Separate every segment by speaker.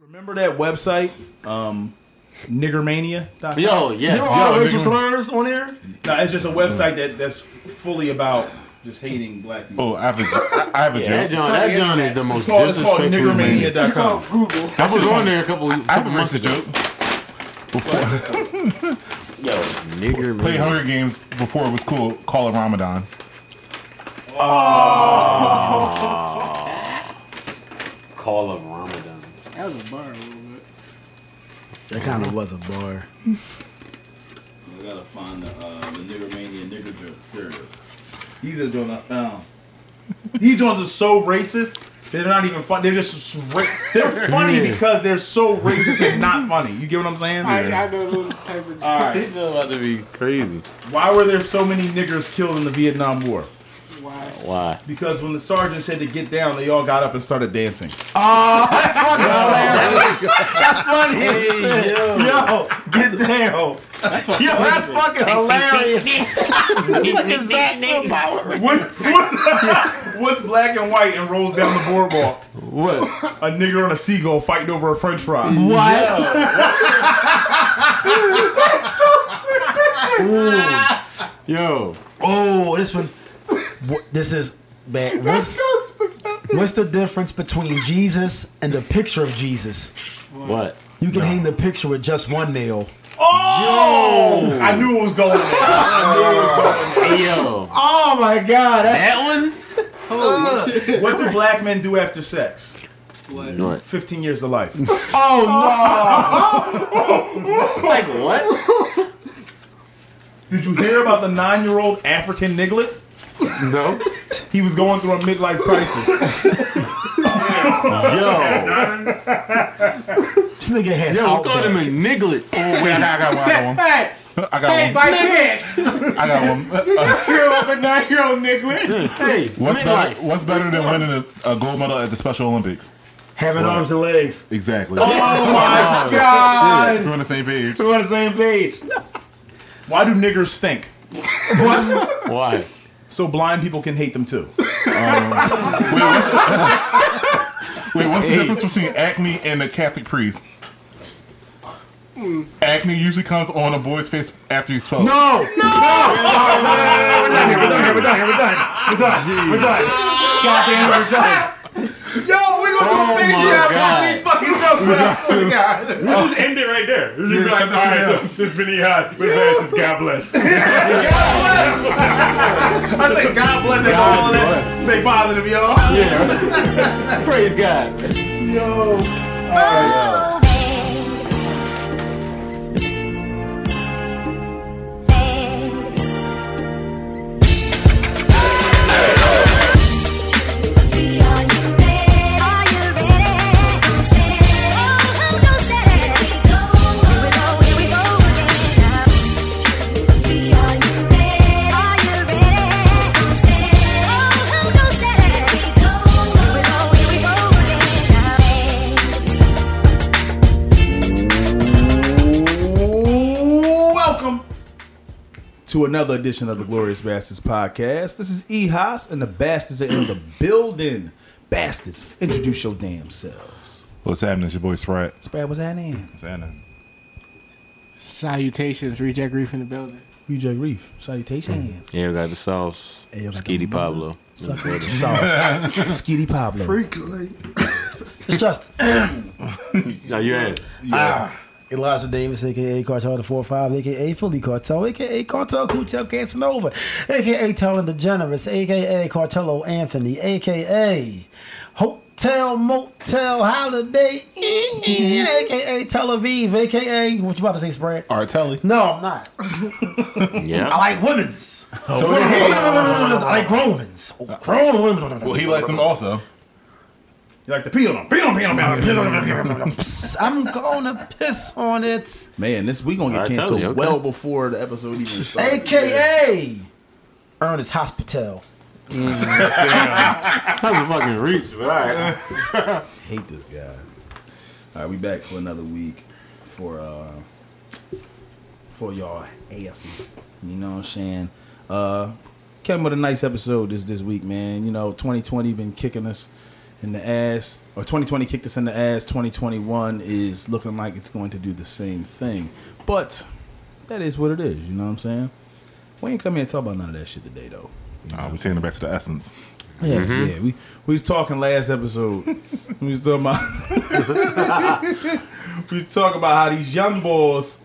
Speaker 1: Remember that website, um, niggermania.
Speaker 2: Yo, yeah.
Speaker 1: Is there all
Speaker 2: Yo,
Speaker 1: racial
Speaker 2: nigger-
Speaker 1: slurs on there? No, it's just a website that that's fully about just hating black people.
Speaker 3: Oh, I have a, I have a
Speaker 2: Yeah, that
Speaker 3: joke.
Speaker 2: John, that John is the most
Speaker 1: It's called, it's called
Speaker 2: disrespectful man.
Speaker 1: niggermania.com.
Speaker 4: Google.
Speaker 2: I was on there a couple, couple
Speaker 3: I have a
Speaker 2: months
Speaker 3: racist
Speaker 2: ago.
Speaker 3: joke. Before,
Speaker 2: Yo, nigger
Speaker 3: play
Speaker 2: man.
Speaker 3: Hunger Games before it was cool. Call it Ramadan.
Speaker 2: Call of Ramadan.
Speaker 4: That was a bar a little bit.
Speaker 5: That kind of was a bar.
Speaker 1: I gotta find the, uh, the niggermania nigger joke cereal. These are the joints I found. These joints are so racist. They're not even fun. They're just ra- they're funny because they're so racist and not funny. You get what I'm saying?
Speaker 4: I, I know those type of.
Speaker 1: All right.
Speaker 2: This is about to be crazy.
Speaker 1: Why were there so many niggers killed in the Vietnam War?
Speaker 4: Why?
Speaker 2: Why?
Speaker 1: Because when the sergeant said to get down, they all got up and started dancing. Oh, that's fucking hilarious! that's funny. yo, get down. yo, that's fucking hilarious. Look at Zach Bauer. What's, what's- what's black and white and rolls down the boardwalk?
Speaker 2: What?
Speaker 1: A nigger and a seagull fighting over a French fry.
Speaker 2: What? Yo,
Speaker 5: Oh, this one. Wh- This is bad. What's, what's the difference between Jesus and the picture of Jesus?
Speaker 2: what?
Speaker 5: You can hang the picture with just one nail.
Speaker 1: Oh, I knew it was going. There. I knew it was going. There.
Speaker 2: Yo,
Speaker 5: Oh my God! That's,
Speaker 2: that one?
Speaker 1: What do black men do after sex?
Speaker 2: What?
Speaker 1: 15 years of life.
Speaker 2: Like what?
Speaker 1: Did you hear about the nine year old African niglet?
Speaker 2: No.
Speaker 1: He was going through a midlife crisis.
Speaker 2: Yo,
Speaker 5: this nigga has
Speaker 2: yo,
Speaker 5: outback.
Speaker 2: call him a niglet.
Speaker 3: Oh wait, I got, I got one.
Speaker 4: Hey,
Speaker 3: I got one. I got one.
Speaker 4: by chance,
Speaker 3: I got
Speaker 4: you're a
Speaker 3: one.
Speaker 4: nine-year-old nigga.
Speaker 2: Hey,
Speaker 3: What's better?
Speaker 2: midlife.
Speaker 3: What's better than winning a, a gold medal at the Special Olympics?
Speaker 5: having arms and legs.
Speaker 3: Exactly.
Speaker 1: God!
Speaker 3: We're on the same page.
Speaker 1: We're on the same page. Why do niggers stink?
Speaker 2: Why?
Speaker 1: So blind people can hate them too.
Speaker 3: Wait, what's the difference between acne and a Catholic priest? Acne usually comes on a boy's face after he's 12.
Speaker 5: No, no,
Speaker 3: we're done here, we're done.
Speaker 5: we're done. We're done. God damn, we're done.
Speaker 1: Yo, we're gonna
Speaker 2: Oh my God.
Speaker 1: fucking jokes out. Oh, God.
Speaker 6: We'll just end it right there. We'll just be
Speaker 3: Yeah, shut
Speaker 6: like,
Speaker 3: this
Speaker 6: all
Speaker 3: one
Speaker 6: right,
Speaker 3: down.
Speaker 6: so this Benny Hot, but yeah. God bless.
Speaker 1: I say God bless it all of that. Stay positive, y'all.
Speaker 2: Yeah. Praise God.
Speaker 7: Oh,
Speaker 1: Welcome to another edition of the Glorious Bastards podcast. This is E Haas, and the bastards are in the building. Bastards, introduce your damn selves.
Speaker 3: What's happening? It's your boy Sprat.
Speaker 1: Brad, what's that name?
Speaker 3: It's Anna.
Speaker 4: Salutations, reject grief in the building.
Speaker 1: UJ Reef. Salutations.
Speaker 2: Yeah, got the sauce.
Speaker 5: Hey, yo, got
Speaker 2: Skeety
Speaker 5: the-
Speaker 2: Pablo.
Speaker 1: Suck it. Sauce. Skitty Pablo.
Speaker 5: It's just
Speaker 2: No, you ain't.
Speaker 5: Elijah Davis, aka Cartel the Four Five, aka Philly Cartel, aka Cartel Cuchel Casanova, aka Talon the Generous, aka Cartello Anthony, aka Hotel Motel Holiday Inn, Inn, aka Tel Aviv, aka what you about to say, Spread?
Speaker 3: Artelli.
Speaker 5: No, I'm not. I
Speaker 2: Yeah.
Speaker 5: like women's.
Speaker 3: So
Speaker 5: I like grown women's. Grown women.
Speaker 3: well, he liked them also.
Speaker 1: You like to pee on them. Pee on them, pee on them, pee on them.
Speaker 5: Psst, I'm gonna piss on it.
Speaker 1: Man, this we gonna get
Speaker 2: I tell
Speaker 1: canceled
Speaker 2: you, okay.
Speaker 1: well before the episode even starts.
Speaker 5: AKA Ernest Hospital.
Speaker 2: That's a fucking reach, but all right.
Speaker 1: hate this guy. All right, we back for another week for uh for y'all asses. You know what I'm saying? Uh, came with a nice episode this this week, man. You know, 2020 been kicking us in the ass, or 2020 kicked us in the ass. 2021 is looking like it's going to do the same thing. But that is what it is. You know what I'm saying? We ain't come here to talk about none of that shit today, though.
Speaker 3: Nah, we're taking it back to the essence.
Speaker 1: Yeah,
Speaker 5: Mm-hmm.
Speaker 1: yeah. We we was talking last episode. we was talking about we was talking about how these young boys,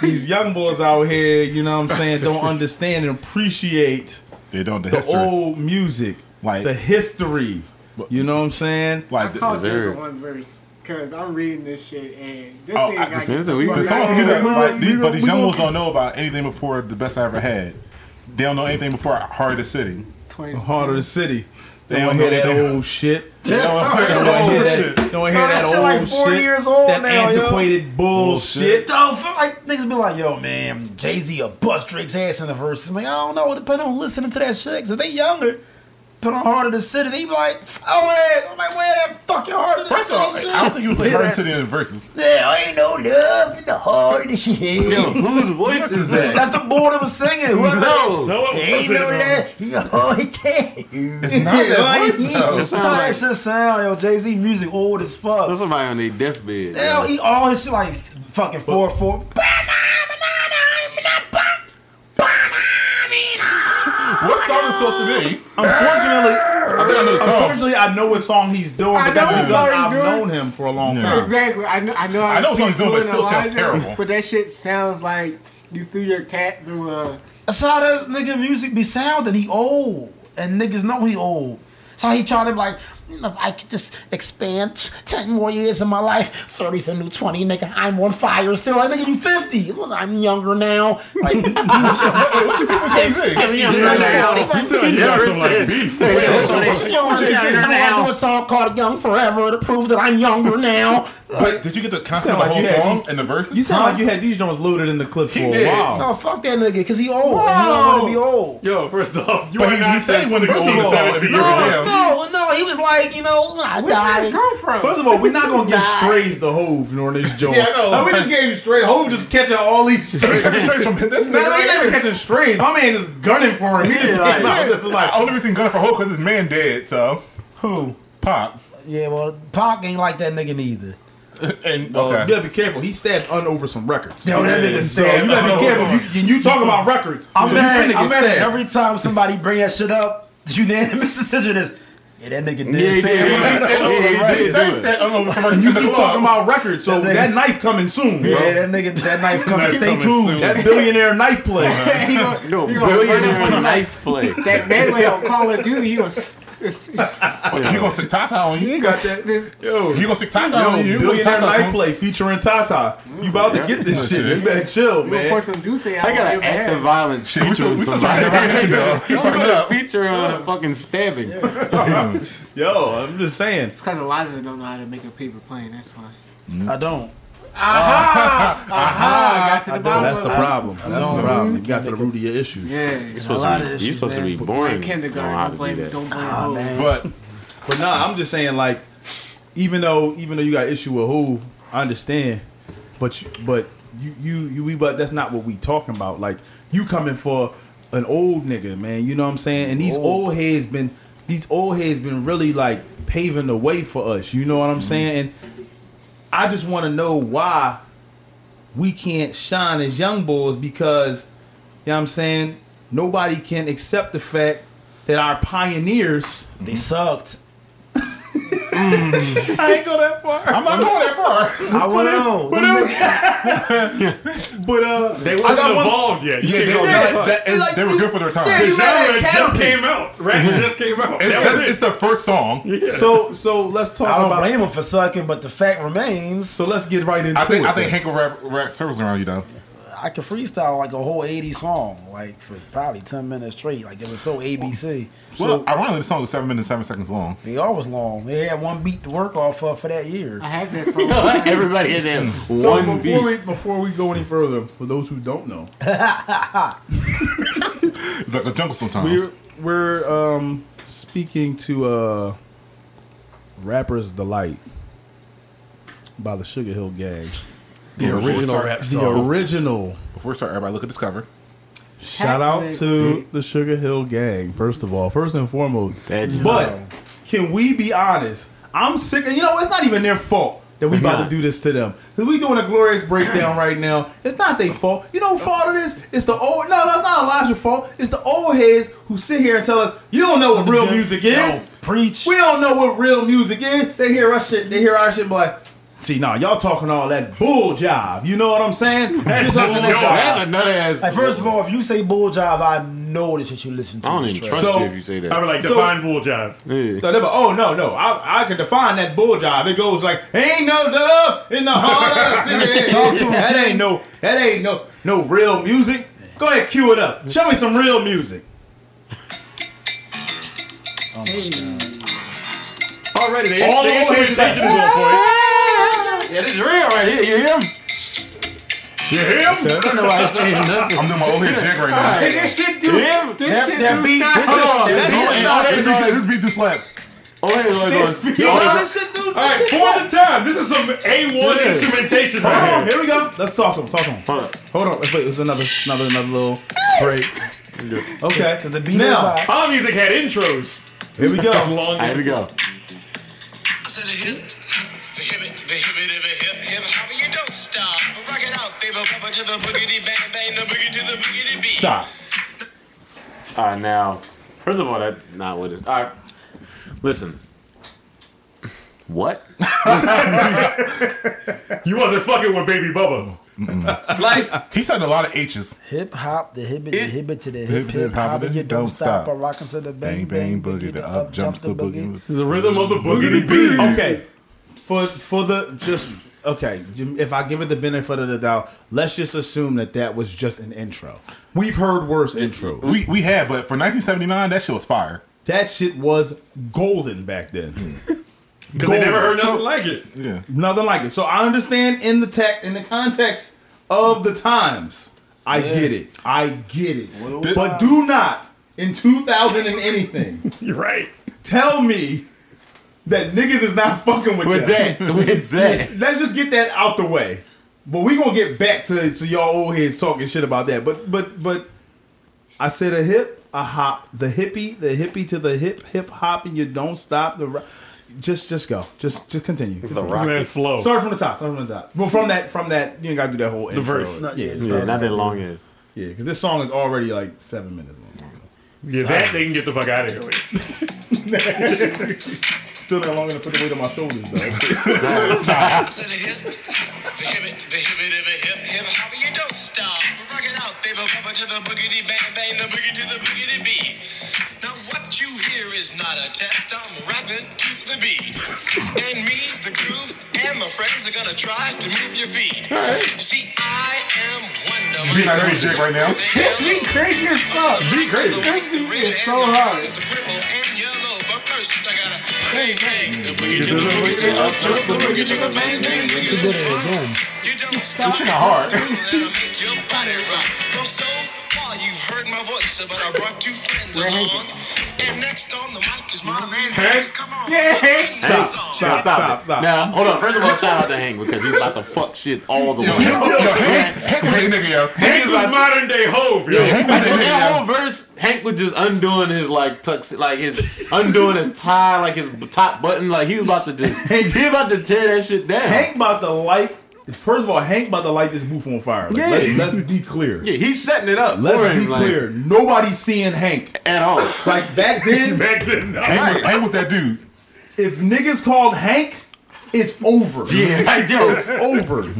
Speaker 1: these young boys out here, you know what I'm saying, don't understand and appreciate
Speaker 3: They don't the,
Speaker 1: the
Speaker 3: history.
Speaker 1: old music,
Speaker 3: Like-
Speaker 1: the history. You know what I'm saying?
Speaker 3: like
Speaker 4: I called
Speaker 3: the,
Speaker 2: this
Speaker 4: this
Speaker 2: is-
Speaker 4: one verse because I'm reading this shit and this
Speaker 3: Oh,
Speaker 4: thing
Speaker 3: I-
Speaker 4: got
Speaker 3: this
Speaker 2: is a weak-
Speaker 4: fuck
Speaker 3: the
Speaker 2: this
Speaker 4: out
Speaker 3: songs
Speaker 4: of
Speaker 3: get
Speaker 4: here.
Speaker 3: that, like, these, but
Speaker 1: we
Speaker 3: these young
Speaker 1: gonna-
Speaker 3: ones don't know about anything before the best I ever had. They don't know anything before Heart of the City.
Speaker 4: 20
Speaker 1: Heart of the city. They
Speaker 3: They
Speaker 1: don't
Speaker 3: don't
Speaker 1: hear
Speaker 3: know
Speaker 1: that
Speaker 3: they-
Speaker 1: old shit.
Speaker 3: They don't know
Speaker 1: Don't wanna hear
Speaker 3: that
Speaker 1: that.
Speaker 3: shit.
Speaker 1: Don't wanna hear
Speaker 5: Bro,
Speaker 1: that
Speaker 5: that
Speaker 1: old
Speaker 5: shit like 40
Speaker 1: shit.
Speaker 5: years old
Speaker 1: that
Speaker 5: now, yo.
Speaker 1: antiquated bullshit.
Speaker 5: Yo, feel like niggas be like, yo, man, Jay Z or bust Drake's ass in the verses. I'm like, I don't know. Depend on listening to that shit. Cause if they younger, put on Heart of the City, they be like, oh, man. I'm like, where that fucking Heart of the
Speaker 3: First of all,
Speaker 5: City?
Speaker 3: I don't
Speaker 5: shit?
Speaker 3: think you play
Speaker 5: Hear
Speaker 3: Heart of
Speaker 5: that?
Speaker 3: the City in the verses.
Speaker 5: Yeah, I ain't no love in the heart of the city.
Speaker 2: Yo, whose voice is that?
Speaker 5: That's the boy that was singing. Whoever-
Speaker 2: No.
Speaker 6: No,
Speaker 5: There ain't no love. Yo, he can't.
Speaker 3: It's not that voice, though.
Speaker 2: It
Speaker 5: That's how that
Speaker 2: sounds like
Speaker 5: shit sound, yo. Jay Z music old as fuck.
Speaker 2: that's somebody on their deathbed.
Speaker 5: Hell,
Speaker 2: yo.
Speaker 5: he all his shit like fucking four four.
Speaker 3: What song is supposed to be?
Speaker 1: Unfortunately,
Speaker 3: I think I know the song.
Speaker 1: Unfortunately, I know what song he's doing,
Speaker 4: I
Speaker 1: but that's
Speaker 4: know what
Speaker 1: because
Speaker 4: song he's
Speaker 1: I've
Speaker 4: doing.
Speaker 1: known him for a long
Speaker 3: Yeah.
Speaker 1: time.
Speaker 4: Exactly. I know. I know.
Speaker 3: I know what he's doing, but it
Speaker 4: doing
Speaker 3: still sounds
Speaker 4: Elijah,
Speaker 3: terrible.
Speaker 4: But that shit sounds like you threw your cat through a.
Speaker 5: That's how that nigga music be sounding. He old. And niggas know he old. So he trying to be like, you know, if I could just expand 10 more years of my life. 30's a new 20, nigga. I'm on fire still. Like, nigga, you 50. Well, I'm younger now. Like,
Speaker 3: What you people Jay Z?
Speaker 2: You
Speaker 3: got
Speaker 2: never
Speaker 3: some, like,
Speaker 2: said-
Speaker 3: beef.
Speaker 2: Wait,
Speaker 3: Wait,
Speaker 2: what's
Speaker 3: what's
Speaker 2: that?
Speaker 3: that?
Speaker 5: I'm gonna do a song called Young Forever to prove that I'm younger now.
Speaker 3: But did you get the concept of
Speaker 1: sound
Speaker 3: the
Speaker 1: like
Speaker 3: whole
Speaker 1: you had
Speaker 3: song
Speaker 1: these-
Speaker 3: and the verses?
Speaker 1: You sound like you had these joints loaded in the clip for a
Speaker 3: did.
Speaker 1: while.
Speaker 5: Oh, fuck that nigga, because he old. And he don't want to be old.
Speaker 6: Yo, first off, you
Speaker 3: But
Speaker 6: are
Speaker 3: he-
Speaker 6: not
Speaker 3: he said he wanted to go
Speaker 6: 16,
Speaker 3: to the
Speaker 6: seventeen
Speaker 3: song.
Speaker 6: years old.
Speaker 3: Yeah.
Speaker 5: No, no, he was like, you know, when I
Speaker 4: Where did
Speaker 5: die.
Speaker 4: this come from?
Speaker 1: First of all, we're not gonna give strays the Hove you know, on this joint.
Speaker 3: Yeah, I know.
Speaker 1: Like, we just gave straight Hove just catching all these strays.
Speaker 3: Straight from this
Speaker 1: Man,
Speaker 3: nigga
Speaker 1: I
Speaker 3: right
Speaker 1: ain't never
Speaker 3: here.
Speaker 1: catching strays. My man is gunning for him. He just
Speaker 2: Yeah,
Speaker 1: came out just like,
Speaker 3: I only reason Gunner for Hope because his man dead, so. Who? Pop.
Speaker 5: Yeah, well, Pac ain't like that nigga neither.
Speaker 3: And,
Speaker 1: uh, you
Speaker 3: okay.
Speaker 1: gotta be careful. He stabbed un over some records.
Speaker 5: Yo, that nigga
Speaker 1: so
Speaker 5: stabbed
Speaker 1: you gotta
Speaker 3: un
Speaker 1: be careful.
Speaker 3: over.
Speaker 1: uh, You, and you talk about records.
Speaker 5: I'm
Speaker 1: so
Speaker 5: mad.
Speaker 1: you finna
Speaker 5: I'm
Speaker 1: get
Speaker 5: mad
Speaker 1: stabbed.
Speaker 5: every time somebody bring that shit up. The unanimous decision is, yeah, that nigga did.
Speaker 2: Yeah, he
Speaker 5: stay
Speaker 2: did.
Speaker 5: away.
Speaker 3: He said,
Speaker 2: Yeah, he
Speaker 3: oh,
Speaker 2: did
Speaker 3: he
Speaker 2: do
Speaker 3: said, he
Speaker 2: it.
Speaker 3: said, oh, no,
Speaker 1: And you
Speaker 3: the
Speaker 1: keep
Speaker 3: club.
Speaker 1: talking about records, so
Speaker 5: That
Speaker 1: that,
Speaker 5: nigga-
Speaker 1: knife coming soon, bro.
Speaker 5: Yeah, that nigga, that knife coming.
Speaker 3: Knife
Speaker 5: Stay
Speaker 3: coming
Speaker 5: tuned.
Speaker 3: soon.
Speaker 1: That Uh-huh. billionaire knife play.
Speaker 4: He gonna-
Speaker 2: No,
Speaker 4: he gonna burn up
Speaker 2: billionaire
Speaker 4: on
Speaker 2: knife play.
Speaker 4: That melee on Call of Duty, you gonna. s-
Speaker 3: You gonna stick Tata on you?
Speaker 4: You gonna s-
Speaker 1: Yo,
Speaker 3: You gonna stick Tata
Speaker 1: Yo,
Speaker 3: on you?
Speaker 1: billionaire
Speaker 3: Tata's on-
Speaker 1: knife play featuring Tata. You about to get this
Speaker 3: Yeah.
Speaker 1: Oh, shit. You better chill,
Speaker 4: You gonna
Speaker 1: man.
Speaker 4: pour some Deuce out
Speaker 2: I
Speaker 4: on
Speaker 2: got
Speaker 4: your
Speaker 2: to act the
Speaker 4: head.
Speaker 2: violence
Speaker 3: Shit, we
Speaker 2: feature
Speaker 3: still,
Speaker 2: on
Speaker 3: we still trying to
Speaker 2: somebody.
Speaker 3: write that shit though. He fucking up.
Speaker 2: Feature on a fucking stabbing.
Speaker 1: Yo, I'm just saying.
Speaker 4: Because Eliza don't know how to make a paper plane, that's why.
Speaker 5: I don't.
Speaker 4: Ah, got to the bottom
Speaker 1: That's
Speaker 4: of
Speaker 1: the
Speaker 4: it.
Speaker 1: problem. That's the problem. You
Speaker 5: Mhm.
Speaker 1: got to the root of your issues.
Speaker 4: Yeah.
Speaker 2: You're
Speaker 5: lot
Speaker 2: supposed
Speaker 5: of
Speaker 2: to be,
Speaker 5: issues,
Speaker 2: you're supposed to
Speaker 5: man.
Speaker 2: be
Speaker 4: Like
Speaker 2: born.
Speaker 4: kindergarten,
Speaker 2: on how to
Speaker 4: don't
Speaker 2: do
Speaker 4: blame,
Speaker 2: that.
Speaker 4: don't blame
Speaker 5: Ah,
Speaker 4: hoes.
Speaker 5: man.
Speaker 3: But
Speaker 1: But nah, I'm just saying like, even though even though you got an issue with who, I understand. But you, but you you you we but that's not what we talking about. Like you coming for an old nigga, man. You know what I'm saying? And these old, heads been these old heads been really like paving the way for us. You know what I'm saying? And I just want to know why we can't shine as young boys because you know what I'm saying nobody can accept the fact that our pioneers.
Speaker 5: They sucked.
Speaker 1: I ain't go that far.
Speaker 3: I'm not going that far.
Speaker 5: I want to know.
Speaker 1: But uh,
Speaker 6: They
Speaker 1: I got
Speaker 6: wasn't
Speaker 1: one-
Speaker 6: evolved yet. You
Speaker 3: Yeah,
Speaker 6: can't
Speaker 3: they,
Speaker 6: go that
Speaker 3: that-
Speaker 6: far.
Speaker 3: that is, they were good for their time.
Speaker 6: The
Speaker 3: It's,
Speaker 6: genre just came out. Rap just came out. That
Speaker 3: it's- it's
Speaker 6: was
Speaker 3: the first song.
Speaker 1: so so let's talk
Speaker 5: I don't
Speaker 1: about.
Speaker 5: blame him for sucking, but the fact remains,
Speaker 1: So let's get right into
Speaker 3: I think
Speaker 1: it.
Speaker 3: I
Speaker 1: then.
Speaker 3: think Hank will wrap, wrap circles around you though.
Speaker 5: I could freestyle like a whole 80s song, like for probably 10 minutes straight. Like it was so ABC.
Speaker 3: well, ironically, the song was seven minutes seven seconds long.
Speaker 5: They always long. They had one beat to work off of for that year.
Speaker 4: I have that song.
Speaker 2: Everybody in there,
Speaker 1: So
Speaker 2: one beat.
Speaker 1: before we before we go any further, for those who don't know,
Speaker 3: It's like a jungle sometimes.
Speaker 1: we're we're um speaking to uh rappers delight by the Sugar Hill Gang, the
Speaker 3: Before we
Speaker 1: original
Speaker 3: start-
Speaker 1: rap, the
Speaker 3: song.
Speaker 1: original.
Speaker 3: Before we start, everybody look at this cover.
Speaker 1: Shout out
Speaker 4: Tactic.
Speaker 1: to the Sugar Hill Gang, first of all, first and foremost.
Speaker 2: That-
Speaker 1: But Can we be honest? I'm sick, and you know it's not even their fault that we about to
Speaker 2: not.
Speaker 1: do this to them. Cause we doing a glorious breakdown right now. It's not their fault. You know whose fault it is? It's the old. No, that's not Elijah's fault. It's the old heads who sit here and tell us you don't know what real music is.
Speaker 5: Yo, preach.
Speaker 1: We don't know what real music is. They hear our shit. They hear our shit. And be like, see, nah, y'all talking all that bull job. You know what I'm saying? That's
Speaker 2: Yo, that's another ass.
Speaker 5: Like, first of all, if you say bull job, I know the shit you listen to.
Speaker 2: I don't
Speaker 5: is
Speaker 2: even
Speaker 5: trash.
Speaker 2: trust
Speaker 1: So-
Speaker 2: you if you say that.
Speaker 6: I would like
Speaker 1: So-
Speaker 6: define bull jive.
Speaker 2: Yeah.
Speaker 1: So they be, oh no no I I can define that bull job. It goes like ain't no love in the heart of the city.
Speaker 5: Talk to him,
Speaker 1: That ain't no that ain't no no real music. Go ahead, cue it up. Show me some real music.
Speaker 6: Already, the
Speaker 1: All the
Speaker 6: the
Speaker 1: way back.
Speaker 6: instrumentation is on point.
Speaker 2: Yeah, this is real right here. You hear him?
Speaker 6: You hear him?
Speaker 2: I don't know why he's saying nothing.
Speaker 3: I'm doing my old head jig right now.
Speaker 1: Hey, this shit do
Speaker 2: Yeah.
Speaker 1: this
Speaker 5: That-
Speaker 1: shit
Speaker 5: that
Speaker 1: do
Speaker 5: beat-
Speaker 1: Scott-
Speaker 5: this
Speaker 1: Hold
Speaker 5: shit-
Speaker 1: on,
Speaker 5: that
Speaker 1: that
Speaker 3: No,
Speaker 1: shit
Speaker 3: and
Speaker 1: do-
Speaker 3: all that is because this beat do slap.
Speaker 2: Oh, hey,
Speaker 1: this-
Speaker 2: Lord, Lord,
Speaker 1: yo,
Speaker 2: Lord.
Speaker 1: this shit
Speaker 6: All
Speaker 1: do-
Speaker 6: right, for the time, this is some A1 instrumentation
Speaker 1: Hold on,
Speaker 6: right here.
Speaker 1: here we go. Let's talk to him. Talk to him.
Speaker 2: Hold up.
Speaker 1: Hold on. Wait, it's another another another little break. Okay.
Speaker 5: The beat is
Speaker 1: now,
Speaker 5: hot.
Speaker 6: Our music had intros.
Speaker 1: here we
Speaker 6: As
Speaker 1: go.
Speaker 6: long
Speaker 2: All right,
Speaker 6: as
Speaker 2: Here we go.
Speaker 7: to the hip, the hip, the hip, the hip, hip, hop, you don't stop. Rock it out, baby, pop it to the boogity bang bang, the boogie to the boogity beat.
Speaker 1: Stop.
Speaker 2: All right, Uh, now, first of all, that's not what it. All right, listen. What?
Speaker 6: you wasn't fucking with Baby Bubba.
Speaker 2: Like,
Speaker 3: He said a lot of H's.
Speaker 5: Hip hop, the hibbit, the hibbit to the hip,
Speaker 3: hip,
Speaker 5: hip hop, and you don't stop. I'm rocking to the
Speaker 3: Bang, bang, boogie, the up jumps the boogie.
Speaker 6: The rhythm of the boogity beat.
Speaker 1: Okay. For for the just okay, if I give it the benefit of the doubt, let's just assume that that was just an intro. We've heard worse intros.
Speaker 3: We we had, but for 1979, that shit was fire.
Speaker 1: That shit was golden back then.
Speaker 6: Because they never heard nothing like it.
Speaker 3: Yeah.
Speaker 1: Nothing like it. So I understand in the tech in the context of the times. I get it. I get it. but do not in 2000 and anything
Speaker 6: You're right.
Speaker 1: tell me that niggas is not fucking with,
Speaker 2: with that, with that.
Speaker 1: Let's just get that out the way. But we gonna get back to, to y'all old heads talking shit about that. But but but I said a hip, a hop, the hippie, the hippie to the hip, hip hop, and you don't stop the. Ro- just just go, just just continue. continue.
Speaker 6: Man,
Speaker 2: Oh.
Speaker 6: flow.
Speaker 1: Start from the top. Start from the top. Well, from that from that you ain't gotta do that whole the
Speaker 6: verse.
Speaker 1: Yeah, yeah,
Speaker 2: Yeah, not that long yet.
Speaker 1: yeah. Because this song is already like seven minutes long.
Speaker 6: Yeah, that they can get the fuck out of here with.
Speaker 1: Still not long enough to put the weight on my shoulders
Speaker 7: To
Speaker 1: though.
Speaker 7: the hip, the hip, the hip, the hip, hip, hop, you don't stop. Rock it out, baby, pop it to the boogity bang bang, the boogie to the boogity beat. Now what you hear is not a test. I'm rapping to the beat, and me, the groove, and my friends are gonna try to move your feet. You see, I am Wonder Mike.
Speaker 3: Beat like every jig right now.
Speaker 7: Say hello.
Speaker 4: crazy as fuck.
Speaker 7: Be great.
Speaker 4: is so hard.
Speaker 7: The purple and yellow, but first I gotta bang bang. The boogie to Mm. the boogie, say up jump the boogie to the bang bang. Look at this fun. You don't stop.
Speaker 3: This shit not hard.
Speaker 7: That'll make your body rock. Well, so far you've heard my voice, but I brought two friends along. And next on the mic is my man. Hank. Come on. Yeah.
Speaker 1: Stop, stop,
Speaker 2: Stop,
Speaker 1: stop,
Speaker 2: it.
Speaker 1: stop.
Speaker 2: Now, hold on. First of all, shout out to Hank because he's about to fuck shit all the way.
Speaker 3: Yo, Hank Hank was a nigga, yo.
Speaker 6: Hank was modern day Hove, yo.
Speaker 2: Hank
Speaker 3: was in it,
Speaker 2: that
Speaker 3: yo.
Speaker 2: whole verse, Hank was just undoing his like tux, like his undoing his tie, like his top button, like he was about to just he about to tear that shit down.
Speaker 1: Hank about to light. First of all, Hank about to light this booth on fire. Like,
Speaker 2: Yeah.
Speaker 1: let's, let's be clear.
Speaker 2: yeah, he's setting it up.
Speaker 1: Let's
Speaker 2: for him,
Speaker 1: be
Speaker 2: like,
Speaker 1: clear. Nobody's seeing Hank.
Speaker 2: at all.
Speaker 1: Like back then,
Speaker 6: Back then, no.
Speaker 3: Hank was- Hank was that dude.
Speaker 1: if niggas called Hank, it's over.
Speaker 2: Yeah, like, yo,
Speaker 1: Over.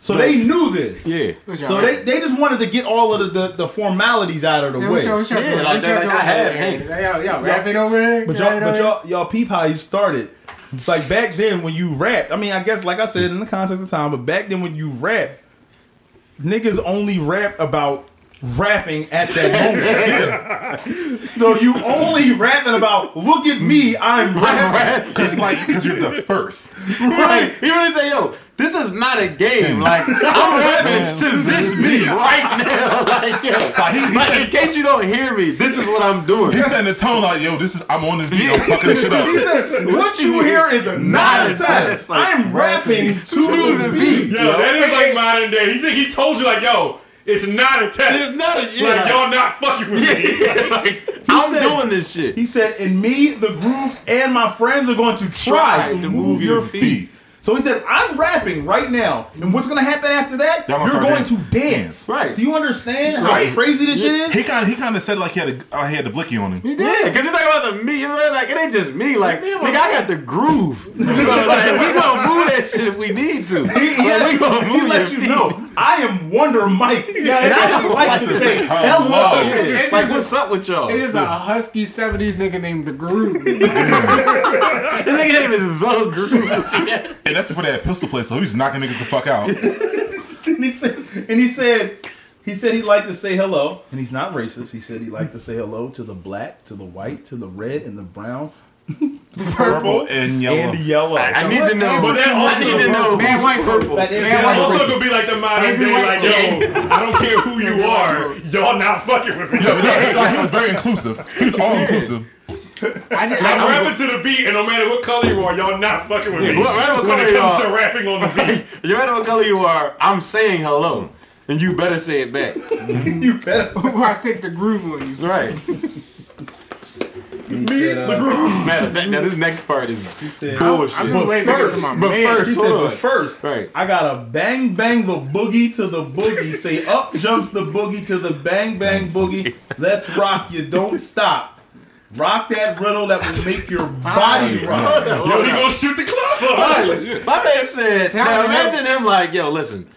Speaker 1: So they knew this.
Speaker 2: yeah.
Speaker 1: So they, they just wanted to get all of the, the, the formalities out of the way.
Speaker 2: Yeah, like that, like I had Hank.
Speaker 4: Yo, yo, rap it over here.
Speaker 1: But
Speaker 4: rap
Speaker 1: y'all,
Speaker 4: it
Speaker 1: but
Speaker 4: over
Speaker 1: y'all, y'all peep how you started. It's like back then when you rapped. I mean, I guess like I said in the context of time, but back then when you rapped, niggas only rap about rapping at that moment. so you only rapping about look at me, I'm rapping.
Speaker 3: Cause like, cause you're the first.
Speaker 2: Right. He really say, yo, this is not a game. Like, I'm rapping to this beat right now. Like, yo.
Speaker 3: Like, he- he
Speaker 2: Like,
Speaker 3: said-
Speaker 2: in case you don't hear me, this is what I'm doing.
Speaker 3: He's setting the tone like, yo, this is I'm on this beat, I'm fucking this shit up.
Speaker 1: He says, "What you hear is a not a test. I'm rapping to the beat."
Speaker 6: Yo, that is like modern day. He said he told you like, yo, It's not a test.
Speaker 2: It's not a- yeah.
Speaker 6: Like y'all not fucking with me.
Speaker 2: like, I'm
Speaker 1: said-
Speaker 2: doing this shit.
Speaker 1: He said, and me, the groove, and my friends are going to try, to, move, your feet. So he said, I'm rapping right now. And what's going to happen after that?
Speaker 3: Y'all gonna
Speaker 1: You're
Speaker 3: start
Speaker 1: going
Speaker 3: dancing.
Speaker 1: to dance.
Speaker 2: Right.
Speaker 1: Do you understand
Speaker 2: Right.
Speaker 1: how crazy this shit is?
Speaker 3: He kind of he kind of said like he had a uh, he had the blicky on him.
Speaker 2: Yeah, because it's like about the me. you know, Like it ain't just me. Like nigga, I got the groove. So like, we gonna move that shit if we need to.
Speaker 1: He, he,
Speaker 2: Like,
Speaker 1: let
Speaker 2: we
Speaker 1: you-
Speaker 2: gonna
Speaker 1: he
Speaker 2: move
Speaker 1: let
Speaker 2: your
Speaker 1: you
Speaker 2: feet.
Speaker 1: know I am Wonder Mike, and I don't like to say hello.
Speaker 2: Yeah,
Speaker 4: It's
Speaker 2: Like
Speaker 4: just-
Speaker 2: what's up with y'all?
Speaker 4: It is
Speaker 2: His
Speaker 4: a husky 70s nigga named The Groove.
Speaker 2: nigga name is The Groove.
Speaker 3: And that's before they had pistol play, so he was knocking niggas the fuck out.
Speaker 1: And he said, and he said, he said he liked to say hello, and he's not racist. He said he liked to say hello to the black, to the white, to the red, and the brown,
Speaker 3: Purple and yellow.
Speaker 1: and the yellow.
Speaker 2: I need to know.
Speaker 6: But that
Speaker 2: I
Speaker 6: also
Speaker 2: need to know.
Speaker 4: Man,
Speaker 2: who's
Speaker 4: white
Speaker 2: purple.
Speaker 1: That is-
Speaker 4: Man,
Speaker 6: It's
Speaker 4: white
Speaker 6: also
Speaker 4: racist.
Speaker 6: gonna be like the modern
Speaker 4: Every
Speaker 6: day,
Speaker 4: white
Speaker 6: like yo, I don't care who you are, y'all not fucking with me.
Speaker 3: Like, like, he was very inclusive. He was all inclusive.
Speaker 4: I just,
Speaker 6: I'm
Speaker 4: I
Speaker 6: rapping to the beat, and no matter what color you are, y'all not fucking with me.
Speaker 2: Yeah, what- whatever
Speaker 6: when
Speaker 2: color
Speaker 6: it
Speaker 2: you
Speaker 6: comes
Speaker 2: are.
Speaker 6: to rapping on the beat,
Speaker 2: You matter what color you are, I'm saying hello, and you better say it back.
Speaker 1: you better.
Speaker 4: don't know I sick The Groove on you.
Speaker 2: Right.
Speaker 1: He said, uh,
Speaker 2: Matter of fact, now this next part is
Speaker 1: he said,
Speaker 2: bullshit.
Speaker 4: I'm just waiting to get to my
Speaker 2: but
Speaker 4: man.
Speaker 2: first,
Speaker 1: He
Speaker 2: hold
Speaker 1: said,
Speaker 2: on.
Speaker 1: but first,
Speaker 2: Right.
Speaker 1: I gotta bang bang the boogie to the boogie. Say up jumps the boogie to the bang bang boogie. Let's rock you, don't stop. Rock that riddle that will make your body rock.
Speaker 6: yo, he gonna shoot the club up.
Speaker 2: My man said,
Speaker 4: I
Speaker 2: now
Speaker 4: don't know.
Speaker 2: imagine him like, yo, listen,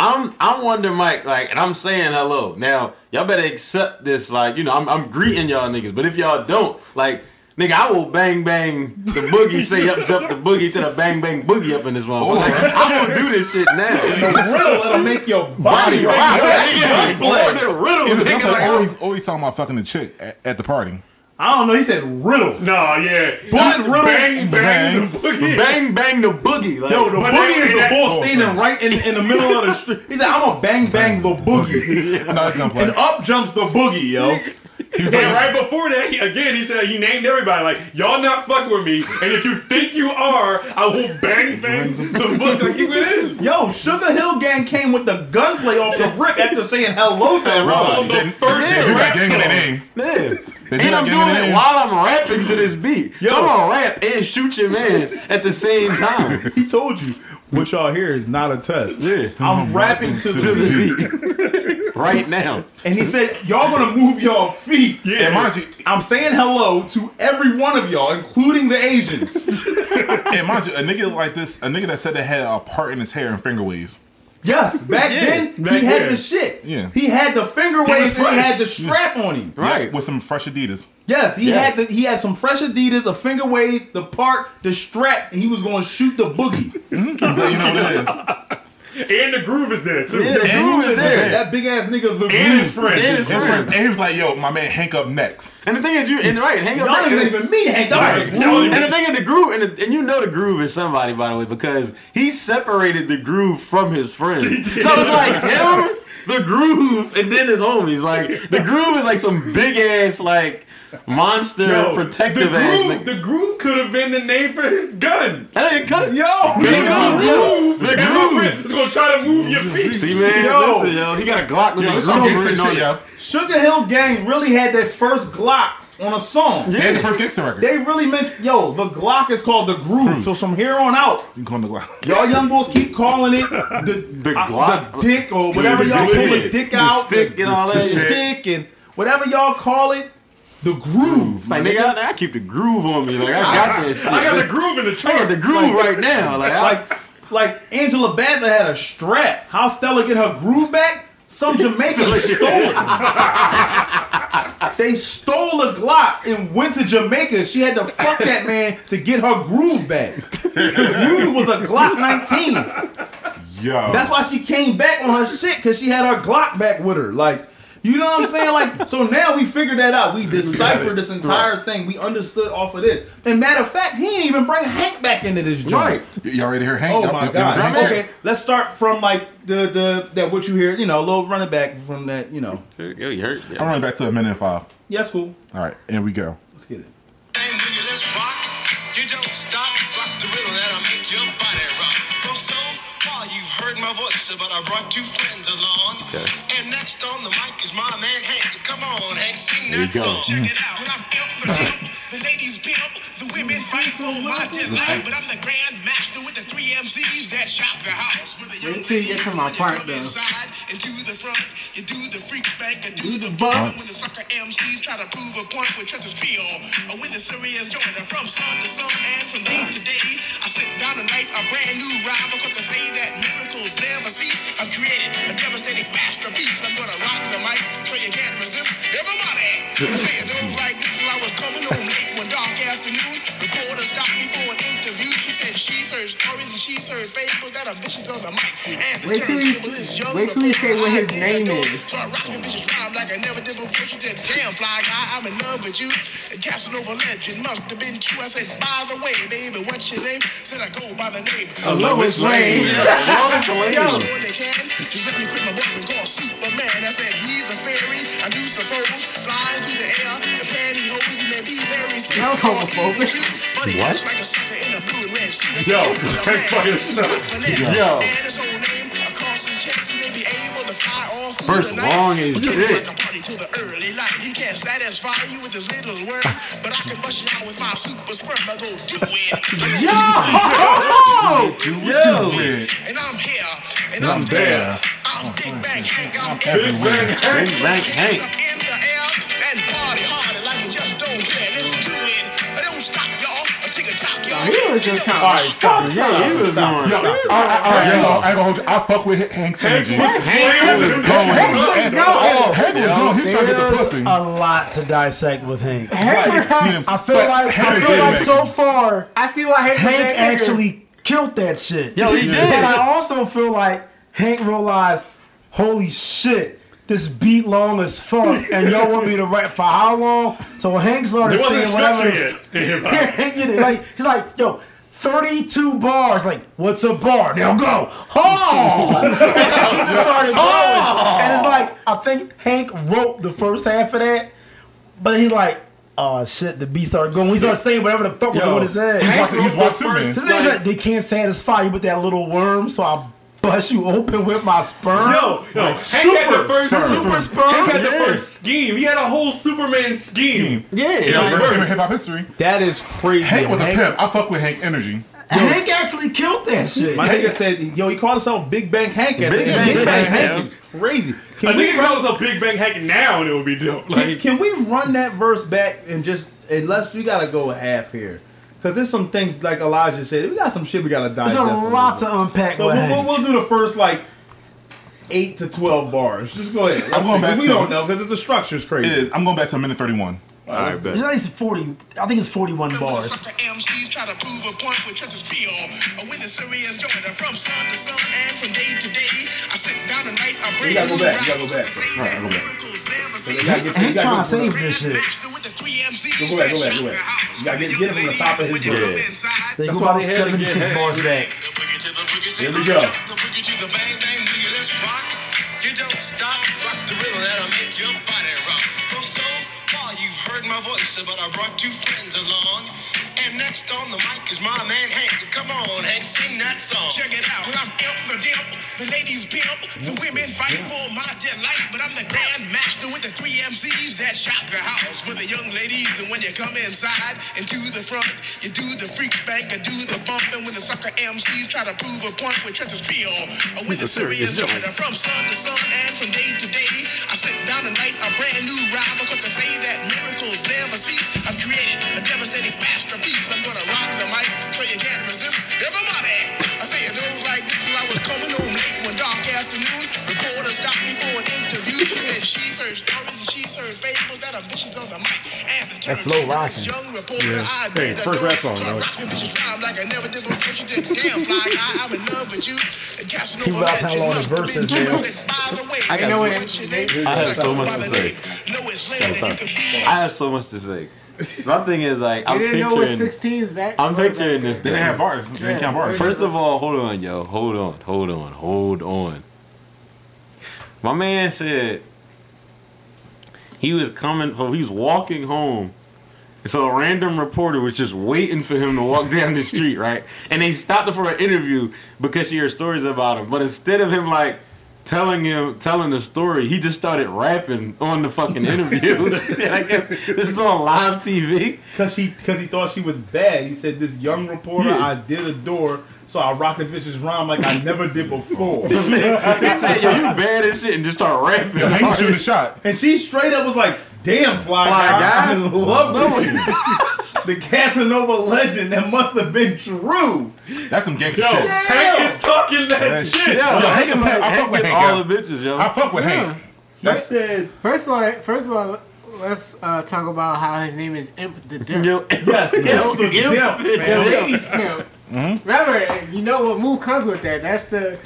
Speaker 2: I'm I'm Wonder Mike, like, and I'm saying hello. Now, y'all better accept this, like, you know, I'm, I'm greeting y'all niggas, but if y'all don't, like, nigga, I will bang bang the boogie, say up jump the boogie to the bang bang boogie up in this motherfucker. Like,
Speaker 4: Oh.
Speaker 2: I will do this shit now.
Speaker 1: The riddle that'll make your body
Speaker 2: Body rock.
Speaker 1: rock.
Speaker 2: Nigga, like, Wonder
Speaker 3: He
Speaker 2: riddle,
Speaker 3: was
Speaker 2: nigga, like,
Speaker 3: always always talking about fucking the chick at, at the party.
Speaker 1: I don't know. He said riddle.
Speaker 6: Nah, yeah,
Speaker 1: Bullet riddle.
Speaker 6: bang, bang,
Speaker 3: Bang.
Speaker 6: the boogie.
Speaker 2: bang bang the boogie. Like,
Speaker 1: Yo, the
Speaker 6: But
Speaker 1: boogie
Speaker 6: that-
Speaker 1: is the
Speaker 6: that-
Speaker 1: bull standing right in, in the middle of the street. He said, "I'm gonna bang bang the boogie,"
Speaker 3: No, it's gonna
Speaker 1: and
Speaker 3: play.
Speaker 1: up jumps the boogie, yo.
Speaker 3: He was
Speaker 6: And
Speaker 3: like,
Speaker 6: right before that, he, again, he said he named everybody like, "Y'all not fucking with me, and if you think you are, I will bang bang the book like he went in."
Speaker 1: Yo, Sugar Hill Gang came with the gunplay off the rip after saying hello to
Speaker 6: On
Speaker 1: everybody.
Speaker 6: the first
Speaker 2: Yeah.
Speaker 3: he was
Speaker 6: rap
Speaker 3: like gangling their
Speaker 6: song.
Speaker 3: name.
Speaker 2: Yeah.
Speaker 3: do
Speaker 2: And
Speaker 3: that
Speaker 2: I'm
Speaker 3: game
Speaker 2: doing
Speaker 3: in the
Speaker 2: it
Speaker 3: end.
Speaker 2: while I'm rapping to this beat. So I'm gonna rap and shoot your man at the same time.
Speaker 1: He told you what y'all hear is not a test.
Speaker 2: Yeah.
Speaker 1: I'm rapping
Speaker 2: to
Speaker 1: to the beat.
Speaker 2: the beat. right now.
Speaker 1: And he said, Y'all gonna move y'all feet.
Speaker 3: And mind you,
Speaker 1: I'm saying hello to every one of y'all, including the Asians.
Speaker 3: and mind you, a nigga like this, a nigga that said that had a part in his hair and finger waves.
Speaker 1: yes, back then
Speaker 6: back
Speaker 1: he had
Speaker 6: then.
Speaker 1: the shit.
Speaker 3: Yeah.
Speaker 1: He had the finger waves and he
Speaker 6: fresh.
Speaker 1: had the strap on him.
Speaker 2: Right.
Speaker 3: With some fresh Adidas.
Speaker 1: Yes, he
Speaker 2: Yes.
Speaker 1: had the, he had some fresh Adidas, a finger waves, the part, the strap, and he was gonna shoot the boogie.
Speaker 3: So you know what it is.
Speaker 6: and the groove is there too.
Speaker 2: the
Speaker 3: And
Speaker 2: groove
Speaker 3: he
Speaker 2: is
Speaker 3: was
Speaker 2: there.
Speaker 3: there.
Speaker 1: That big ass nigga, the
Speaker 6: And his
Speaker 1: Roots.
Speaker 6: friends.
Speaker 2: And his
Speaker 3: His friend- and he was like, yo, my man Hank up next.
Speaker 2: And the thing is, you and right, hang up.
Speaker 1: Y'all niggas ain't
Speaker 2: And
Speaker 1: even me, Hank. Y'all
Speaker 6: Right.
Speaker 1: niggas-
Speaker 6: Y'all even-
Speaker 2: the thing is, the groove, and, the, and you know the groove is somebody, by the way, because he separated the groove from his friend. So it's like him, the groove, and then his homies. Like the groove is like some big ass like monster
Speaker 6: Yo,
Speaker 2: protective
Speaker 6: the
Speaker 2: ass.
Speaker 6: groove,
Speaker 2: nigga.
Speaker 6: The groove could have been the name for his gun.
Speaker 2: And it cut it.
Speaker 1: Yo,
Speaker 2: The
Speaker 6: The
Speaker 2: groove.
Speaker 6: groove.
Speaker 2: The
Speaker 6: And my friend
Speaker 2: groove.
Speaker 6: is gonna try to move your feet.
Speaker 2: See, man,
Speaker 1: Yo.
Speaker 2: listen, yo, he got a Glock with
Speaker 3: Yo,
Speaker 2: the
Speaker 3: this some
Speaker 2: groove
Speaker 3: gangster
Speaker 2: written on
Speaker 3: shit,
Speaker 2: it.
Speaker 3: yo.
Speaker 1: Sugar Hill Gang really had their first Glock on a song.
Speaker 3: They had the first gangster record.
Speaker 1: They really meant, yo, the Glock is called the Groove. So from here on out,
Speaker 3: You can call him the Glock.
Speaker 1: y'all young boys keep calling it the,
Speaker 2: The
Speaker 1: uh,
Speaker 2: Glock.
Speaker 1: the dick or whatever
Speaker 3: the
Speaker 1: y'all
Speaker 3: dick.
Speaker 1: pull the dick
Speaker 2: The
Speaker 1: out,
Speaker 2: stick
Speaker 1: the,
Speaker 2: and all
Speaker 1: the
Speaker 2: that shit.
Speaker 1: stick and whatever y'all call it, the Groove.
Speaker 2: Like nigga, I, I keep the groove on me. Like I got that shit.
Speaker 6: I got the groove in the
Speaker 2: I got
Speaker 6: trunk.
Speaker 2: the groove right now. Like, I,
Speaker 1: Like, like Angela Bassett had a strap. How Stella get her groove back? Some Jamaicans stole it. they stole a Glock and went to Jamaica. She had to fuck that man to get her groove back. The groove was a Glock 19.
Speaker 3: Yo.
Speaker 1: That's why she came back on her shit because she had her Glock back with her. Like, you know what I'm saying? Like, so now we figured that out. We deciphered this entire thing. We understood off of this. And matter of fact, he didn't even bring Hank back into this joint.
Speaker 2: right.
Speaker 3: Y- Y'all ready to hear Hank?
Speaker 1: Oh
Speaker 3: Y'all-
Speaker 1: my
Speaker 3: y'all ready to
Speaker 1: god!
Speaker 3: hear Hank?
Speaker 1: Okay, let's start from like the the that what you hear, you know, a little running back from that, you know.
Speaker 2: Yo, you hurt.
Speaker 3: I'm running back to a minute and five.
Speaker 1: Yes, cool.
Speaker 3: All right, here we go.
Speaker 1: Let's get it.
Speaker 7: Bang, nigga, let's rock. You don't stop. Rock the rhythm that'll make your body rock. Well, so far you've heard my my voice, but I brought two friends along. And next on the mic is my man Hank. Come on, Hank, sing
Speaker 2: There you
Speaker 7: that
Speaker 2: go.
Speaker 7: song. Check it out. Well, I'm pimp the pimp, the ladies pimp, the women fight for my delight. But I'm the grand master with the three MCs that shop the house. With the young
Speaker 4: Wait till you get to my
Speaker 7: ladies, when you
Speaker 4: part,
Speaker 7: come
Speaker 4: though.
Speaker 7: inside and to the front, you do the freaks bank and do the bump. And when the sucker MCs try to prove a point with Trent's trio, or when the serious joiner from sun to sun and from day to day, I sit down and write a brand new rhyme because they say that miracles never cease. I've created a devastating masterpiece. I'm gonna rock the mic so you can't resist. Everybody, I say those like this while I was coming home late one dark afternoon. Reporter stopped me for an interview. She said she's heard stories and she's heard fables that are vicious on the mic. And the
Speaker 4: Wait till he-
Speaker 7: turntable is young.
Speaker 4: wait till he say what his name is.
Speaker 7: So I rock the bitches rhyme like I never did before. She said, damn, fly guy, I'm in love with you. The Casanova legend must have been true. I said, by the way, baby, what's your name? Said I go by the name of
Speaker 4: Lois Lane.
Speaker 7: Yo. Surely can. Just let me quit my boyfriend called Superman. I said, he's a fairy, I do suppose. Flying through the air, the pantyhose, he may be very sick.
Speaker 4: Y'all homophobic.
Speaker 7: But he acts like a sucker in a blue and red suit.
Speaker 6: Yo,
Speaker 7: He's a man.
Speaker 6: fucking
Speaker 7: He's
Speaker 6: suck.
Speaker 7: got finesse.
Speaker 2: Yo.
Speaker 7: And his whole name across his chest, he may be able to fly all through
Speaker 2: First
Speaker 7: the
Speaker 2: long
Speaker 7: night.
Speaker 2: as
Speaker 7: But
Speaker 2: shit.
Speaker 7: like a party to the early light. He can't satisfy you with his little word, but I can bust you out with my super sperm. I go do it. Yo! Do it, do it, do it. And I'm here, and I'm there. I'm Big Bang Hank, I'm everywhere.
Speaker 6: Bang
Speaker 7: Hank.
Speaker 2: Big Bang Hank.
Speaker 7: Hands up in the air and party harder like you just don't care. Let's do it. I don't stop, y'all. I take a top, y'all.
Speaker 4: He was just
Speaker 7: Don't
Speaker 4: kinda-
Speaker 7: stop.
Speaker 2: Yeah, he was doing.
Speaker 3: Yo, I, I, I, ain't gonna- I, ain't gonna hold you. I fuck with Hank's energy.
Speaker 6: Hank was
Speaker 3: Hank was
Speaker 6: flaming.
Speaker 3: going. Hank Oh, was going. He was trying to get the
Speaker 5: There's
Speaker 3: pussy.
Speaker 5: a lot to dissect with Hank.
Speaker 3: Yeah,
Speaker 5: I feel
Speaker 3: but
Speaker 5: like I
Speaker 3: Hank
Speaker 5: feel
Speaker 3: did
Speaker 5: like
Speaker 3: make
Speaker 5: so
Speaker 3: it.
Speaker 5: far
Speaker 4: I see why Hank, was
Speaker 5: Hank
Speaker 4: that nigga.
Speaker 5: actually killed that shit.
Speaker 2: Yo, he did.
Speaker 5: And I also feel like Hank realized, holy shit, this beat long as fuck, and y'all want me to rap for how long? So Hank started
Speaker 6: There wasn't
Speaker 5: singing whatever. the
Speaker 6: structure yet.
Speaker 5: yeah, Hank did it. Like he's like, yo. 32 bars, like, what's a bar? Now go, oh! and he just started going. And it's like, I think Hank wrote the first half of that, but he's like, oh shit, the beat started going. He started saying whatever the fuck was
Speaker 3: Yo,
Speaker 5: on his head.
Speaker 3: He's watching, he's
Speaker 6: wrote
Speaker 3: watching
Speaker 6: the
Speaker 3: man.
Speaker 5: This nigga's like, they can't satisfy you with that little worm, so I bust you open with my sperm.
Speaker 6: No, no. Hank had the
Speaker 5: super,
Speaker 6: first
Speaker 3: sperm.
Speaker 5: super sperm.
Speaker 6: Hank had the
Speaker 5: yeah.
Speaker 6: first scheme. He had a whole Superman scheme.
Speaker 2: Yeah,
Speaker 6: Yeah,
Speaker 2: like,
Speaker 3: First game in
Speaker 6: verse.
Speaker 3: hip hop history.
Speaker 1: That is crazy.
Speaker 3: Hank was a
Speaker 1: Hank-
Speaker 3: pimp. I fuck with Hank energy.
Speaker 5: Hank actually killed that shit.
Speaker 1: My nigga said, yo, he called himself Big Bang Hank. At
Speaker 2: Big
Speaker 1: the
Speaker 2: Bang
Speaker 1: end. Big Bang
Speaker 2: Hank,
Speaker 1: Hank
Speaker 2: yeah.
Speaker 1: is crazy.
Speaker 6: A
Speaker 1: Can we,
Speaker 6: nigga calls a Big Bang Hank now and it would be dope. Like,
Speaker 1: can, can we run that verse back and just, unless we gotta go half here? Because there's some things, like Elijah said, we got some shit we gotta
Speaker 5: There's
Speaker 1: digest.
Speaker 5: a lot
Speaker 1: little bit.
Speaker 5: to unpack
Speaker 1: So
Speaker 5: with
Speaker 1: we'll, we'll,
Speaker 5: Hank.
Speaker 1: we'll do the first, like, 8 to 12 bars. Just go ahead. Let's
Speaker 3: going
Speaker 1: see, 'cause
Speaker 3: back
Speaker 1: we
Speaker 3: to-
Speaker 1: don't know because the structure's crazy.
Speaker 3: It is. I'm going back to a minute 31.
Speaker 1: All right, let's-
Speaker 5: It's at least 40, I think it's 41 bars.
Speaker 7: Sucker MCs try to prove a point with Trent's trio. Or when the serious joiner from sun to sun and from day to day, I sit down and write a brand
Speaker 1: gotta go
Speaker 7: new
Speaker 1: back, you
Speaker 7: rhyme
Speaker 1: gotta go back.
Speaker 7: because they say that miracles never
Speaker 1: You
Speaker 7: cease.
Speaker 1: gotta get- you
Speaker 5: Hank
Speaker 1: gotta get-
Speaker 5: trying to save this shit.
Speaker 7: Master with the three MCs
Speaker 1: Go
Speaker 7: that
Speaker 1: back, go back,
Speaker 7: shop
Speaker 1: go
Speaker 7: the
Speaker 1: back.
Speaker 7: house.
Speaker 1: You gotta get-
Speaker 7: With the
Speaker 1: get it from the
Speaker 7: young
Speaker 1: top of his
Speaker 7: ladies when you
Speaker 1: head.
Speaker 7: come inside.
Speaker 5: They go
Speaker 1: That's why
Speaker 5: about
Speaker 1: they had to get
Speaker 5: 76
Speaker 1: Hank.
Speaker 5: bars back.
Speaker 7: The boogie to the boogie, say
Speaker 1: Here
Speaker 7: the
Speaker 1: we
Speaker 7: boogie
Speaker 1: go.
Speaker 7: to the boogie to the bang bang boogie. Let's rock. You don't stop. Rock the rhythm that'll make your body rock. Well, so far you've heard my voice, but I brought two friends along. And next on the mic is my man Hank. Come on, Hank, sing that song. Check it out. Well, I'm imp the dimp, the ladies pimp, the women fight for my delight. But I'm the grand master with the three MCs that shop the house with the young ladies. And when you come inside and to the front, you do the freak bank, I do the bump. And when the sucker MCs try to prove a point with Trent's trio, or with the serious joiner from sun to sun and from day to day, I sit down and write a brand new rhyme because they say that miracles never cease. I've created a devastating masterpiece. I'm gonna rock the mic so you can't resist. Everybody, I say those like this when I was coming home late one dark afternoon. Reporter stopped me for an interview. She said she's heard stories and she's heard fables that are vicious on the mic and the
Speaker 5: That's Flo
Speaker 7: turntable is
Speaker 5: Rockin'.
Speaker 7: young reporter. I did
Speaker 1: Hey, first
Speaker 7: adore.
Speaker 1: rap song,
Speaker 7: So I
Speaker 1: dog.
Speaker 7: rock the bitches rhyme like I never did before. She did damn fly guy. I'm in love with you. And Casanova
Speaker 5: He raps how
Speaker 7: legend
Speaker 5: long
Speaker 7: must
Speaker 5: his
Speaker 7: have
Speaker 5: verses,
Speaker 7: been you. I
Speaker 5: man.
Speaker 7: said, by the way,
Speaker 5: I got
Speaker 7: know it.
Speaker 5: so much
Speaker 7: Your name,
Speaker 2: I have so
Speaker 7: go
Speaker 2: much
Speaker 7: by
Speaker 2: to
Speaker 7: the
Speaker 2: say.
Speaker 7: name Lois Lane, and you can be
Speaker 2: I have so much to say. My thing is like I'm
Speaker 4: You didn't know what
Speaker 2: picturing.
Speaker 4: 16's back.
Speaker 2: I'm
Speaker 4: way back
Speaker 2: picturing
Speaker 4: then.
Speaker 2: this.
Speaker 3: They didn't
Speaker 2: thing.
Speaker 3: have bars. They didn't count bars.
Speaker 2: First of all, hold on, yo. Hold on, hold on, hold on. My man said he was coming, he was walking home. So a random reporter was just waiting for him to walk down the street, right? And they stopped him for an interview because she heard stories about him. But instead of him like telling him telling the story, he just started rapping on the fucking interview. and I guess this is on live TV.
Speaker 1: Cause she, cause he thought she was bad. He said, "This young reporter,
Speaker 2: Yeah.
Speaker 1: I did adore, so I rocked the vicious rhyme like I never did before."
Speaker 2: He said, he said, "Yo, you bad as shit," and just start rapping.
Speaker 3: He can shoot a shot.
Speaker 1: and she straight up was like, "Damn, fly,
Speaker 2: Fly
Speaker 1: guy,
Speaker 2: guy?
Speaker 1: I love you." the Casanova legend that must have been true.
Speaker 3: That's some gangster
Speaker 6: Yo,
Speaker 3: shit.
Speaker 6: Hank is talking that
Speaker 3: That
Speaker 6: shit.
Speaker 3: shit.
Speaker 2: Yo,
Speaker 3: Yo,
Speaker 2: Hank
Speaker 3: Hank is like, I fuck
Speaker 2: Hank
Speaker 3: with
Speaker 2: gets
Speaker 3: Hank,
Speaker 2: all
Speaker 3: yo.
Speaker 2: the bitches, yo.
Speaker 3: I fuck with Hank.
Speaker 1: He said,
Speaker 4: First of all, first of all, let's uh, talk about how his name is Imp the Dirt.
Speaker 2: Yo,
Speaker 1: "Yes,
Speaker 2: yo,
Speaker 1: Elder
Speaker 2: yo,
Speaker 1: Dimp,
Speaker 2: yo,
Speaker 1: man.
Speaker 4: The ladies pimp. Remember, you know what move comes with that. That's the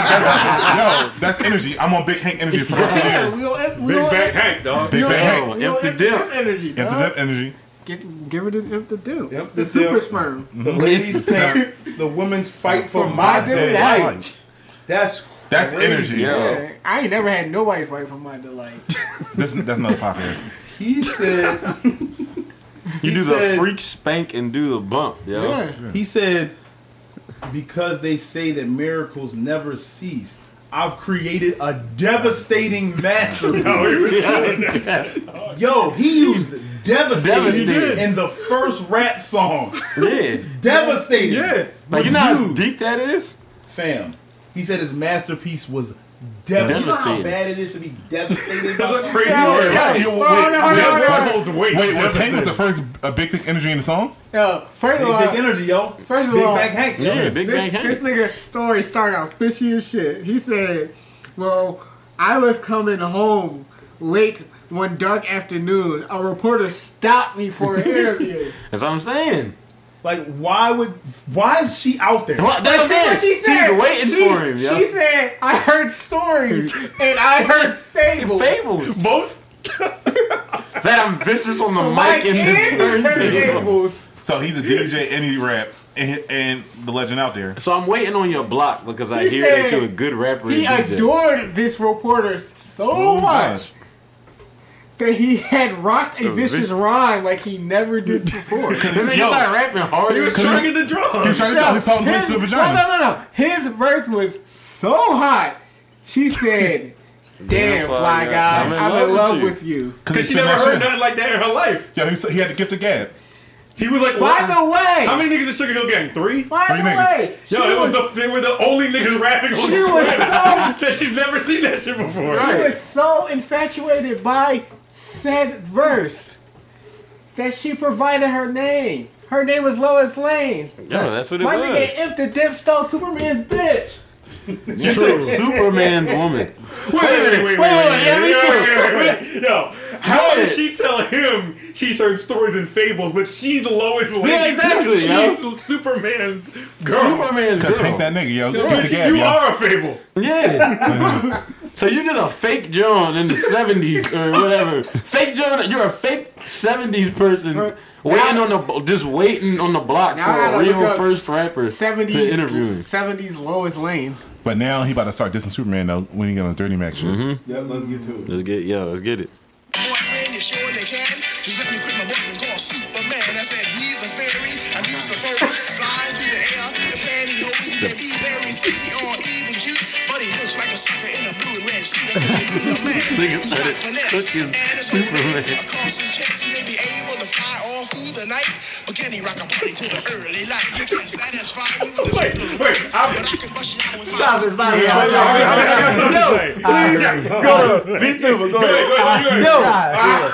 Speaker 3: Yo, that's energy. I'm on Big Hank energy for the rest of the
Speaker 4: yeah.
Speaker 3: year.
Speaker 4: We don't imp, we
Speaker 6: Big
Speaker 4: don't
Speaker 6: back
Speaker 4: imp,
Speaker 6: Hank, dog.
Speaker 3: Big
Speaker 4: we don't
Speaker 3: Bang
Speaker 4: imp,
Speaker 3: Hank.
Speaker 4: we don't
Speaker 2: Imp the
Speaker 4: imp the
Speaker 2: Dirt.
Speaker 4: Dirt energy.
Speaker 3: If the
Speaker 4: dog.
Speaker 3: dip energy.
Speaker 4: Get, give her this Imp the Dirt.
Speaker 1: Imp the
Speaker 4: the super
Speaker 1: Dirt.
Speaker 4: sperm.
Speaker 6: Mm-hmm.
Speaker 1: The ladies' pimp, the women's fight for, my, delight. That's
Speaker 3: That's
Speaker 1: crazy.
Speaker 3: energy.
Speaker 4: Yeah, I ain't never had nobody fight for my delight.
Speaker 3: This, that's another podcast.
Speaker 1: He said.
Speaker 2: You
Speaker 1: He
Speaker 2: do the
Speaker 1: said-
Speaker 2: freak spank and do the bump, yo.
Speaker 4: Yeah.
Speaker 1: He said, because they say that miracles never cease, I've created a devastating masterpiece. Yo, he used devastating,
Speaker 2: Devastating.
Speaker 1: in the first rap song.
Speaker 2: Yeah.
Speaker 1: devastating. Yeah.
Speaker 2: Like, you know how deep that is?
Speaker 1: Fam. He said his masterpiece was devastating. You know how
Speaker 2: Devastating.
Speaker 1: bad it is to be devastated? by
Speaker 6: That's a
Speaker 1: something?
Speaker 6: crazy
Speaker 4: Yeah,
Speaker 6: word.
Speaker 3: Yeah,
Speaker 6: Right.
Speaker 3: yo,
Speaker 4: Hold on, hold
Speaker 3: wait,
Speaker 4: on, hold on.
Speaker 6: That holds weight.
Speaker 3: wait, was Hank
Speaker 6: Devastating.
Speaker 3: with the first uh, big dick energy in the song?
Speaker 4: Yo, first of
Speaker 1: Big,
Speaker 4: all,
Speaker 1: big energy, yo.
Speaker 4: First of
Speaker 1: big
Speaker 4: all-
Speaker 1: Big Bang Hank. yo.
Speaker 2: Yeah, Big Bang
Speaker 4: this,
Speaker 2: Hank.
Speaker 4: this nigga's story started out fishy as shit. He said, Well, I was coming home late one dark afternoon. A reporter stopped me for an interview.
Speaker 2: That's what I'm saying.
Speaker 1: Like, why would? Why is she out there?
Speaker 2: What, that's what I'm saying. She's waiting
Speaker 4: She-
Speaker 2: for him, yo.
Speaker 4: She said, I heard stories and I heard fables.
Speaker 2: Fables.
Speaker 6: Both?
Speaker 2: that I'm vicious on the
Speaker 4: Mike
Speaker 2: mic and
Speaker 4: and
Speaker 2: the turntable.
Speaker 4: turntables.
Speaker 3: So he's a DJ and he rap and, and the legend out there.
Speaker 2: So I'm waiting on your block because I
Speaker 4: He
Speaker 2: hear that
Speaker 4: said
Speaker 2: you're a good rapper.
Speaker 4: He
Speaker 2: and DJ.
Speaker 4: adored this reporter so
Speaker 3: Oh
Speaker 4: much that he had rocked a vicious
Speaker 2: vicious-
Speaker 4: rhyme like he never did before.
Speaker 2: And then
Speaker 3: Yo.
Speaker 2: he started rapping hard.
Speaker 6: He was trying to get the
Speaker 3: He
Speaker 6: drugs.
Speaker 3: tried to tell his whole
Speaker 4: His-
Speaker 3: to a vagina.
Speaker 4: No, no, no, no. His verse was so hot. She said, "Damn, fly guy, I'm in, love, with you."
Speaker 6: Because she never heard nothing like that in her life.
Speaker 3: Yeah, he, s- he had the gift of gab.
Speaker 6: He was like,
Speaker 4: By
Speaker 6: what?
Speaker 4: the way,
Speaker 6: How many niggas in Sugar Hill Gang? Three?
Speaker 4: by
Speaker 3: Three
Speaker 4: the
Speaker 3: niggas.
Speaker 4: way, she
Speaker 6: Yo, it was the they were the only niggas rapping on
Speaker 4: She
Speaker 6: the
Speaker 4: was
Speaker 6: planet.
Speaker 4: so-
Speaker 6: that she's never seen that shit before.
Speaker 4: she was so infatuated by said verse that she provided her name. Her name was Lois Lane.
Speaker 2: Yo, that's what it
Speaker 4: My
Speaker 2: was.
Speaker 4: nigga Imp the Dip stole Superman's bitch.
Speaker 2: You took Superman's woman.
Speaker 6: Wait, wait, wait, wait, wait,
Speaker 2: yeah, me
Speaker 6: wait, wait, wait, wait. Yo, how did she tell him she's heard stories and fables, but she's Lois Lane?
Speaker 2: Yeah, exactly,
Speaker 6: She's
Speaker 2: yo.
Speaker 6: Superman's girl.
Speaker 2: Superman's
Speaker 3: Cause
Speaker 2: girl.
Speaker 3: Hank that nigga, yo, gift of
Speaker 6: Bitch,
Speaker 3: gab,
Speaker 6: you
Speaker 3: yo.
Speaker 6: are a fable.
Speaker 2: Yeah. so you did a fake John in the seventies or whatever. Fake John, you're a fake seventies person
Speaker 4: Right.
Speaker 2: waiting
Speaker 4: Now-
Speaker 2: on the just waiting on the block
Speaker 4: Now I
Speaker 2: for
Speaker 4: gotta
Speaker 2: a
Speaker 4: look
Speaker 2: real
Speaker 4: up
Speaker 2: first rapper to interview. him.
Speaker 4: 70s, 70s Lois Lane.
Speaker 3: But now he about to start dissing Superman though when he got on his dirty Mac shit.
Speaker 1: Yeah, let's get to it.
Speaker 2: Let's get yo, let's get it.
Speaker 7: boyfriend is sure they can. Just let me quit my boyfriend called Superman. I said he's a fairy, I do suppose. Flying through the air, the pantyhose, he may be very sexy or even cute, but he looks like a sucker in a blue and red suit. I said he's a man.
Speaker 2: Nigga
Speaker 7: He's
Speaker 2: said
Speaker 7: got
Speaker 2: it.
Speaker 7: finesse,
Speaker 2: Fucking
Speaker 7: and his whole
Speaker 2: Superman.
Speaker 7: name across his chest. He may be able to fly all through the night, but can he rock a body to the early light? You can't satisfy you with the
Speaker 6: Wait, wait, I'm-
Speaker 7: but I can rush you out with
Speaker 5: Stop it, stop
Speaker 6: I
Speaker 5: it.
Speaker 6: mean, I mean, I got something to
Speaker 2: No.
Speaker 6: say. Please, go ahead.
Speaker 2: Me too, but go
Speaker 6: ahead, go ahead, go ahead.
Speaker 2: No,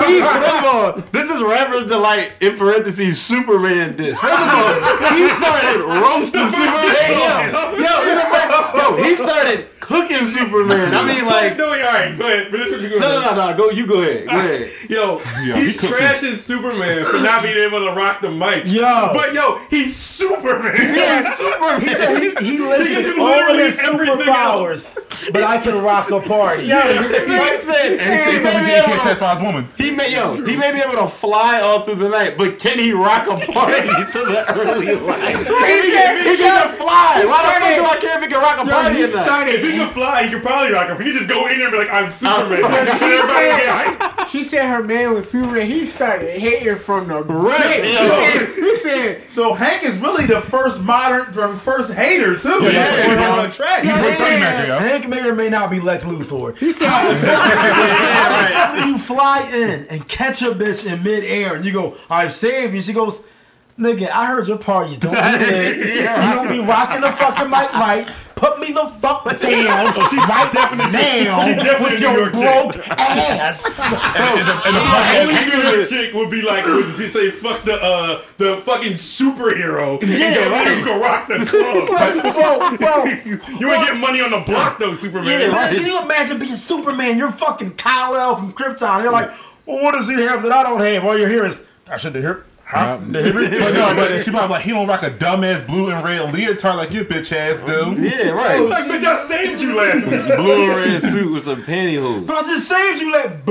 Speaker 2: he, first of all, this is rapper's delight in parentheses Superman diss. First of all, he started roasting Superman. Yo, it's a fact. yo, he started cooking Superman. I mean, like,
Speaker 6: no, wait, all right, go ahead. Finish what you're
Speaker 2: no, no, no, no. Go, you go ahead, go ahead.
Speaker 6: Yo,
Speaker 3: Yo,
Speaker 6: he's
Speaker 3: he cooking.
Speaker 6: trashing Superman for not being able to rock the mic.
Speaker 5: Yo.
Speaker 6: But yo, he's Superman.
Speaker 2: Yeah, Superman.
Speaker 5: He said he, he lives
Speaker 6: He can
Speaker 5: in
Speaker 6: do
Speaker 5: all of
Speaker 6: literally
Speaker 5: his
Speaker 6: everything
Speaker 5: superpowers, but I can rock a party.
Speaker 2: He said,
Speaker 3: And he
Speaker 2: he
Speaker 3: said
Speaker 2: may
Speaker 3: something
Speaker 2: be
Speaker 3: he can't
Speaker 2: able to-
Speaker 3: satisfy his woman.
Speaker 2: he may, yo, he may be able to fly all through the night, but can he rock a party to the early light? He can, he can fly. Why the fuck do I care if he can rock a party
Speaker 4: He
Speaker 2: or not?
Speaker 4: started
Speaker 6: If he could fly, he could probably rock him. He could just go in there and be like, I'm Superman.
Speaker 2: I'm-
Speaker 6: and everybody would get hyped.
Speaker 4: She said her man was super. He started hating from the
Speaker 2: Right,
Speaker 4: get. He
Speaker 2: yo.
Speaker 4: said, he said,
Speaker 1: So Hank is really the first modern, the first hater too. Yeah,
Speaker 3: yeah,
Speaker 1: We're
Speaker 3: yeah.
Speaker 1: on the track.
Speaker 3: You put
Speaker 4: yeah,
Speaker 3: Sonny
Speaker 4: yeah.
Speaker 3: back there, yo.
Speaker 5: Hank may or may not be Lex Luthor.
Speaker 4: he said, "How the fuck-
Speaker 5: How the fuck do you fly in and catch a bitch in midair and you go, I saved you? She goes, Nigga, I heard your parties don't be lit. You don't be rocking the fucking mic, Mike. Put me the fuck down right now
Speaker 6: she definitely
Speaker 5: with
Speaker 6: a New
Speaker 5: your
Speaker 6: York
Speaker 5: broke ass.
Speaker 3: And the- and the
Speaker 6: And
Speaker 3: podcast-
Speaker 6: New York chick would be like, would be say, "Fuck the uh, the fucking superhero." and
Speaker 5: Yeah,
Speaker 6: go,
Speaker 5: right.
Speaker 6: You can rock the club.
Speaker 5: like, whoa, whoa.
Speaker 6: you would get money on the block though, Superman.
Speaker 5: Yeah, like, can you imagine being Superman? You're fucking Kyle from Krypton. You're like, well, what does he have that I don't have? All you hear is, I should have heard. Huh?
Speaker 3: But no, but she probably like he don't rock a dumbass blue and red leotard like your bitch ass do.
Speaker 2: Yeah, right.
Speaker 6: Like, bitch, I saved you last week.
Speaker 2: Blue and red suit with some pantyhose.
Speaker 5: But I just saved you that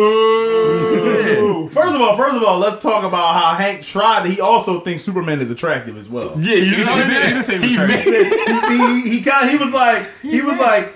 Speaker 5: boo.
Speaker 1: First of all, first of all, let's talk about how Hank tried. He also thinks Superman is attractive as well.
Speaker 2: Yeah, you know what
Speaker 3: He did
Speaker 2: I
Speaker 3: say
Speaker 2: mean?
Speaker 3: he was
Speaker 2: He
Speaker 3: attractive.
Speaker 2: made
Speaker 1: he, he kind he was like he was like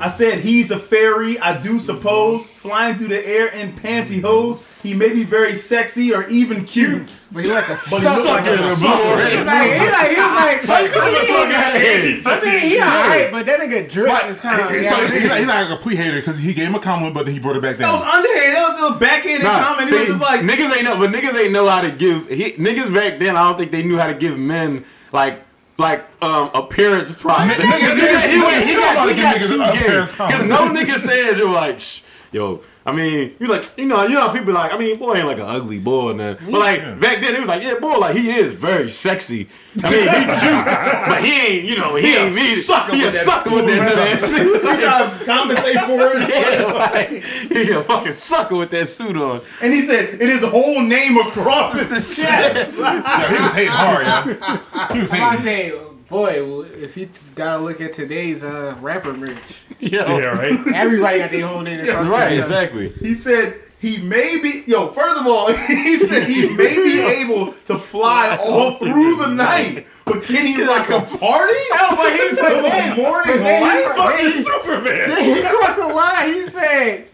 Speaker 1: I said he's a fairy, I do suppose, flying through the air in pantyhose. He may be very sexy or even cute.
Speaker 4: But he like a
Speaker 1: But he looked like a
Speaker 4: He
Speaker 1: sucker.
Speaker 4: was like, he like, he was like,
Speaker 6: What the fuck out of here?
Speaker 4: I mean, he alright, but that nigga drip is kind of.
Speaker 3: so he's not, he's not a complete hater because he gave him a compliment, but then he brought it back
Speaker 1: That was
Speaker 3: down.
Speaker 1: underhand, that was the backhanded comment. he was just like
Speaker 2: niggas ain't know, but niggas ain't know how to give. He, niggas back then, I don't think they knew how to give men like like um appearance props.
Speaker 3: Niggas- niggas- niggas
Speaker 2: he went- he
Speaker 3: still about
Speaker 2: got,
Speaker 3: to
Speaker 2: he
Speaker 3: give
Speaker 2: got
Speaker 3: niggas
Speaker 2: too
Speaker 3: an appearance props.
Speaker 2: because no nigga says you're like, Shh, yo. I mean, you like you know you know how people like. I mean, boy ain't like an ugly boy and that. But like back then, it was like, yeah, boy, like he is very sexy. I mean, he cute, but he ain't you know he,
Speaker 1: a
Speaker 2: ain't me.
Speaker 1: sucker
Speaker 2: he a
Speaker 1: with that
Speaker 2: sucker with that ass.
Speaker 1: he tried to compensate for it.
Speaker 2: Yeah, like, he's a fucking sucker with that suit on.
Speaker 1: And he said, and his whole name across his chest.
Speaker 3: Yeah, he was hating hard, yeah. He was
Speaker 4: I
Speaker 3: hating.
Speaker 4: say, boy, if you t- gotta look at today's uh, rapper merch,
Speaker 2: Yeah,
Speaker 6: Yeah, right.
Speaker 4: everybody got their whole name across
Speaker 2: Right,
Speaker 4: their-
Speaker 2: Oh, exactly.
Speaker 1: He said he may be yo. First of all, he said he may be able to fly all through the night, but can he like a party?
Speaker 4: No, but he was like, man,
Speaker 1: morning
Speaker 4: man,
Speaker 1: light.
Speaker 4: he-
Speaker 6: Fucking
Speaker 1: Fuck
Speaker 6: Superman.
Speaker 4: he crossed the line. He said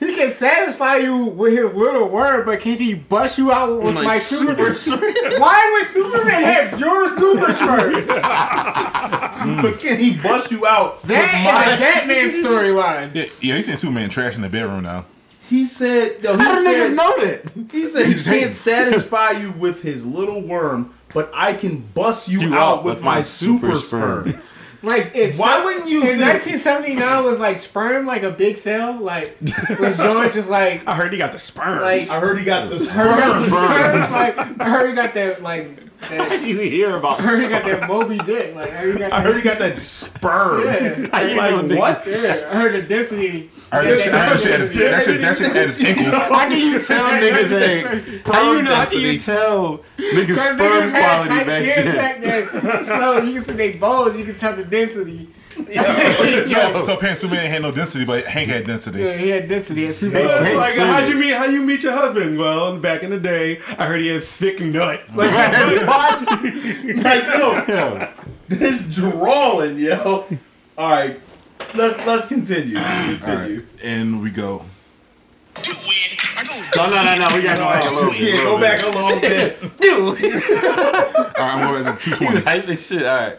Speaker 4: he can satisfy you with his little word, but can he bust you out with my,
Speaker 2: My
Speaker 4: super?
Speaker 2: super
Speaker 4: Why would Superman have your super strength?
Speaker 2: Hmm.
Speaker 1: But can he bust you out?
Speaker 4: That is a Batman storyline.
Speaker 3: Yeah, yeah, he's in Superman trash in the bedroom now.
Speaker 1: He said. Yo, he
Speaker 2: How do niggas
Speaker 1: said,
Speaker 2: know that?
Speaker 1: He said he
Speaker 3: He's hating.
Speaker 1: can't satisfy you with his little worm, but I can bust you, out, with, my, super sperm.
Speaker 4: Like, it's
Speaker 1: Why wouldn't you?
Speaker 4: In
Speaker 1: think-
Speaker 4: 1979, was like sperm like a big cell? Like, was George just like
Speaker 6: I heard he got the sperm.
Speaker 4: like?
Speaker 1: I heard he got the
Speaker 4: Heard you
Speaker 1: sperm.
Speaker 4: got the sperm, like, I heard you got that like that,
Speaker 2: You hear about
Speaker 4: I heard you got that Moby Dick like I heard you got
Speaker 1: I
Speaker 4: that,
Speaker 1: heard he got that sperm.
Speaker 4: yeah,
Speaker 1: Like what?
Speaker 4: yeah, I heard the density
Speaker 3: All right, that shit, that shit, had his- that shit, that shit had his ankles.
Speaker 2: How can you tell niggas ain't? How you know? How can you tell niggas
Speaker 4: Cause
Speaker 2: sperm
Speaker 4: niggas had
Speaker 2: quality
Speaker 4: tight
Speaker 2: back
Speaker 4: pants back
Speaker 2: then?
Speaker 4: then, so you can see they bulge, you can tell the density.
Speaker 3: So, so Pan Superman had no density, but Hank had density.
Speaker 4: Yeah, he had density at Super
Speaker 6: So
Speaker 4: Bowl.
Speaker 6: it's like, how'd you meet? How you meet your husband? Well, back in the day, I heard he had thick nut. Like,
Speaker 2: What?
Speaker 1: Like yo, this drawing, yo. All right, let's let's continue. Continue.
Speaker 3: And we go.
Speaker 7: Do it. I go
Speaker 2: No, no, no, no. We gotta go back a little bit.
Speaker 1: Yeah, Oh, go back a little bit.
Speaker 2: Dude,
Speaker 3: All right, I'm going back to
Speaker 2: he was
Speaker 3: 220.
Speaker 2: hype as shit. All right.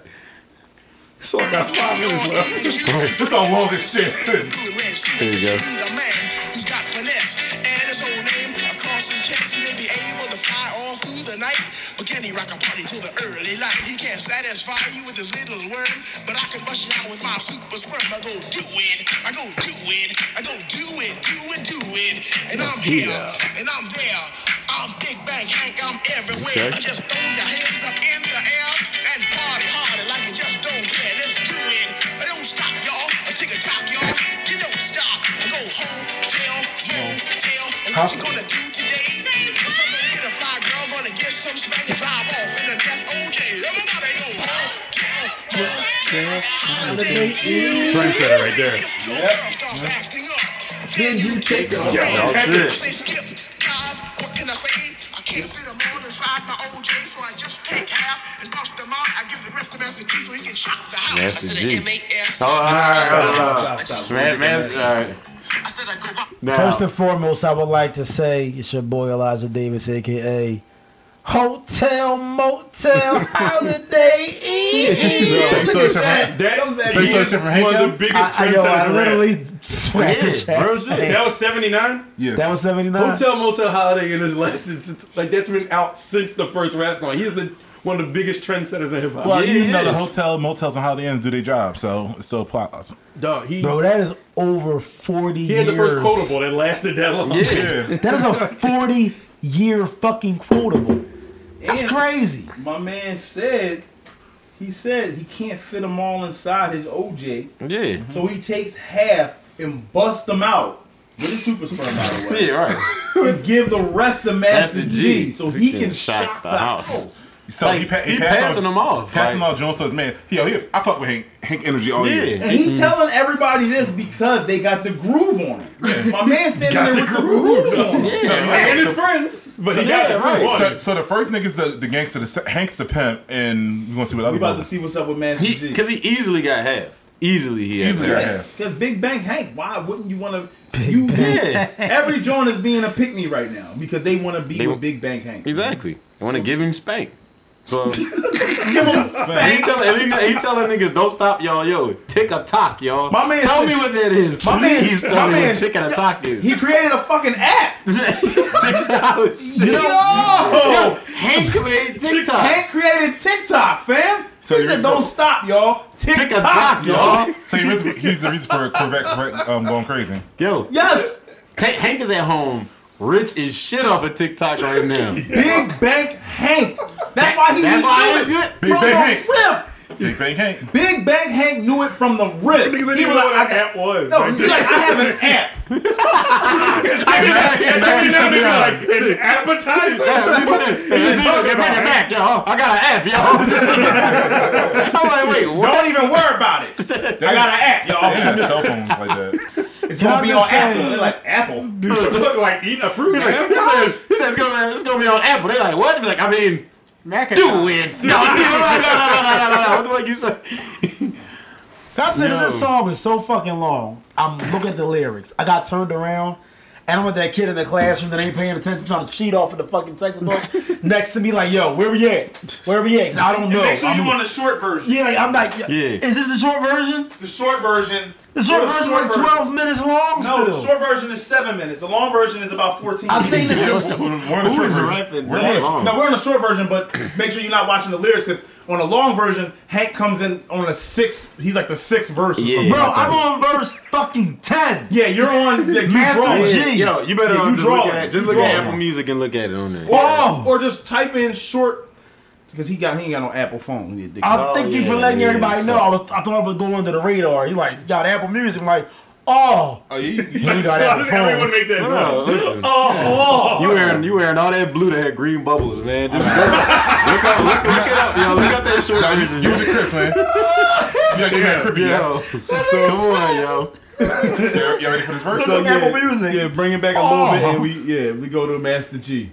Speaker 6: so I got five minutes left.
Speaker 3: This all long as shit.
Speaker 7: good red shoes.
Speaker 2: There you go.
Speaker 7: Need a man who's got finesse and his whole name across his chest. He may be able to fly all through the night, but can he rock a party till the early light? He can't satisfy you with his little worm, but I can bust you out with my super sperm. I go do it, I go do it, I go do it, do it, do it, and I'm here and I'm there. I'm Big Bang Hank, I'm everywhere.
Speaker 2: Okay.
Speaker 7: Just throw your hands up in the air and party harder like you just don't care. Let's do it. I don't stop, y'all. I take a top, y'all. You don't stop. I go home, tell, motel. And what you gonna do today? Someone get a fly girl, gonna get some spank and drive off in a death OJ. Everybody go home, tell, motel. Holiday Inn.
Speaker 6: Trendsetter right there.
Speaker 7: If your girl starts acting up, then you take a
Speaker 2: Y'all good.
Speaker 7: Say skip, guys, what can I say? I can't fit them all inside my OJ, so I just take half and bust them out. I give the rest to Master G so he can shock the house.
Speaker 2: Master
Speaker 7: I said
Speaker 2: G.
Speaker 7: a M-A-S.
Speaker 2: Oh, all right, all right, all right. Man, man, all right.
Speaker 7: I said I go by.
Speaker 2: Now,
Speaker 5: First and foremost, I would like to say it's your boy Elijah Davis, aka Hotel Motel Holiday Inn.
Speaker 3: So you saw that shit from Hank?
Speaker 6: That's
Speaker 3: So you saw that shit from Hank?
Speaker 6: one of the
Speaker 3: Young?
Speaker 6: biggest
Speaker 5: I, I, yo, I
Speaker 6: trendsetters around.
Speaker 5: literally swear.
Speaker 2: yeah, bro, shit.
Speaker 6: That was 79?
Speaker 3: Yes.
Speaker 5: That was 79.
Speaker 6: Hotel Motel Holiday and has lasted since, like, that's been out since the first rap song. He's the one of the biggest trendsetters in hip hop.
Speaker 3: well, you know the
Speaker 2: Yes.
Speaker 3: hotel, motels, and Holiday Inns do their job, so it still applies.
Speaker 6: Dog, he,
Speaker 5: Bro, that is over 40
Speaker 6: he
Speaker 5: years.
Speaker 6: had the first quotable that lasted that long.
Speaker 3: Yeah.
Speaker 5: That is a 40 year fucking quotable. That's
Speaker 1: And-
Speaker 5: crazy.
Speaker 1: My man said, he said he can't fit them all inside his OJ,
Speaker 2: yeah,
Speaker 1: so he takes half and busts them out with his super sperm, by the way.
Speaker 2: yeah, right.
Speaker 1: and give the rest to Master G, so he can shock the house.
Speaker 3: So
Speaker 2: Like,
Speaker 3: he, pa- he,
Speaker 2: he
Speaker 3: passed
Speaker 2: passing
Speaker 3: on,
Speaker 2: them off,
Speaker 3: Passing
Speaker 2: like-
Speaker 3: all Jones to his man. Yo, he, I fuck with Hank, Hank energy all year.
Speaker 2: Oh, Yeah,
Speaker 1: And he telling everybody this because they got the groove on it. My man standing there with the groove on it.
Speaker 3: So, you
Speaker 6: And
Speaker 3: know,
Speaker 6: his friends. But he
Speaker 2: yeah,
Speaker 6: got it
Speaker 2: right.
Speaker 6: right.
Speaker 3: so, so the first nigga's the, the gangster, the se- Hank's the pimp, and we're gonna see what
Speaker 1: We
Speaker 3: other
Speaker 1: about to
Speaker 3: ones.
Speaker 1: see what's up with Master
Speaker 2: he
Speaker 1: G.
Speaker 2: because he easily got half. Easily, he had
Speaker 3: Easily
Speaker 2: half.
Speaker 3: got half.
Speaker 1: Because Big Bang Hank, why wouldn't you want to? You every joint is being a pick me right now because they want to be
Speaker 2: They-
Speaker 1: with Big Bang Hank.
Speaker 2: Exactly. I want to give him spank. So he
Speaker 1: Give him spank.
Speaker 2: telling he, he telling niggas don't stop y'all yo tick a tock y'all.
Speaker 1: My man
Speaker 2: tell
Speaker 1: said-
Speaker 2: me what that is.
Speaker 1: my man-
Speaker 2: Please
Speaker 1: my
Speaker 2: tell me
Speaker 1: man-
Speaker 2: what tick a tock is.
Speaker 1: He created a fucking app.
Speaker 2: Six hours. Yo,
Speaker 1: Yo,
Speaker 2: Hank made TikTok.
Speaker 1: Hank created TikTok, fam.
Speaker 3: So
Speaker 1: he
Speaker 3: you're-
Speaker 1: said, "Don't stop, y'all. TikTok,
Speaker 2: Tick a tock,
Speaker 1: y'all."
Speaker 2: y'all.
Speaker 3: So he was, he's the reason for Corvette, Corvette um, going crazy.
Speaker 2: Yo,
Speaker 1: Yes,
Speaker 2: Ta- Hank is at home, rich as shit off of TikTok right now.
Speaker 1: Big Bang Hank. That's why he
Speaker 2: That's
Speaker 1: knew
Speaker 2: why
Speaker 1: it
Speaker 2: I did it.
Speaker 3: Big
Speaker 1: from
Speaker 3: Bang
Speaker 1: the
Speaker 3: Hank.
Speaker 1: rip.
Speaker 3: Big Bang Hank.
Speaker 1: Big Bang Hank knew it from the rip.
Speaker 6: Niggas didn't
Speaker 1: He
Speaker 6: even
Speaker 1: was
Speaker 6: know
Speaker 1: like,
Speaker 6: what
Speaker 1: I,
Speaker 6: an app was.
Speaker 1: no,
Speaker 6: back
Speaker 1: he's
Speaker 6: then.
Speaker 1: like, I have an app.
Speaker 6: And every now and then,
Speaker 3: Yeah.
Speaker 6: like, an appetizer.
Speaker 2: Yeah, we put it- it's
Speaker 6: talking
Speaker 2: bring it
Speaker 6: about
Speaker 2: back, y'all. I got an app, y'all. I'm like, wait, what?
Speaker 1: Don't even worry about it. I got an app,
Speaker 3: They
Speaker 1: y'all.
Speaker 3: had cell phones like that.
Speaker 1: It's
Speaker 5: Can
Speaker 1: gonna
Speaker 5: I
Speaker 1: be on
Speaker 5: just say-
Speaker 1: Apple. They're like Apple.
Speaker 6: look like eating a fruit.
Speaker 2: He's like,
Speaker 6: man.
Speaker 2: he says, he says it's gonna, it's gonna be on Apple. They're like, what? He's like, I mean,
Speaker 4: Mac
Speaker 2: do it. No, no, no, no, no, no, no, no. What the fuck you say?
Speaker 5: Cops said that
Speaker 2: Yo.
Speaker 5: this song is so fucking long. I'm looking at the lyrics. I got turned around, and I'm with that kid in the classroom that ain't paying attention, trying to cheat off of the fucking textbook. next to me, like, yo, where we at? Where we at? 'Cause I don't know.
Speaker 1: Make sure
Speaker 5: I'm-
Speaker 1: you want the short version.
Speaker 5: yeah, like, I'm like,
Speaker 2: Yeah.
Speaker 5: is this the short version?
Speaker 1: The short version.
Speaker 5: The short version is
Speaker 1: short
Speaker 5: like 12 minutes long
Speaker 1: No, the
Speaker 5: still.
Speaker 1: short version is seven minutes. The long version is about fourteen.
Speaker 5: I've seen
Speaker 1: minutes.
Speaker 5: this.
Speaker 3: We're on the trip. version. We're on the-
Speaker 2: long?
Speaker 1: No, we're on the short version, but make sure you're not watching the lyrics because on the long version, Hank comes in on a six. He's like the sixth verse. Or
Speaker 2: Yeah.
Speaker 1: something.
Speaker 5: Bro, I'm on verse fucking 10.
Speaker 1: Yeah, you're on. Yeah, you
Speaker 5: Master
Speaker 1: draw it.
Speaker 5: G.
Speaker 2: Yo, you better
Speaker 1: Yeah, you
Speaker 2: um, just
Speaker 1: draw
Speaker 2: look
Speaker 1: it.
Speaker 2: at it. Just
Speaker 1: You
Speaker 2: look
Speaker 1: draw
Speaker 2: at
Speaker 1: it.
Speaker 2: Apple Music and look at it on there.
Speaker 1: Or,
Speaker 5: Oh.
Speaker 1: or just type in short because he got he ain't got no Apple phone. He a dickhead.
Speaker 5: I
Speaker 2: Oh,
Speaker 5: thank you
Speaker 2: yeah,
Speaker 5: for letting
Speaker 2: yeah,
Speaker 5: everybody know. I was I thought I was going under the radar. He's like, you got Apple Music. I'm like, oh,
Speaker 3: Oh, you, you,
Speaker 5: he ain't got
Speaker 6: Why
Speaker 5: Apple
Speaker 6: does everyone
Speaker 5: phone.
Speaker 6: make that noise?
Speaker 2: No, listen.
Speaker 1: oh,
Speaker 2: You wearing you wearing all that blue that had green bubbles, man. Just look, look up, look, look it up, yo. Look up that short version.
Speaker 3: you in the crib, man. Yeah, you in the crib, yeah.
Speaker 2: Yo, so, come on, yo.
Speaker 3: You you ready for this verse?
Speaker 1: So,
Speaker 5: Apple Music.
Speaker 1: Yeah, bring it back a little bit, and we yeah we go to Master G.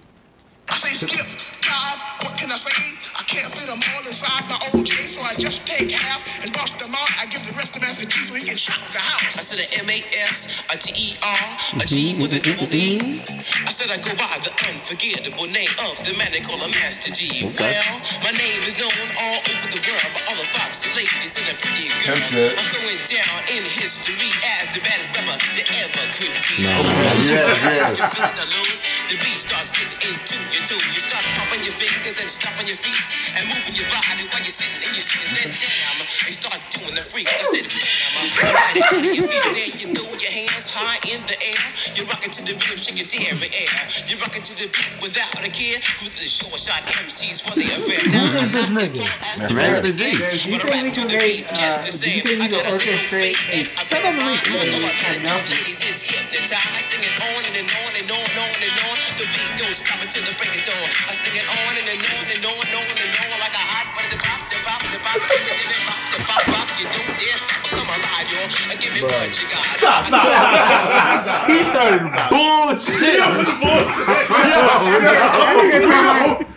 Speaker 7: I say skip, guys, what can I say? I can't fit them all inside my OJ, so I just take half and bust them out. I give the rest to Master G so he can shock the house. I said a M-A-S, a T-E-R, a G with a double E. I said I go by the unforgettable name of the man they call a Master G. Well, my name is known all over the world by all the foxy ladies and the pretty girls.
Speaker 3: That's it.
Speaker 7: I'm going down in history as the baddest rapper that ever could be.
Speaker 2: Yeah,
Speaker 7: You're feeling the lose, the beat starts getting into you too. You start popping your fingers and stomping your feet and moving your body while you're sitting and you're sitting. Then damn, you start doing the freak. I said, bam, right out you see there, you throw your hands high in the air. You're rocking to the beat, shake your dairy air. You're rocking to the beat without a care. Who's the short shot MCs for the affair? Now,
Speaker 5: Who is this
Speaker 7: I'm as
Speaker 5: nigga?
Speaker 7: tall as
Speaker 2: yeah.
Speaker 7: the
Speaker 2: Master
Speaker 4: Do
Speaker 7: rest.
Speaker 2: G.
Speaker 4: you
Speaker 7: But
Speaker 4: think we
Speaker 7: rap to
Speaker 4: can
Speaker 7: the
Speaker 4: make, uh,
Speaker 7: beat just the
Speaker 4: do
Speaker 7: same.
Speaker 4: you think we
Speaker 7: I got
Speaker 4: can
Speaker 7: a little
Speaker 4: orchestrate a
Speaker 7: face and I bet my
Speaker 4: celebrate
Speaker 7: heart
Speaker 4: announcement?
Speaker 7: ladies is hypnotized. Singing on and, and on and on, on and on. The beat don't stop until the break of dawn. I sing it on and, and on and on, on and on. Like a hot butter, the pop, the pop, the pop, the pop, the pop, the pop, pop. You don't dare stop or come alive. Yo, deal and give me what you got.
Speaker 2: He started bullshit.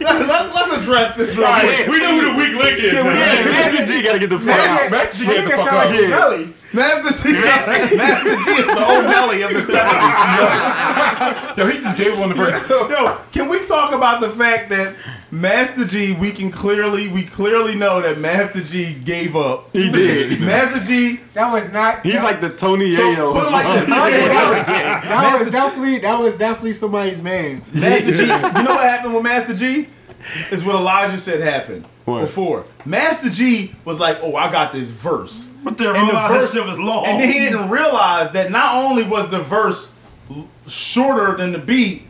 Speaker 1: Let's, let's address this right here.
Speaker 6: We know who the weak link is.
Speaker 2: Yeah,
Speaker 6: man.
Speaker 2: Master G gotta get the fuck
Speaker 3: Yeah,
Speaker 2: out.
Speaker 3: Master G had the
Speaker 4: Nigga
Speaker 3: fuck
Speaker 4: sound
Speaker 3: up.
Speaker 4: like
Speaker 2: Yeah.
Speaker 4: Nelly.
Speaker 1: Master G, Master G is the old Nelly of the 70s.
Speaker 3: Yo, he just gave one the first.
Speaker 1: Yo, can we talk about the fact that Master G, we can clearly, we clearly know that Master G gave up.
Speaker 2: He did.
Speaker 1: Master G,
Speaker 4: That was not.
Speaker 2: He's like the Tony
Speaker 1: so
Speaker 2: Yayo.
Speaker 1: put it like this.
Speaker 4: That was definitely that was definitely somebody's man's.
Speaker 1: Master G, you know what happened with Master G? Is what Elijah said happened
Speaker 2: What?
Speaker 1: before. Master G was like, "Oh, I got this verse,"
Speaker 8: But the
Speaker 1: And the
Speaker 8: realize
Speaker 1: verse-
Speaker 8: that shit was long.
Speaker 1: and then he didn't realize that not only was the verse l- shorter than the beat,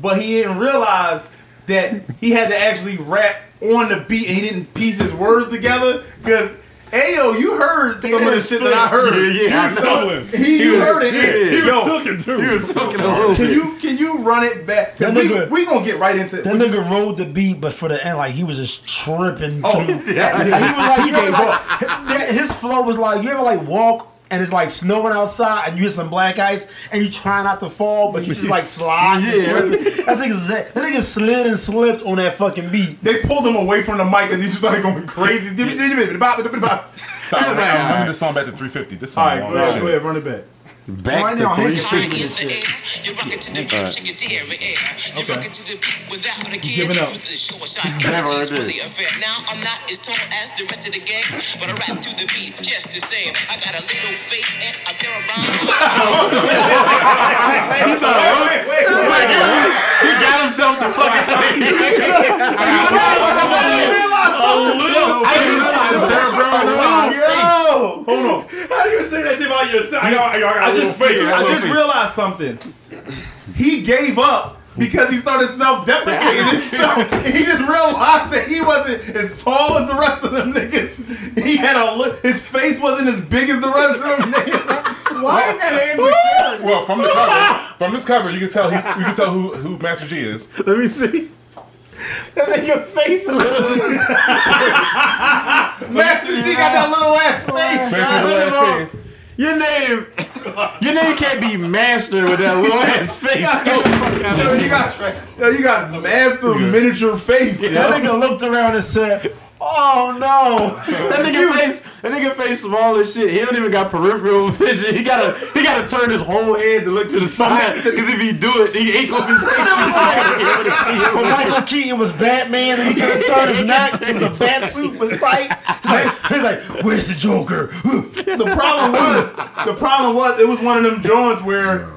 Speaker 1: but he didn't realize that he had to actually rap on the beat, and he didn't piece his words together because. Ayo, you heard some of the shit that I heard.
Speaker 2: Yeah, yeah, I know.
Speaker 6: Stolen.
Speaker 1: He, you heard it.
Speaker 6: He was
Speaker 1: Yo,
Speaker 6: silking too.
Speaker 2: He was sucking a little
Speaker 1: can
Speaker 2: bit.
Speaker 1: you can you run it back? 'Cause
Speaker 5: That
Speaker 1: We,
Speaker 5: nigga-
Speaker 1: we gonna get right into
Speaker 5: That nigga rolled the beat, but for the end, like he was just tripping.
Speaker 1: Oh,
Speaker 5: through. he was like, he gave up. That- His flow was like, you ever like walk and it's like snowing outside and you hit some black ice and you try not to fall, but you just like slide. and
Speaker 2: Yeah.
Speaker 5: slip. That's exact. That nigga slid and slipped on that fucking beat.
Speaker 1: They pulled him away from the mic because he just started going crazy. All right,
Speaker 3: Sorry,
Speaker 2: was like,
Speaker 3: I'm
Speaker 2: alright.
Speaker 3: moving this song back to 350. This song long
Speaker 1: go ahead,
Speaker 3: as
Speaker 1: go
Speaker 3: shit.
Speaker 1: ahead, run it back.
Speaker 2: Back
Speaker 5: Right
Speaker 2: to
Speaker 5: now, his
Speaker 2: 360.
Speaker 7: in the air. You rock it to the beat, shake it there in air. You rock it to the beat without a kid.
Speaker 1: Giving up.
Speaker 7: You the show a shot.
Speaker 2: Never
Speaker 7: Never it's
Speaker 2: heard
Speaker 7: really unfair. Now I'm not as tall as the rest of the gang, but I rap to the beat just the same. I got a little face and a pair of rhymes.
Speaker 2: He started roasting. It was like, he got himself the fuck out of here.
Speaker 1: Yo!
Speaker 6: How do you say that about yourself? I got, I got, I
Speaker 1: I
Speaker 6: got a little
Speaker 1: just,
Speaker 6: face.
Speaker 1: I just realized something. He gave up because he started self-deprecating himself. he just realized that he wasn't as tall as the rest of them niggas. He had a look. His face wasn't as big as the rest of them niggas.
Speaker 4: Why is that insecure?
Speaker 3: Well, from the cover, from this cover, you can tell he, you can tell who who Master G is.
Speaker 5: Let me see. That nigga face was
Speaker 1: Master G got that little ass face.
Speaker 3: Master G last face.
Speaker 2: Your name, your name can't be Master with that little ass face. Go the fuck out
Speaker 1: Yo,
Speaker 2: of
Speaker 1: you
Speaker 2: here.
Speaker 1: got, yo, you got master miniature face.
Speaker 5: That
Speaker 1: Yo.
Speaker 5: nigga looked around and said, "Oh no."
Speaker 2: That nigga face, that nigga face small as shit. He don't even got peripheral vision. He gotta, he gotta turn his whole head to look to the side. Cause if he do it, he ain't gonna be face just like be able to see him.
Speaker 5: When Michael Keaton was Batman and he couldn't turn his neck because the bat suit was tight. He's like, he's like, where's the Joker?
Speaker 1: The problem was, the problem was, it was one of them joints where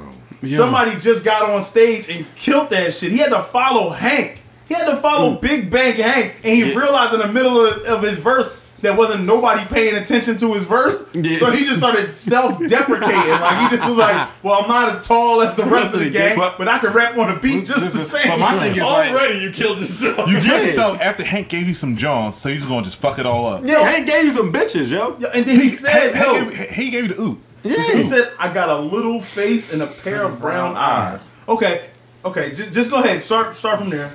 Speaker 1: somebody just got on stage and killed that shit. He had to follow Hank. He had to follow Big Bang Hank, and he realized in the middle of, of his verse. That wasn't nobody paying attention to his verse,
Speaker 2: Yeah.
Speaker 1: so he just started self-deprecating. like he just was like, "Well, I'm not as tall as the rest of the gang,
Speaker 3: But-
Speaker 1: but I can rap on a beat just the
Speaker 3: This is-
Speaker 1: same."
Speaker 3: But my thing is like,
Speaker 6: Already, you killed yourself.
Speaker 3: you did yourself after Hank gave you some Johns, so he's gonna just fuck it all up.
Speaker 2: Yo, Hank gave you some bitches, yo.
Speaker 1: Yo, and then he said,
Speaker 3: Hank,
Speaker 1: "Yo,
Speaker 3: Hank gave, he gave you the oop.
Speaker 1: Yeah, he said, I got a little face and a pair of brown eyes. Okay, okay, j- just go ahead. Start start from there.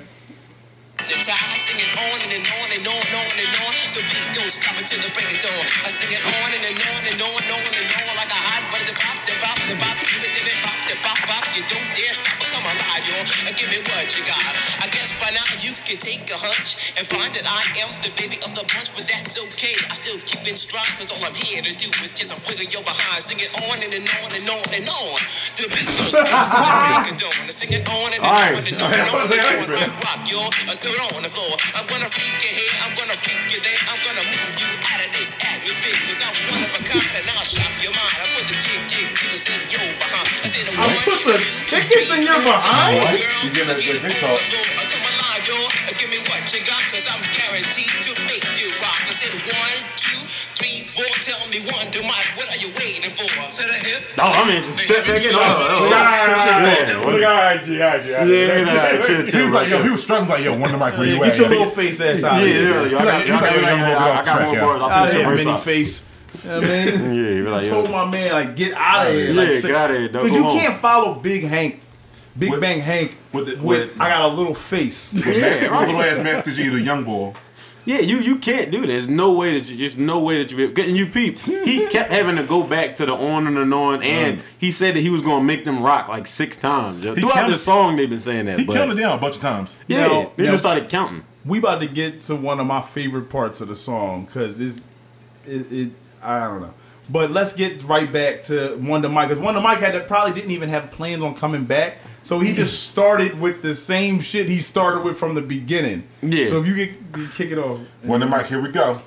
Speaker 7: the time I sing it on and, and on and on and on and on. The beat don't stop until the break of dawn. I sing it on and, and on and on and on and on like a hot butter. The pop, the pop, the pop, give it, give it, pop, the pop, pop. You don't dare stop or come alive, y'all. And give me what you got. I guess by now you can take a hunch and find that I am the baby of the bunch, but that's okay. I still keep it strong, cause all I'm here to do is just a wiggle your behind. Sing it on and, and on and on and on. The beat don't stop until the break of dawn. I sing it on and, and
Speaker 2: All right.
Speaker 7: on and on and on and on. Like rock, y'all. I do it on the floor. I'm gonna freak your head. I'm gonna freak your day. I'm gonna move you out of this atmosphere. Cause I'm one of a kind and I'll shock your mind. I put the kick, kick, kickers in your behind. I say the
Speaker 1: I
Speaker 7: one,
Speaker 1: put the
Speaker 7: two,
Speaker 1: tickets in your behind.
Speaker 7: three,
Speaker 3: What?
Speaker 7: girls,
Speaker 3: He's giving us
Speaker 7: I get
Speaker 3: good
Speaker 7: it
Speaker 3: big
Speaker 7: on
Speaker 3: talk.
Speaker 7: the floor. I Uh, come alive, y'all. I Give me what you got, cause I'm guaranteed to make you rock. I said one, two, three, four. Tell me one, do my, what are you waiting for? To the hip.
Speaker 2: Oh, I mean, just step back in. Oh, oh,
Speaker 6: It's like, all right, G, all right, G, all right.
Speaker 2: Yeah, yeah, yeah, yeah, chill,
Speaker 3: He
Speaker 2: chill,
Speaker 3: was
Speaker 2: bro,
Speaker 3: like, yo,
Speaker 2: chill.
Speaker 3: he was struggling. Like, yo, wonder Mike, where you
Speaker 1: Get
Speaker 3: at?
Speaker 1: your little face ass out
Speaker 2: Yeah,
Speaker 1: of
Speaker 2: yeah,
Speaker 1: here.
Speaker 2: yeah, y'all got-
Speaker 3: like-
Speaker 2: y'all
Speaker 3: he's
Speaker 2: got-
Speaker 3: like,
Speaker 2: y'all
Speaker 3: we're gonna
Speaker 2: got- I got
Speaker 3: go
Speaker 2: more
Speaker 3: off
Speaker 2: bars. I'll finish
Speaker 1: Out of
Speaker 2: your
Speaker 1: here,
Speaker 2: verse
Speaker 1: mini
Speaker 2: off.
Speaker 1: face. You know what I mean?
Speaker 2: Yeah, you're like,
Speaker 1: I told
Speaker 2: yo.
Speaker 1: my man like get out of here.
Speaker 2: Yeah,
Speaker 1: Like,
Speaker 2: got it.
Speaker 1: Cause you can't follow Big Hank, Big
Speaker 3: With-
Speaker 1: Bang Hank
Speaker 3: with
Speaker 1: with,
Speaker 3: the- with-
Speaker 1: I got a little face.
Speaker 3: Little ass Master G, the young boy.
Speaker 2: Yeah, you you can't do that. There's no way that you just no way that you be getting you peeped. He kept having to go back to the on and and on, and he said that he was gonna make them rock like six times yo.
Speaker 3: He
Speaker 2: throughout
Speaker 3: counted-
Speaker 2: the song. They've been saying that,
Speaker 3: He
Speaker 2: but
Speaker 3: killed it down a bunch of times.
Speaker 2: yeah,
Speaker 1: Now-
Speaker 2: they
Speaker 1: now-
Speaker 2: just started counting.
Speaker 1: we about to get to one of my favorite parts of the song because it's it, it I don't know. But let's get right back to Wonder Mike because Wonder Mike had probably didn't even have plans on coming back, so he just started with the same shit he started with from the beginning.
Speaker 2: Yeah.
Speaker 1: So if you get you kick it off,
Speaker 3: One the mic, here we go.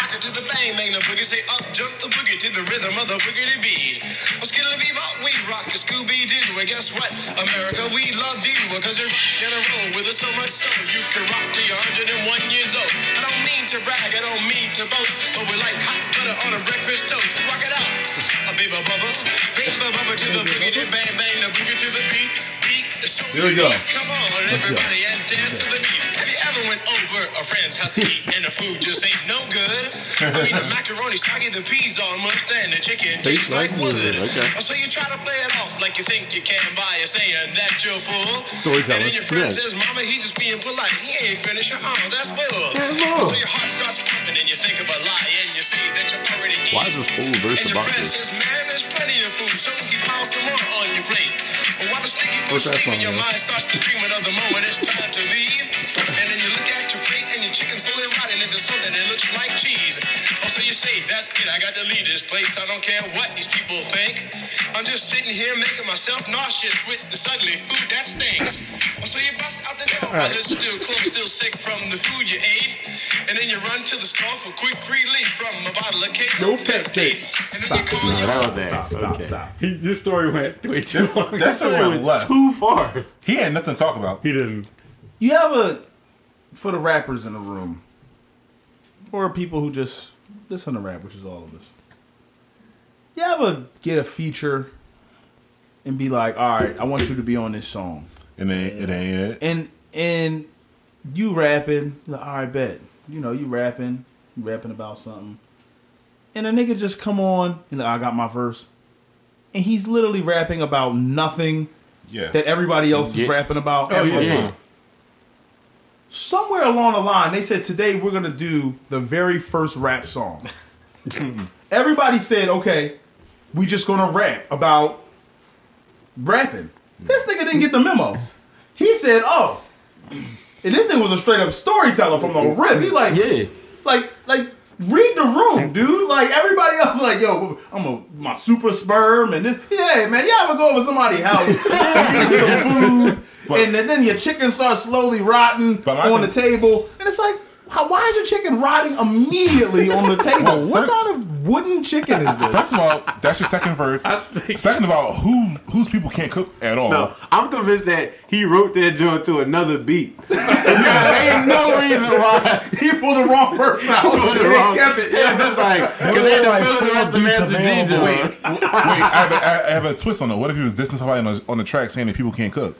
Speaker 9: Rock it to the bang, bang the boogie, say up, jump the boogie to the rhythm of the boogity beat. Oh, skittle bebop, we rock the Scooby Doo, and guess what? America, we love you, because you're in a row with us so much so you can rock till you're 101 years old. I don't mean to brag, I don't mean to boast, but we like hot butter on a breakfast toast. Rock it out, a baby bubble, baby bubble to the boogity bang, bang the boogie to the beat. beat. So
Speaker 1: Here we go.
Speaker 9: Come on, everybody, and dance to the beat. Have you ever went over a friend's house to eat and the food just ain't no good? I mean, the macaroni soggy, the peas almost, and the chicken tastes like wood.
Speaker 2: okay.
Speaker 9: So you try to play it off like you think you can by you saying that you're full.
Speaker 2: Storyteller.
Speaker 9: And then your friend
Speaker 2: Yeah.
Speaker 9: says, Mama, he just being polite. He ain't finished. Uh-uh, that's bull. So your heart starts pumping and you think of a lie and you see that you're already eating.
Speaker 6: Why is this whole
Speaker 9: And
Speaker 6: verse
Speaker 9: your
Speaker 6: about
Speaker 9: friend
Speaker 6: this?
Speaker 9: says, man, there's plenty of food, so he piles some more on your plate. But while the sticky food's
Speaker 6: What's that
Speaker 9: steaming,
Speaker 6: song,
Speaker 9: your
Speaker 6: man?
Speaker 9: mind starts to dream of the moment it's time to leave. And then you look at your plate and your chicken slowly rotting into something that looks like cheese. Oh, so you say, that's it, I got to leave this place. I don't care what these people think. I'm just sitting here making myself nauseous with this ugly food that stinks. Oh, so you bust out the door while it's still close, still sick from the food you ate. And then you run to the store for quick relief from a bottle of cake. No peptate. And then you call your
Speaker 2: That was ass.
Speaker 1: stop,
Speaker 2: okay.
Speaker 1: stop.
Speaker 6: He, this story went way too long.
Speaker 3: That's the one left.
Speaker 2: Too far.
Speaker 3: He had nothing to talk about.
Speaker 6: He didn't.
Speaker 1: You have a for the rappers in the room, or people who just listen to rap, which is all of us. You ever get a feature and be like, "All right, I want you to be on this song,"
Speaker 3: And it, it ain't it.
Speaker 1: and and you rapping, you're like, "All right, bet," you know, you rapping, you rapping about something, and a nigga just come on, and like, I got my verse, and he's literally rapping about nothing
Speaker 3: Yeah.
Speaker 1: that everybody else is
Speaker 2: Yeah.
Speaker 1: rapping about.
Speaker 3: Oh, yeah.
Speaker 2: Yeah.
Speaker 1: somewhere along the line they said today we're gonna do the very first rap song everybody said okay we just gonna rap about rapping this nigga didn't get the memo he said oh and this nigga was a straight up storyteller from the rip he like
Speaker 2: Yeah.
Speaker 1: like like read the room dude like everybody else like yo i'm a my super sperm and this yeah man y'all gonna go over somebody's house and eat some food
Speaker 3: But-
Speaker 1: and then- then your chicken starts slowly rotting
Speaker 3: But my
Speaker 1: on
Speaker 3: con-
Speaker 1: the table and it's like how, why is your chicken rotting immediately on the table what
Speaker 3: fir-
Speaker 1: kind of wooden chicken is this
Speaker 3: First of all, that's your second verse. Second of all, who whose people can't cook at all?
Speaker 2: No, I'm convinced that he wrote that joint to another beat. there ain't no reason why.
Speaker 1: he pulled the wrong verse out
Speaker 2: Put it
Speaker 1: They
Speaker 2: wrong.
Speaker 1: kept it.
Speaker 2: It's just like because they had to fill in the rest of
Speaker 5: beats
Speaker 2: Master G
Speaker 5: available.
Speaker 2: joint.
Speaker 3: Wait, I have, a, I have a twist on it. What if he was dissing somebody on the, on the track saying that people can't cook?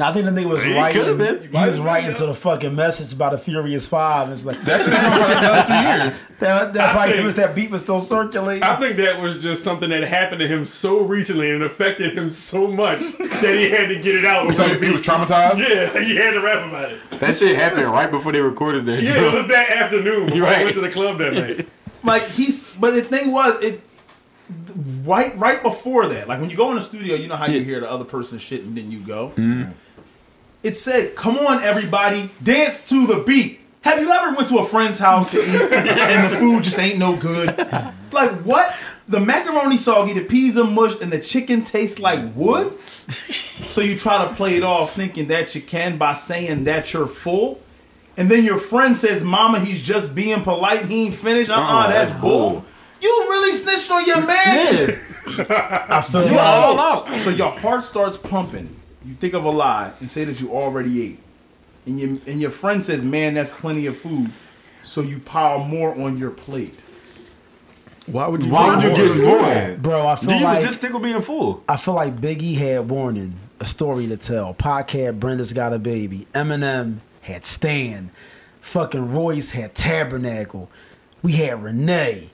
Speaker 5: Now, I think the nigga was
Speaker 2: He
Speaker 5: writing.
Speaker 2: could've been.
Speaker 5: He was writing to the fucking message about the Furious Five. It's like
Speaker 3: That should have been like another three years.
Speaker 5: that. That's why
Speaker 6: think-
Speaker 5: was that beat was still circulating.
Speaker 6: I think that was just something that happened to him so recently and affected him so much that he had to get it out.
Speaker 3: So he was traumatized.
Speaker 6: yeah, he had to rap about it.
Speaker 2: That shit happened right before they recorded that.
Speaker 6: Yeah, it
Speaker 2: joint.
Speaker 6: was that afternoon before
Speaker 2: You're
Speaker 6: I
Speaker 2: right.
Speaker 6: went to the club that night.
Speaker 1: like he's but the thing was it right right before that like when you go in the studio you know how you hear the other person's shit and then you go it said come on everybody dance to the beat have you ever went to a friend's house to eat and the food just ain't no good like what the macaroni soggy the peas are mushed and the chicken tastes like wood so you try to play it off thinking that you can by saying that you're full and then your friend says, "Mama, he's just being polite. He ain't finished. Uh uh
Speaker 2: Uh-uh,
Speaker 1: that's
Speaker 2: that's
Speaker 1: bull.
Speaker 2: bull.
Speaker 1: You really snitched on your man.
Speaker 2: Yeah.
Speaker 5: I feel
Speaker 1: You
Speaker 5: like
Speaker 1: all out. So your heart starts pumping. You think of a lie and say that you already ate, and your and your friend says, "Man, that's plenty of food." So you pile more on your plate.
Speaker 6: Why would you?
Speaker 2: Why would you get
Speaker 6: get?
Speaker 2: more?
Speaker 5: bro. I
Speaker 2: Do
Speaker 5: feel
Speaker 2: you
Speaker 5: like
Speaker 2: just tickle being full?
Speaker 5: I feel like Biggie had warning, a story to tell. Pac had Brenda's Got a Baby. Eminem had Stan. Fucking Royce had Tabernacle. We had Renee.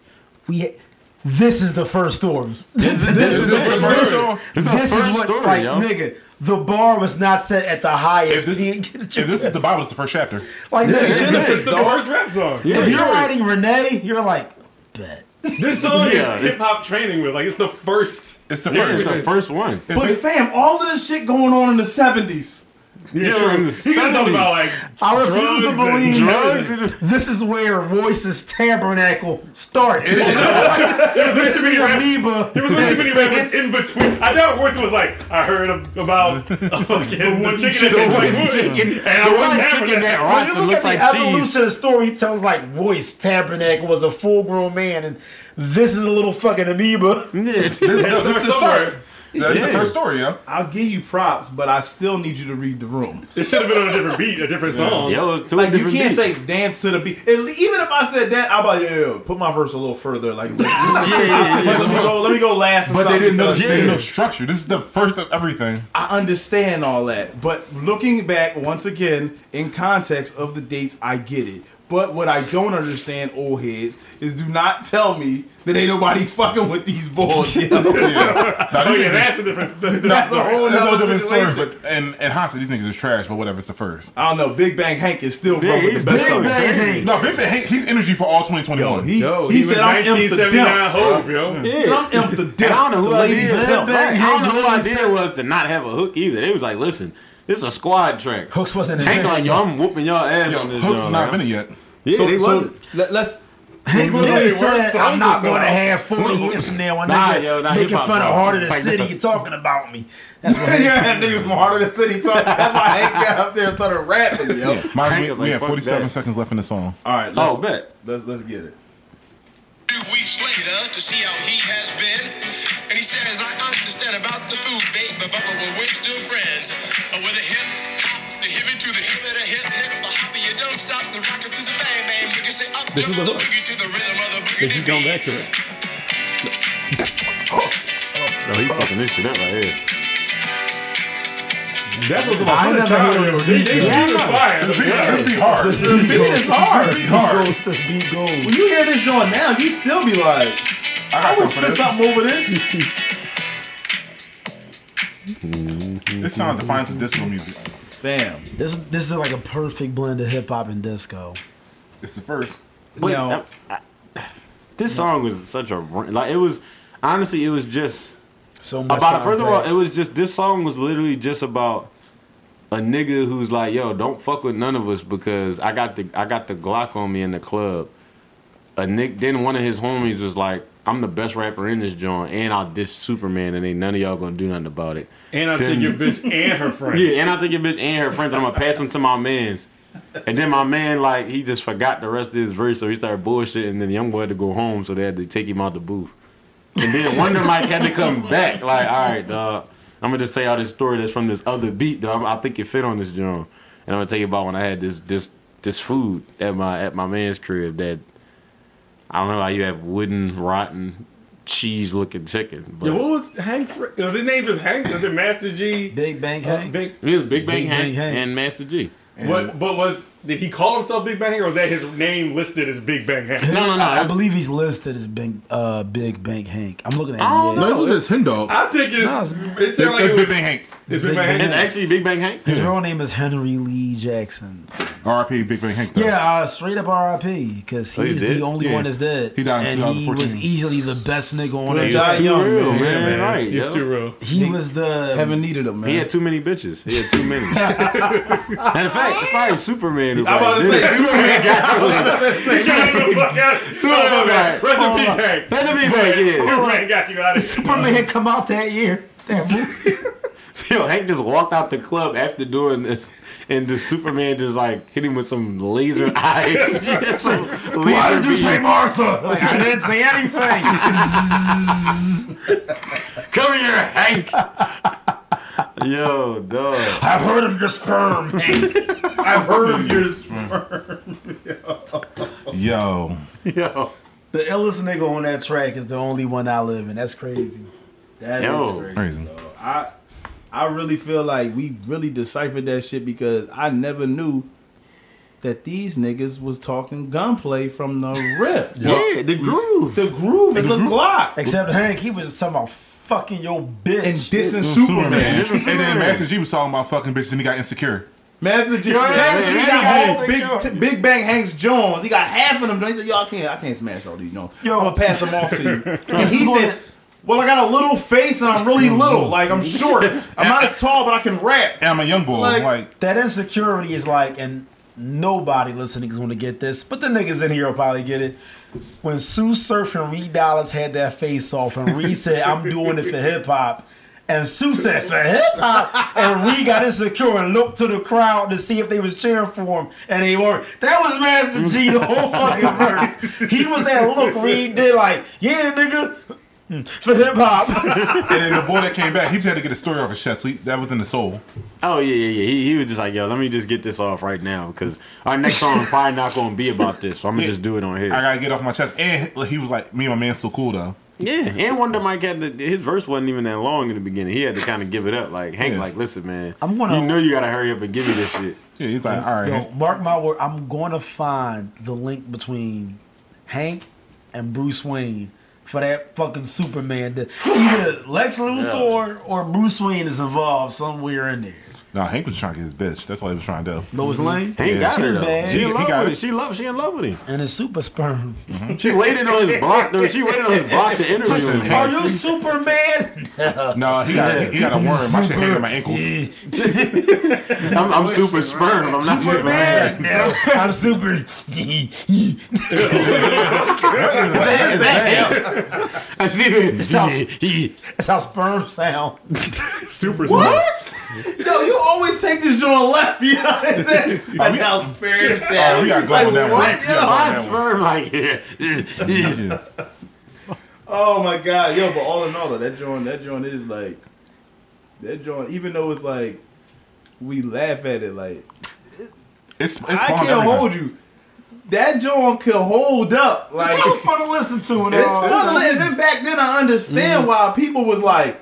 Speaker 5: We had, This is the first story. This,
Speaker 2: this is the first
Speaker 3: story.
Speaker 5: This,
Speaker 2: This is the
Speaker 5: is
Speaker 2: first
Speaker 5: what,
Speaker 2: story,
Speaker 5: like,
Speaker 2: yo.
Speaker 5: nigga, the bar was not set at the
Speaker 3: If
Speaker 5: highest.
Speaker 3: this,
Speaker 5: peak.
Speaker 3: if this is the Bible, it's the first chapter.
Speaker 5: like,
Speaker 1: is-
Speaker 5: this, is
Speaker 1: this
Speaker 5: Genesis,
Speaker 6: It's the
Speaker 5: dog.
Speaker 6: first rap song.
Speaker 2: Yeah,
Speaker 5: If you're
Speaker 2: yeah.
Speaker 5: writing Renee, you're like, bet.
Speaker 6: This song
Speaker 2: Yeah.
Speaker 6: is hip hop training with like it's the first.
Speaker 3: It's the
Speaker 2: Yeah, it's
Speaker 3: first.
Speaker 2: the first one.
Speaker 3: It's
Speaker 1: But
Speaker 3: ba-
Speaker 1: fam, all of this shit going on in the seventies.
Speaker 2: Yeah, in the
Speaker 6: He can talk
Speaker 2: 70s.
Speaker 6: about like
Speaker 5: I refuse to
Speaker 6: drugs and
Speaker 5: believe
Speaker 2: drugs and-
Speaker 5: this is where Royce's tabernacle starts.
Speaker 6: there was way too many rap.
Speaker 5: amoeba.
Speaker 6: There was way too many rappers in between. I doubt Royce was like, I heard ab- about a fucking the chicken that
Speaker 2: one
Speaker 6: tastes like
Speaker 2: chicken-
Speaker 6: wood, and I
Speaker 2: the
Speaker 6: was
Speaker 2: one
Speaker 6: having
Speaker 2: chicken that
Speaker 6: that.
Speaker 5: When
Speaker 2: rots
Speaker 5: you
Speaker 2: and
Speaker 5: look
Speaker 2: looks
Speaker 5: at
Speaker 2: like
Speaker 5: the
Speaker 2: cheese.
Speaker 5: evolution of story tells like Royce Tabernacle was a full grown man and this is a little fucking amoeba.
Speaker 2: Yeah, it's-
Speaker 3: this, this, this is the start. That's the
Speaker 2: Yeah.
Speaker 3: first story, yo.
Speaker 1: I'll give you props, but I still need you to read the room.
Speaker 6: It should have been on a different beat, a different song.
Speaker 2: Yo, it's two
Speaker 1: Like you
Speaker 2: different beats.
Speaker 1: can't say dance to the beat. And even if I said that, I'm like, yeah, yeah, put my verse a little further. Like, let- just-
Speaker 2: Yeah, yeah, yeah.
Speaker 1: let me go. Let me go last. or
Speaker 3: But they
Speaker 1: something,
Speaker 3: didn't know.
Speaker 1: because
Speaker 3: They didn't know structure. This is the first of everything.
Speaker 1: I understand all that, but looking back once again in context of the dates, I get it. But what I don't understand, old heads, is do not tell me that ain't nobody fucking with these boys. yo.
Speaker 3: Yeah. Now,
Speaker 6: Oh
Speaker 3: these
Speaker 6: yeah,
Speaker 3: niggas-
Speaker 6: that's a different. That's a different
Speaker 1: That's the
Speaker 6: story.
Speaker 1: whole
Speaker 3: That's a
Speaker 1: nother
Speaker 3: different story,
Speaker 1: situation.
Speaker 3: but and and honestly, these niggas is trash. But whatever, it's the first.
Speaker 1: I don't know. Big Bang Hank is still
Speaker 2: Yeah,
Speaker 1: yeah, with
Speaker 2: he's
Speaker 1: the best
Speaker 2: Big
Speaker 1: of it.
Speaker 2: Bang.
Speaker 5: Hey,
Speaker 3: No, Big Bang, he- he's energy for all
Speaker 1: Yo,
Speaker 3: 2021.
Speaker 1: he,
Speaker 6: Yo,
Speaker 1: he,
Speaker 6: he was
Speaker 1: said I'm imp the
Speaker 6: 1979
Speaker 1: dimp.
Speaker 6: Hove, yo.
Speaker 1: And I'm imp the
Speaker 2: And
Speaker 1: dimp.
Speaker 2: I don't know who
Speaker 1: the
Speaker 2: I
Speaker 1: ladies
Speaker 2: did.
Speaker 1: pimp.
Speaker 5: Bang,
Speaker 2: I don't know who I
Speaker 5: Hank
Speaker 2: did was to not have a hook either. They was like, listen, this is a squad track.
Speaker 5: Hooks wasn't in
Speaker 2: Tank
Speaker 5: there.
Speaker 2: like, yo, I'm whooping y'all ass
Speaker 3: Yo,
Speaker 2: on this.
Speaker 3: Hook's
Speaker 2: joint,
Speaker 3: not
Speaker 2: man.
Speaker 3: been it yet.
Speaker 2: Yeah,
Speaker 1: So,
Speaker 2: they
Speaker 1: so
Speaker 2: wasn't.
Speaker 1: let, us
Speaker 5: Hank literally
Speaker 6: Literally
Speaker 5: said,
Speaker 6: worse
Speaker 5: I'm
Speaker 6: songs
Speaker 5: not
Speaker 6: is going
Speaker 5: going to
Speaker 6: out.
Speaker 5: have 40 years from now. I'm
Speaker 2: Nah,
Speaker 5: not
Speaker 2: yo, nah,
Speaker 5: making
Speaker 2: hip-hop
Speaker 5: fun of
Speaker 2: song.
Speaker 5: harder than
Speaker 2: Like-
Speaker 5: city. You're talking about me. That's what Hank said.
Speaker 1: yeah, niggas from Harder Than City talk. That's why Hank got up there and started rapping, yo.
Speaker 3: Mind
Speaker 2: Hank
Speaker 3: you,
Speaker 2: is
Speaker 3: we,
Speaker 2: like,
Speaker 3: have
Speaker 2: fuck
Speaker 3: 47
Speaker 2: that.
Speaker 3: seconds left in the song.
Speaker 1: All right, let's,
Speaker 2: Oh, bet.
Speaker 1: let's let's get it.
Speaker 7: two weeks later to see how he has been. And he says, I understand about the food, babe, but, but, but we're still friends. Uh, with a hip hop, the hip into the hip, and a hip hip, a hobby, you don't stop the rocket to the bang bang. Boogie say up,
Speaker 6: This
Speaker 7: jump
Speaker 6: is
Speaker 7: the
Speaker 6: the hook.
Speaker 7: boogie to the rhythm of the
Speaker 6: If
Speaker 7: boogie.
Speaker 6: you come back to that.
Speaker 2: No, he fucking this shit up right here.
Speaker 6: That was about
Speaker 5: I
Speaker 6: hundred
Speaker 5: never heard
Speaker 6: times.
Speaker 5: of
Speaker 6: They-
Speaker 5: it.
Speaker 6: they
Speaker 5: Yeah,
Speaker 6: beat us fire.
Speaker 3: This beat, this beat hard.
Speaker 5: This
Speaker 3: This
Speaker 5: beat
Speaker 3: beat is hard. This beat hard.
Speaker 5: goes, this beat
Speaker 1: When
Speaker 5: goes.
Speaker 1: you hear this joint now, you still be like,
Speaker 3: I
Speaker 1: I
Speaker 3: got
Speaker 1: would spit
Speaker 3: something for this.
Speaker 1: something over this.
Speaker 3: This sound defines the disco music.
Speaker 1: Damn.
Speaker 5: This, this is like a perfect blend of hip hop and disco.
Speaker 3: It's the first.
Speaker 2: But
Speaker 1: Now-
Speaker 2: um, I- this song was such a ra- like it was honestly it was just
Speaker 5: So much
Speaker 2: about
Speaker 5: sound
Speaker 2: first of
Speaker 5: bad.
Speaker 2: all it was just this song was literally just about a nigga who's like yo don't fuck with none of us because I got the I got the Glock on me in the club. A nick then one of his homies was like I'm the best rapper in this joint and I'll diss Superman and ain't none of y'all gonna do nothing about it.
Speaker 6: And I
Speaker 2: Then-
Speaker 6: take your bitch and her friend.
Speaker 2: Yeah, and I take your bitch and her friends, and I'm gonna pass them to my man's. And then my man, like, he just forgot the rest of his verse, so he started bullshitting. And then the young boy had to go home, so they had to take him out the booth. And then Wonder Mike had to come back, like, all right, dog, I'm gonna just tell y'all this story that's from this other beat, dog. I think it fit on this drum, and I'm gonna tell you about when I had this this this food at my at my man's crib that I don't know how you have wooden rotten cheese looking chicken, but
Speaker 6: Yeah, what was Hank's? ra- Was his name just Hank? Was it Master G?
Speaker 5: Uh, Big Bang Hank.
Speaker 6: Big,
Speaker 2: it was Big Bang,
Speaker 5: Big Bang
Speaker 2: Hank,
Speaker 5: Hank.
Speaker 2: and Master G.
Speaker 6: what? But was did he call himself Big Bang Hank, or was that his name listed as Big Bang Hank?
Speaker 2: No, no, no.
Speaker 5: I
Speaker 2: that's-
Speaker 5: believe he's listed as Big, uh, Big Bang Hank. I'm looking at
Speaker 2: I don't
Speaker 5: him.
Speaker 2: know.
Speaker 5: yeah.
Speaker 2: No,
Speaker 3: this is his Hendo.
Speaker 6: I think it's no,
Speaker 5: No, it's-
Speaker 6: it
Speaker 3: That's
Speaker 6: sounded like it was,
Speaker 3: Big Bang Hank.
Speaker 6: it's Big Bang
Speaker 2: It's
Speaker 6: Hank.
Speaker 2: actually Big Bang Hank.
Speaker 5: His real name is Henry Lee Jackson.
Speaker 3: R.I.P. Big Bang Hank. Though.
Speaker 5: Yeah, uh, straight up RIP because
Speaker 2: Oh, he's
Speaker 5: he's
Speaker 2: dead?
Speaker 5: the only
Speaker 2: Yeah.
Speaker 5: one that's dead.
Speaker 3: He died in
Speaker 5: and he
Speaker 3: 2014.
Speaker 5: was easily the best nigga on
Speaker 1: He
Speaker 5: the
Speaker 1: was
Speaker 5: job.
Speaker 1: die
Speaker 2: He's too
Speaker 1: young,
Speaker 2: real, man.
Speaker 1: man.
Speaker 2: Right,
Speaker 6: He's
Speaker 2: yo.
Speaker 6: too real.
Speaker 5: He was the
Speaker 1: Haven't needed him, man.
Speaker 2: He had too many bitches. He had too many. Matter of fact, it's probably Superman. Who
Speaker 1: I'm about
Speaker 2: probably
Speaker 1: to
Speaker 2: did
Speaker 1: say
Speaker 2: it.
Speaker 1: Superman got to
Speaker 6: He shot him the fuck out. Oh, my God. Rest in peace, Hank.
Speaker 2: Let me say, yeah.
Speaker 6: Superman got you out of here.
Speaker 5: Superman had come out that year. That movie.
Speaker 2: So, yo, Hank just walked out the club after doing this, and the Superman just like hit him with some laser eyes. Some
Speaker 5: Why
Speaker 2: laser
Speaker 5: did you say
Speaker 2: beam.
Speaker 5: Martha? Like, I didn't say anything.
Speaker 2: Come here, Hank. yo, dog.
Speaker 5: I've heard of your sperm. Hank.
Speaker 1: I've heard of your
Speaker 3: Yo.
Speaker 2: Yo.
Speaker 5: the illest nigga on that track is the only one I live in. That's crazy.
Speaker 1: That is
Speaker 2: Yo.
Speaker 3: Crazy.
Speaker 1: I I really feel like we really deciphered that shit because I never knew that these niggas was talking gunplay from the rip.
Speaker 2: Yeah, the groove.
Speaker 1: The groove is a Glock.
Speaker 5: Except Hank, he was just talking about fucking your bitch.
Speaker 1: And dissing
Speaker 5: Mm,
Speaker 3: Superman.
Speaker 1: Superman.
Speaker 3: And then Master G was talking about fucking bitches and he got insecure.
Speaker 1: Master G, Master G got all big, t- big Bang Hanks Jones. He got half of them. joints. He said, "Yo, I can't, I can't smash all these Jones. Yo, I'm gonna pass them off to you." And he said, "Well, I got a little face and I'm really little. Like I'm short. I'm not as tall, but I can rap."
Speaker 3: And I'm a young boy.
Speaker 1: Like-
Speaker 3: Like,
Speaker 5: that insecurity is like, and nobody listening is going to get this, but the niggas in here will probably get it. When Sue Surf and Reed Dallas had that face off, and Reed said, "I'm doing it for hip hop." And Sue said, for hip hop. And Reed got insecure and looked to the crowd to see if they was cheering for him. And they were. That was Master G the whole fucking verse. He was that look Reed did like, yeah, nigga, mm, for hip hop.
Speaker 3: and then the boy that came back, he just had to get a story off his chest. He, that was in the soul.
Speaker 2: Oh yeah, yeah, yeah. He, he was just like, yo, let me just get this off right now because our next song is probably not gonna be about this, so I'm gonna just do it on
Speaker 3: I
Speaker 2: here.
Speaker 3: gotta get off my chest. And he was like, me and my man so cool though.
Speaker 2: Yeah, and Wonder Mike had the, his verse wasn't even that long in the beginning. He had to kind of give it up. Like Hank,
Speaker 3: Yeah.
Speaker 2: like listen, man,
Speaker 5: I'm gonna-
Speaker 2: you know you gotta hurry up and give me this shit.
Speaker 3: Yeah, he's like, all right.
Speaker 5: Yo, mark my word, I'm going to find the link between Hank and Bruce Wayne for that fucking Superman. That either Lex Luthor or Bruce Wayne is involved somewhere in there.
Speaker 3: No, Hank was trying to get his bitch. That's all he was trying to do.
Speaker 5: Lois Lane
Speaker 2: Hank
Speaker 3: Yeah,
Speaker 2: got
Speaker 5: she
Speaker 2: her
Speaker 5: was
Speaker 2: though.
Speaker 5: Mhm. bad.
Speaker 2: She
Speaker 3: He-
Speaker 2: in
Speaker 3: he
Speaker 2: love
Speaker 3: got
Speaker 2: with
Speaker 3: her.
Speaker 2: him. She loved. She in love with him.
Speaker 5: and his super sperm.
Speaker 2: She waited on his block though. She waited on his block to interview
Speaker 3: Listen,
Speaker 2: him.
Speaker 3: Hank-
Speaker 5: Are you Superman?
Speaker 3: No, he got he, he got a worm. I should hang
Speaker 5: Super-
Speaker 3: in my ankles.
Speaker 2: I'm, I'm super sperm. I'm not super.
Speaker 5: Man, no, I'm super.
Speaker 2: Is that him? I see him.
Speaker 5: That's how sperm sound.
Speaker 6: Super.
Speaker 1: What? Yo, you always take this joint left. You know what I'm saying? That's how spirit
Speaker 3: Oh,
Speaker 1: sounds.
Speaker 3: we gotta go on that one.
Speaker 1: what?
Speaker 3: We gotta go
Speaker 2: My
Speaker 3: on that
Speaker 2: sperm like here.
Speaker 3: one. Yeah.
Speaker 1: Oh my god, yo! But all in all, though, that joint, that joint is like, that joint. Even though it's like, we laugh at it. Like,
Speaker 3: It's, it's
Speaker 1: I
Speaker 3: spawned
Speaker 1: can't
Speaker 3: everything.
Speaker 1: hold you. That joint can hold up. Like,
Speaker 5: It's kind of fun to listen to. And
Speaker 1: It's
Speaker 5: all. Mm-hmm.
Speaker 1: fun. to li- And then back then, I understand why people was like,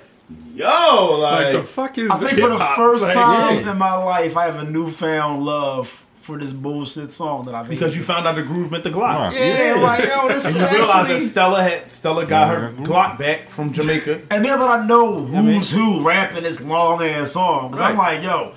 Speaker 1: "Yo, like,
Speaker 6: Like, the fuck is
Speaker 5: I think for the
Speaker 6: hip-hop?
Speaker 5: first
Speaker 6: Like,
Speaker 5: time
Speaker 2: yeah.
Speaker 5: in my life, I have a newfound love for this bullshit song that I've
Speaker 1: because you found out the groove meant the Glock."
Speaker 3: Right.
Speaker 5: yeah, like yo, this shit
Speaker 1: You realize that
Speaker 5: actually. Mm-hmm.
Speaker 1: Stella had Stella got her
Speaker 3: Yeah.
Speaker 1: Glock back from Jamaica.
Speaker 5: And now that I know who's who rapping this long ass song, 'cause I'm
Speaker 1: Right.
Speaker 5: like, yo,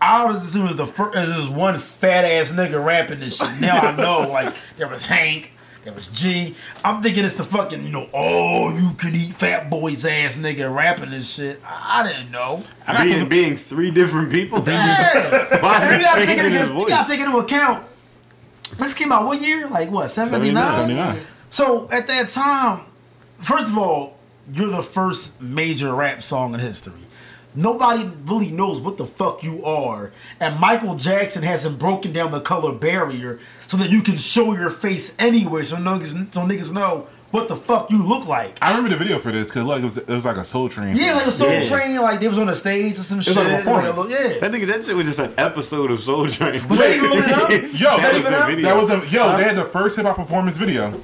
Speaker 5: I was as soon as the first as this one fat ass nigga rapping this shit. Now I know, like there was Hank, there was G. I'm thinking it's the fucking you know, oh you could eat fat boys ass nigga rapping this shit. I I didn't know.
Speaker 2: Being, being three different people. Why
Speaker 5: Yeah.
Speaker 2: is
Speaker 5: And
Speaker 2: he
Speaker 5: you gotta, take
Speaker 2: singing
Speaker 5: it
Speaker 2: in his
Speaker 5: into, you
Speaker 2: voice?
Speaker 5: gotta take into account. This came out what year? Like what, 79?
Speaker 3: 79.
Speaker 5: So at that time, first of all, you're the first major rap song in history. Nobody really knows what the fuck you are. And Michael Jackson hasn't broken down the color barrier so that you can show your face anywhere so niggas, so niggas know what the fuck you look like.
Speaker 3: I remember the video for this because like it was, it was like a soul train.
Speaker 5: Yeah, like a Soul
Speaker 2: Yeah.
Speaker 5: Train, like they was on the stage or some shit.
Speaker 3: was like a
Speaker 5: like a
Speaker 3: performance.
Speaker 5: little- yeah.
Speaker 2: That nigga, that shit was just an episode of Soul Train.
Speaker 5: Was that even on it up?
Speaker 2: Yes.
Speaker 3: Yo,
Speaker 2: that
Speaker 3: that
Speaker 2: was
Speaker 5: even
Speaker 2: the
Speaker 5: up?
Speaker 2: video.
Speaker 3: That was a yo. They had the first hip hop performance video.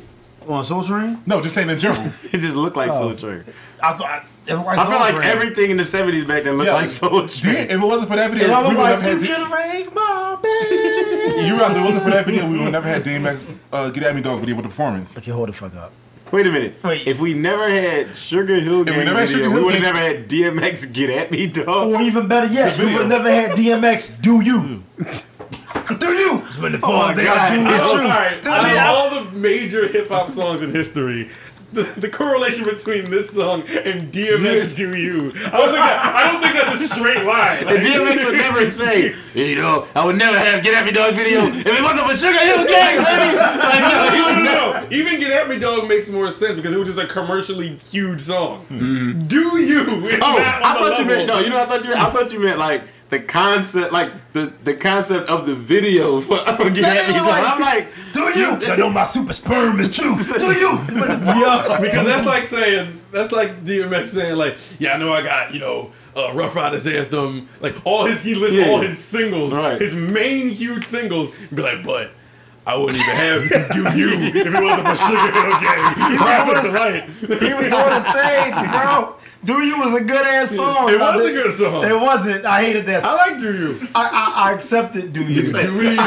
Speaker 5: On Soul Train?
Speaker 3: No, just saying in general.
Speaker 2: it just looked like
Speaker 3: Oh.
Speaker 2: Soul Train.
Speaker 5: I thought it was like
Speaker 2: I
Speaker 5: Soul
Speaker 2: feel like
Speaker 5: Train.
Speaker 2: everything in the seventies back then looked
Speaker 3: Yeah.
Speaker 2: like Soul Train.
Speaker 3: Damn, if it wasn't for that video,
Speaker 5: And
Speaker 3: we
Speaker 5: I
Speaker 3: would
Speaker 5: was like,
Speaker 3: never had.
Speaker 5: you can break my bed.
Speaker 3: You realize if it wasn't for that video, we would never had DMX uh, "Get At Me Dog" video with the performance.
Speaker 5: Okay, hold the fuck up.
Speaker 2: Wait a minute.
Speaker 5: Wait.
Speaker 2: If we never had Sugar Hill Gang,
Speaker 3: we never had Sugar
Speaker 2: video, we
Speaker 3: Hill
Speaker 2: would have
Speaker 3: Gang-
Speaker 2: never had DMX Get at Me
Speaker 5: Or
Speaker 2: Dog.
Speaker 5: even better yet, we
Speaker 3: video.
Speaker 5: would have never had DMX do you. do you. When the
Speaker 2: my
Speaker 5: fall
Speaker 2: God.
Speaker 5: down, do
Speaker 2: Oh,
Speaker 5: it.
Speaker 6: All
Speaker 5: true.
Speaker 6: right. Out of all the major hip hop songs in history, the, the correlation between this song and DMX "Do You," I don't think that, I don't think that's a straight line.
Speaker 2: And DMX would never say, you know, I would never have Get at Me Dog video if it wasn't for Sugar Hill Gang, baby. Like, no, he
Speaker 6: No,
Speaker 2: would never.
Speaker 6: no, no. Even "Get at Me, Dog" makes more sense because it was just a commercially huge song. Do you? is
Speaker 2: Hmm. Oh,
Speaker 6: not on
Speaker 2: I thought
Speaker 6: the
Speaker 2: you
Speaker 6: level.
Speaker 2: meant no. You know, what I thought you meant. I thought you meant like the concept, like the the concept of the video for Get at Me Dog. I'm like,
Speaker 5: Do you? 'Cause I know my super sperm is true. Do you? When the fall
Speaker 6: Yeah, because that's like saying that's like DMX saying like, yeah, I know I got you know uh, Rough Riders anthem, like all his he lists
Speaker 2: Yeah.
Speaker 6: all his singles,
Speaker 2: Right.
Speaker 6: his main huge singles, and be like, but I wouldn't even have do you if it wasn't for Sugar Hill Gang. Right, right.
Speaker 5: he was on the stage, bro. Do You was a good ass song.
Speaker 6: It was
Speaker 5: I
Speaker 6: a
Speaker 5: did-
Speaker 6: good song.
Speaker 5: It wasn't. I hated that
Speaker 6: I
Speaker 5: song.
Speaker 6: like Do You.
Speaker 5: I, I, I accepted Do You.
Speaker 2: I wouldn't,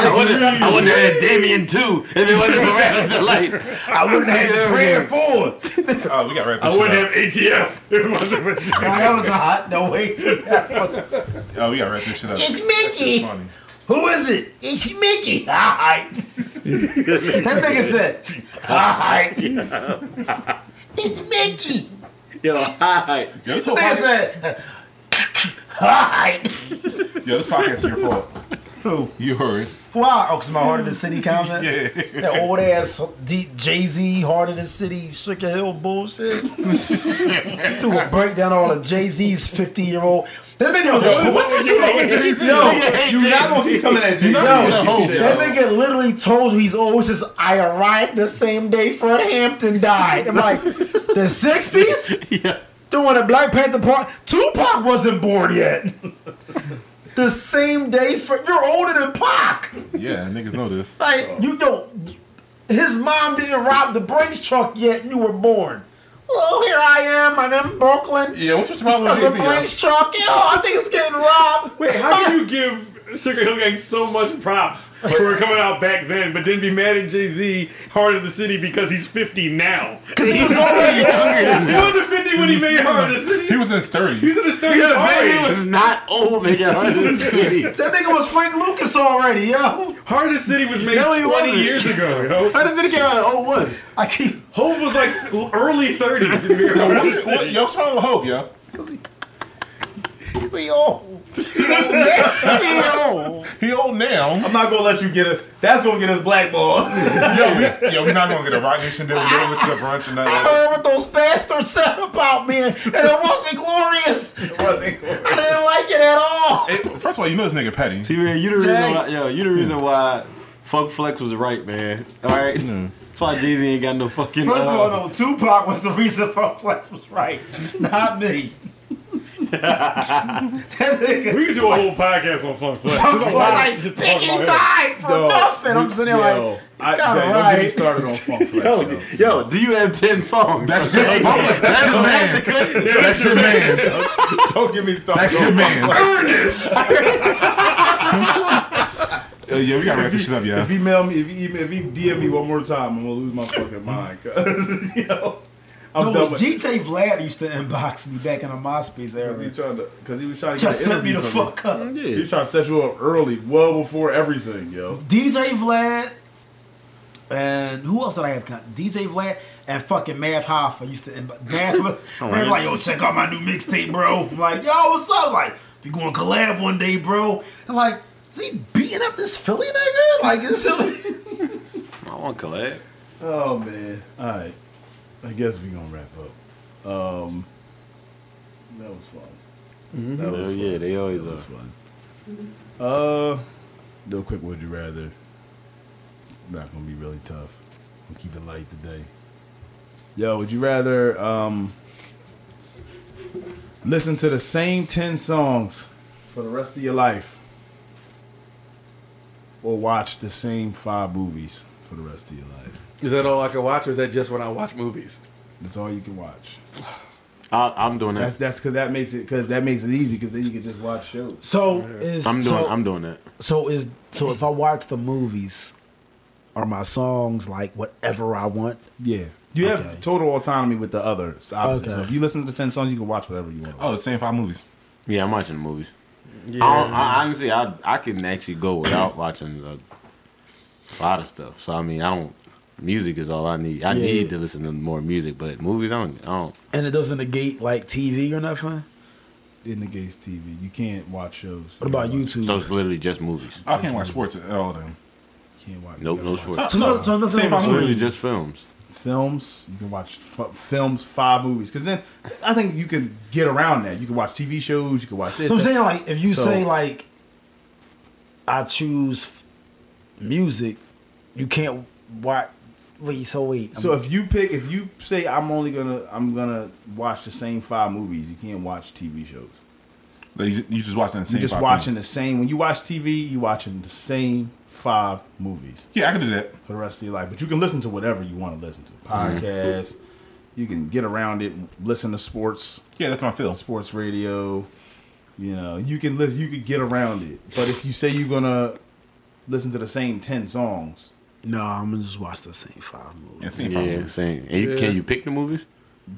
Speaker 2: I wouldn't have had Damien too if it wasn't for Rappers Delight. I wouldn't have had
Speaker 5: Prayer
Speaker 2: Forward.
Speaker 3: Oh, we got to wrap this
Speaker 6: I
Speaker 3: shit
Speaker 6: wouldn't have
Speaker 3: up.
Speaker 6: ATF. It wasn't with
Speaker 5: Nah, that was hot. No wait.
Speaker 3: Oh, we got to wrap this shit up.
Speaker 5: It's Mickey.
Speaker 3: That's funny.
Speaker 5: Who is it? It's Mickey. All right. that nigga said, all right. it's Mickey.
Speaker 2: Yo, hi.
Speaker 3: Yo, this whole
Speaker 5: Nigga
Speaker 3: podcast,
Speaker 5: said, all right.
Speaker 3: yo, this podcast is your fault.
Speaker 5: Who?
Speaker 3: Yours.
Speaker 5: Why? Oh, because my Heart of the City comments?
Speaker 3: Yeah.
Speaker 5: That old ass Jay Z Heart of the City Sugar Hill bullshit. Threw a breakdown on all of Jay Z's 50 year old. That nigga was a.
Speaker 3: What's with you and Jay-Z?
Speaker 5: Yo,
Speaker 1: You're not gonna keep coming at Jay Z.
Speaker 5: Yo, that nigga literally told you he's always just, I arrived the same day Fred Hampton died. I'm like, the 60s?
Speaker 2: Yeah.
Speaker 5: Doing a Black Panther part. Tupac wasn't born yet. the same day for you're older than Pac.
Speaker 3: Yeah, niggas know this.
Speaker 5: Like you don't. His mom didn't rob the Brinks truck yet. and You were born. Well, here I am. I'm in Brooklyn.
Speaker 3: Yeah, what's your problem with
Speaker 5: There's a
Speaker 3: Jay-Z? yo?
Speaker 5: Brinks truck. Yo, I think it's getting robbed.
Speaker 6: Wait, how can you give Sugar Hill Gang so much props for coming out back then, but then be mad at Jay Z, Heart of the City, because he's 50 now?
Speaker 5: Because he was already
Speaker 6: He wasn't 50 when he made Heart of the City.
Speaker 3: He was in his 30s.
Speaker 6: He's in his 30s.
Speaker 2: Damien
Speaker 6: already.
Speaker 2: was not old, nigga. Heart of the City.
Speaker 5: That nigga was Frank Lucas already, yo.
Speaker 6: Heart of the City was made
Speaker 2: No, he
Speaker 6: 20
Speaker 2: wasn't.
Speaker 6: years ago, yo.
Speaker 2: Heart of the City came out
Speaker 1: oh,
Speaker 2: in 01.
Speaker 5: I keep.
Speaker 6: Hove was like early 30s. If you
Speaker 3: Yo,
Speaker 6: remember.
Speaker 3: what's, what, yo, what's wrong with Hope, yo?
Speaker 5: He old. He old.
Speaker 3: He old now.
Speaker 1: I'm not gonna let you get a. That's gonna get us blackballed.
Speaker 3: Yo, we, yo, we're not gonna get a Rock Nation deal. We never went to the brunch or nothing.
Speaker 5: I heard what those bastards said about me, and it wasn't glorious.
Speaker 1: It wasn't cool.
Speaker 5: I didn't like it at all.
Speaker 3: Hey, first of all, you know this nigga petty.
Speaker 2: See, man, you the reason
Speaker 5: Dang.
Speaker 2: why, yo, you the reason why Funk Flex was right, man. All right, that's why Jay Z ain't got no fucking.
Speaker 5: First of
Speaker 2: uh,
Speaker 5: all, no, Tupac was the reason Funk Flex was right, not me. that nigga.
Speaker 6: We could do a whole podcast on Funk Flex.
Speaker 5: Funk Flex, like,
Speaker 6: Just talk
Speaker 5: Biggie
Speaker 6: about
Speaker 5: died for
Speaker 1: Dog,
Speaker 5: nothing. I'm
Speaker 1: we-
Speaker 5: sitting there
Speaker 1: yo,
Speaker 5: like,
Speaker 1: I,
Speaker 5: kinda
Speaker 1: dang, Don't get me
Speaker 5: right.
Speaker 1: started on Funk Flex.
Speaker 2: yo,
Speaker 1: yo.
Speaker 2: d- yo, do you have ten songs?
Speaker 3: That's your man. That's, your man.
Speaker 2: good.
Speaker 3: That's your man.
Speaker 1: Don't get me started.
Speaker 3: That's
Speaker 1: on
Speaker 3: your
Speaker 1: Funk
Speaker 3: man.
Speaker 1: Flex.
Speaker 3: Uh, yeah, we gotta wrap this shit up,
Speaker 1: If
Speaker 3: yeah.
Speaker 1: he mail me, if he email, if he DM me one more time, I'm gonna lose my fucking mind. 'cause, yo, I'm
Speaker 5: No,
Speaker 1: done with.
Speaker 5: GJ Vlad used to inbox me back in the MySpace
Speaker 1: He
Speaker 5: era.
Speaker 1: trying to, cause he was trying to
Speaker 5: Just
Speaker 1: get an
Speaker 5: set me the
Speaker 1: interview from
Speaker 5: fuck up.
Speaker 1: me. He was trying to set you up early, well before everything, yo.
Speaker 5: DJ Vlad, and who else did I have? con- DJ Vlad and fucking Math Hoffa used to inbox.
Speaker 1: Oh,
Speaker 5: Math, man, like, yo, check out my new mixtape, bro. I'm like, yo, what's up? Like, we going to collab one day, bro. And like, is he beating up this Philly nigga? Like, is it?
Speaker 2: I want collab.
Speaker 1: Oh man. All right. I guess we gonna wrap up. Um, that was fun. That was
Speaker 2: Oh
Speaker 1: fun.
Speaker 2: yeah, they always
Speaker 1: That
Speaker 2: are.
Speaker 1: was fun. Uh, real quick, would you rather? It's not gonna be really tough. We'll keep it light today. Yo, would you rather um listen to the same ten songs for the rest of your life, or watch the same five movies for the rest of your life?
Speaker 8: Is that all I can watch, or is that just when I watch movies?
Speaker 1: That's all you can watch.
Speaker 2: I, I'm doing
Speaker 1: That's
Speaker 2: that.
Speaker 1: that's because that makes it because that makes it easy because then you can just watch shows.
Speaker 5: So is
Speaker 2: I'm doing.
Speaker 5: so,
Speaker 2: I'm doing that.
Speaker 5: so is so if I watch the movies, are my songs like whatever I want?
Speaker 1: Yeah. You
Speaker 5: Okay.
Speaker 1: have total autonomy with the others. Obviously. So
Speaker 5: Okay.
Speaker 1: if you listen to the ten songs, you can watch whatever you want.
Speaker 3: Oh, the same five movies.
Speaker 2: Yeah, I'm watching the movies. I, don't, I honestly, I I can actually go without watching a lot of stuff. So I mean, I don't. Music is all I need. I
Speaker 5: Yeah.
Speaker 2: need to listen to more music, but movies, I don't. I don't.
Speaker 5: And it doesn't negate like TV or nothing.
Speaker 1: In the case TV, you can't watch shows.
Speaker 5: What about
Speaker 1: you?
Speaker 5: YouTube?
Speaker 2: So it's literally just movies.
Speaker 3: I can't watch sports at all then.
Speaker 1: Can't watch. you
Speaker 2: Nope,
Speaker 1: gotta
Speaker 2: no
Speaker 1: watch
Speaker 2: sports.
Speaker 5: So no, so no, so
Speaker 3: Same
Speaker 5: no,
Speaker 3: about
Speaker 5: so no.
Speaker 2: Literally just films.
Speaker 1: Films. You can watch f- films five movies because then I think you can get around that. You can watch TV shows. You can watch this.
Speaker 5: So I'm
Speaker 1: that.
Speaker 5: saying like if you
Speaker 1: So-
Speaker 5: say like I choose f- music, you can't watch. Wait, so wait.
Speaker 1: So if you pick, if you say I'm only gonna, I'm gonna watch the same five movies. You can't watch TV shows.
Speaker 3: Like, you, you just watching the same
Speaker 1: You're just
Speaker 3: five
Speaker 1: watching
Speaker 3: movies.
Speaker 1: the same. When you watch TV, you watching the same five movies.
Speaker 3: Yeah, I can do that.
Speaker 1: for the rest of your life. But you can listen to whatever you want to listen to. Podcasts, You can get around it. Listen to sports,
Speaker 3: Yeah, that's my feel.
Speaker 1: sports radio. You know, you can listen. You can get around it. But if you say you're gonna listen to the same ten songs,
Speaker 5: No, I'm gonna just watch the same five movies.
Speaker 3: Yeah, same problem.
Speaker 8: Uh-huh.
Speaker 2: Yeah, same. And you, Can you pick the movies,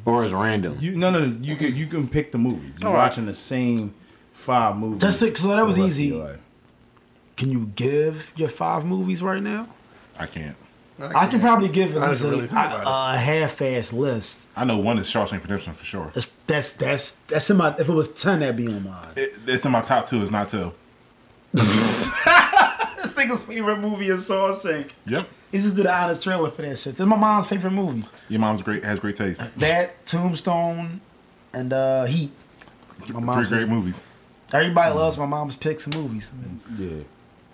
Speaker 2: or it's random?
Speaker 1: you no no no, you can you can pick the movies. You're
Speaker 2: right.
Speaker 1: watching the same five movies.
Speaker 5: Just like- so that
Speaker 1: for
Speaker 5: was
Speaker 1: the rest of
Speaker 5: easy.
Speaker 1: your life.
Speaker 5: Can you give your five movies right now?
Speaker 3: I can't.
Speaker 5: I can probably give at least
Speaker 8: didn't
Speaker 5: a,
Speaker 8: really think about it.
Speaker 5: a, a half-ass list.
Speaker 3: I know one is Shawshank Redemption for sure.
Speaker 5: That's, that's that's that's in my. If it was ten, that'd be on mine.
Speaker 3: It, it's in my top two. It's not two.
Speaker 1: This nigga's favorite movie is Shawshank.
Speaker 3: Yep.
Speaker 5: This is the honest trailer for that shit. It's my mom's favorite movie.
Speaker 3: Your mom's great. Has great taste.
Speaker 5: That Tombstone and uh, Heat. My
Speaker 3: Three
Speaker 5: mom's
Speaker 3: great movies.
Speaker 5: Everybody loves my mom's picks and movies.
Speaker 1: Yeah,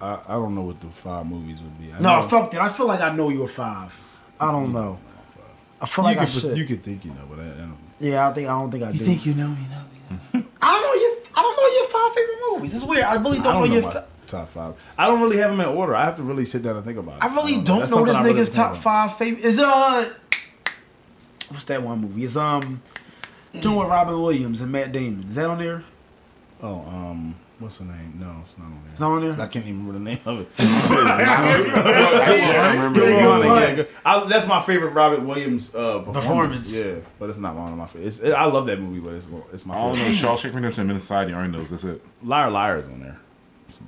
Speaker 1: I, I don't know what the five movies would be. I
Speaker 5: No,
Speaker 1: know-
Speaker 5: fuck that. I feel like I know your five. I don't know. I feel like
Speaker 1: you
Speaker 5: I
Speaker 1: could
Speaker 5: should.
Speaker 1: you could think you know, but I, I don't.
Speaker 5: yeah, I think I don't think I do.
Speaker 4: you know me now?
Speaker 5: I don't know your I don't know your five favorite movies. It's weird. I really don't,
Speaker 1: I don't
Speaker 5: know,
Speaker 1: know
Speaker 5: your.
Speaker 1: my
Speaker 5: Fi-
Speaker 1: top five. I don't really have them in order. I have to really sit down and think about it.
Speaker 5: I
Speaker 2: Um,
Speaker 5: really
Speaker 1: don't
Speaker 5: don't,
Speaker 1: That's
Speaker 5: know this
Speaker 1: something I really
Speaker 5: nigga's
Speaker 1: think
Speaker 5: top
Speaker 1: about.
Speaker 5: five favorite. Is uh, what's that one movie? It's um, doing with Robin Williams and Matt Damon. Is that on there?
Speaker 1: Oh, um, what's the name? No, it's not on there.
Speaker 5: It's not on there?
Speaker 1: I can't even remember the name of it.
Speaker 2: I remember
Speaker 1: Go
Speaker 2: that.
Speaker 1: on, yeah, go- I- that's my favorite Robert Williams uh, performance.
Speaker 5: Performance.
Speaker 1: Yeah, but it's not one of my favorites. It, I love that movie, but it's it's my
Speaker 3: I don't know.
Speaker 1: favorite.
Speaker 3: Shawshank Redemption, Men in Society are in those. That's it.
Speaker 1: Liar, liars on there.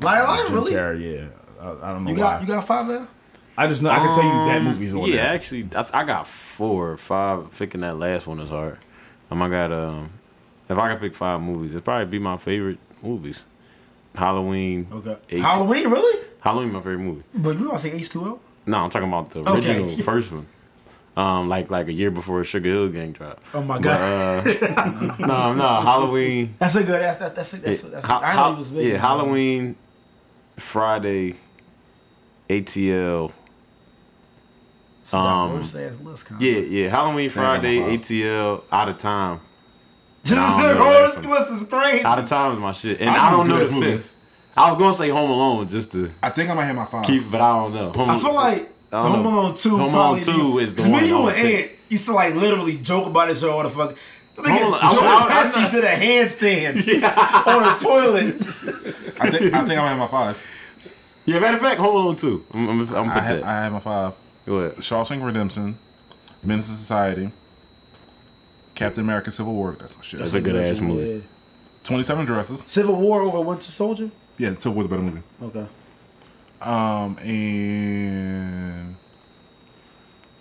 Speaker 5: Liar, liar,
Speaker 1: Jim
Speaker 5: really?
Speaker 1: Carrey, yeah. I, I don't know
Speaker 5: You
Speaker 1: why.
Speaker 5: got you got five there?
Speaker 1: I just know I can tell you that
Speaker 2: Um,
Speaker 1: movie's on
Speaker 2: yeah,
Speaker 1: there.
Speaker 2: actually, I, I got four, or five. Picking that last one is hard. Um, I got um, if I could pick five movies, it'd probably be my favorite movies. Halloween.
Speaker 5: Okay.
Speaker 2: Eight-
Speaker 5: Halloween, really?
Speaker 2: Halloween, my favorite movie.
Speaker 5: But you all say H two O?
Speaker 2: No, I'm talking about the
Speaker 5: Okay.
Speaker 2: original first one. Um, like like a year before Sugar Hill Gang dropped.
Speaker 5: Oh my
Speaker 2: But,
Speaker 5: god.
Speaker 2: uh, no, no, Halloween.
Speaker 5: That's a good. That's that's that's a- that's. a- that's a-
Speaker 2: Ha-
Speaker 5: I know
Speaker 2: ha-
Speaker 5: he was big.
Speaker 2: yeah, Halloween, Friday, ATL.
Speaker 5: It's a
Speaker 2: um,
Speaker 5: diverse ass list, kinda.
Speaker 2: Yeah, yeah, Halloween, Friday,
Speaker 3: wow.
Speaker 2: ATL, Out of Time.
Speaker 5: Just
Speaker 2: I
Speaker 5: the
Speaker 2: don't know.
Speaker 5: horse list is crazy.
Speaker 2: Out of Time is my shit, and
Speaker 3: I
Speaker 2: I, don't
Speaker 3: do
Speaker 2: know
Speaker 3: that
Speaker 2: the
Speaker 3: movie.
Speaker 2: fifth. I was gonna say Home Alone just to
Speaker 3: I think I might have my five.
Speaker 2: keep, but I don't know. Home,
Speaker 5: I feel like
Speaker 2: I don't
Speaker 5: Home
Speaker 2: know.
Speaker 5: Alone Two.
Speaker 2: Home
Speaker 5: probably
Speaker 2: Alone 2 is the
Speaker 5: Because
Speaker 2: one
Speaker 5: me,
Speaker 2: I
Speaker 5: you
Speaker 2: would
Speaker 5: and
Speaker 2: think.
Speaker 5: Ant used to like literally joke about this shit all the fuck. This
Speaker 2: Hold
Speaker 5: Nigga,
Speaker 2: on, I-
Speaker 5: Joe
Speaker 2: I- I-
Speaker 5: Pesci did a handstand on a toilet.
Speaker 3: I think I think I might have my five.
Speaker 2: yeah. Matter of fact, Home Alone Two. I'm, I'm, I'm gonna
Speaker 3: I,
Speaker 2: put
Speaker 3: ha-
Speaker 2: that.
Speaker 3: I have my five.
Speaker 2: Go ahead.
Speaker 3: Shawshank Redemption, Men in Society, Captain America: Civil War. That's my shit.
Speaker 2: That's a good ass movie.
Speaker 5: Yeah.
Speaker 3: Twenty Seven Dresses.
Speaker 5: Civil War over Winter Soldier.
Speaker 3: Yeah, Civil War's a better movie.
Speaker 5: Okay.
Speaker 3: Um, and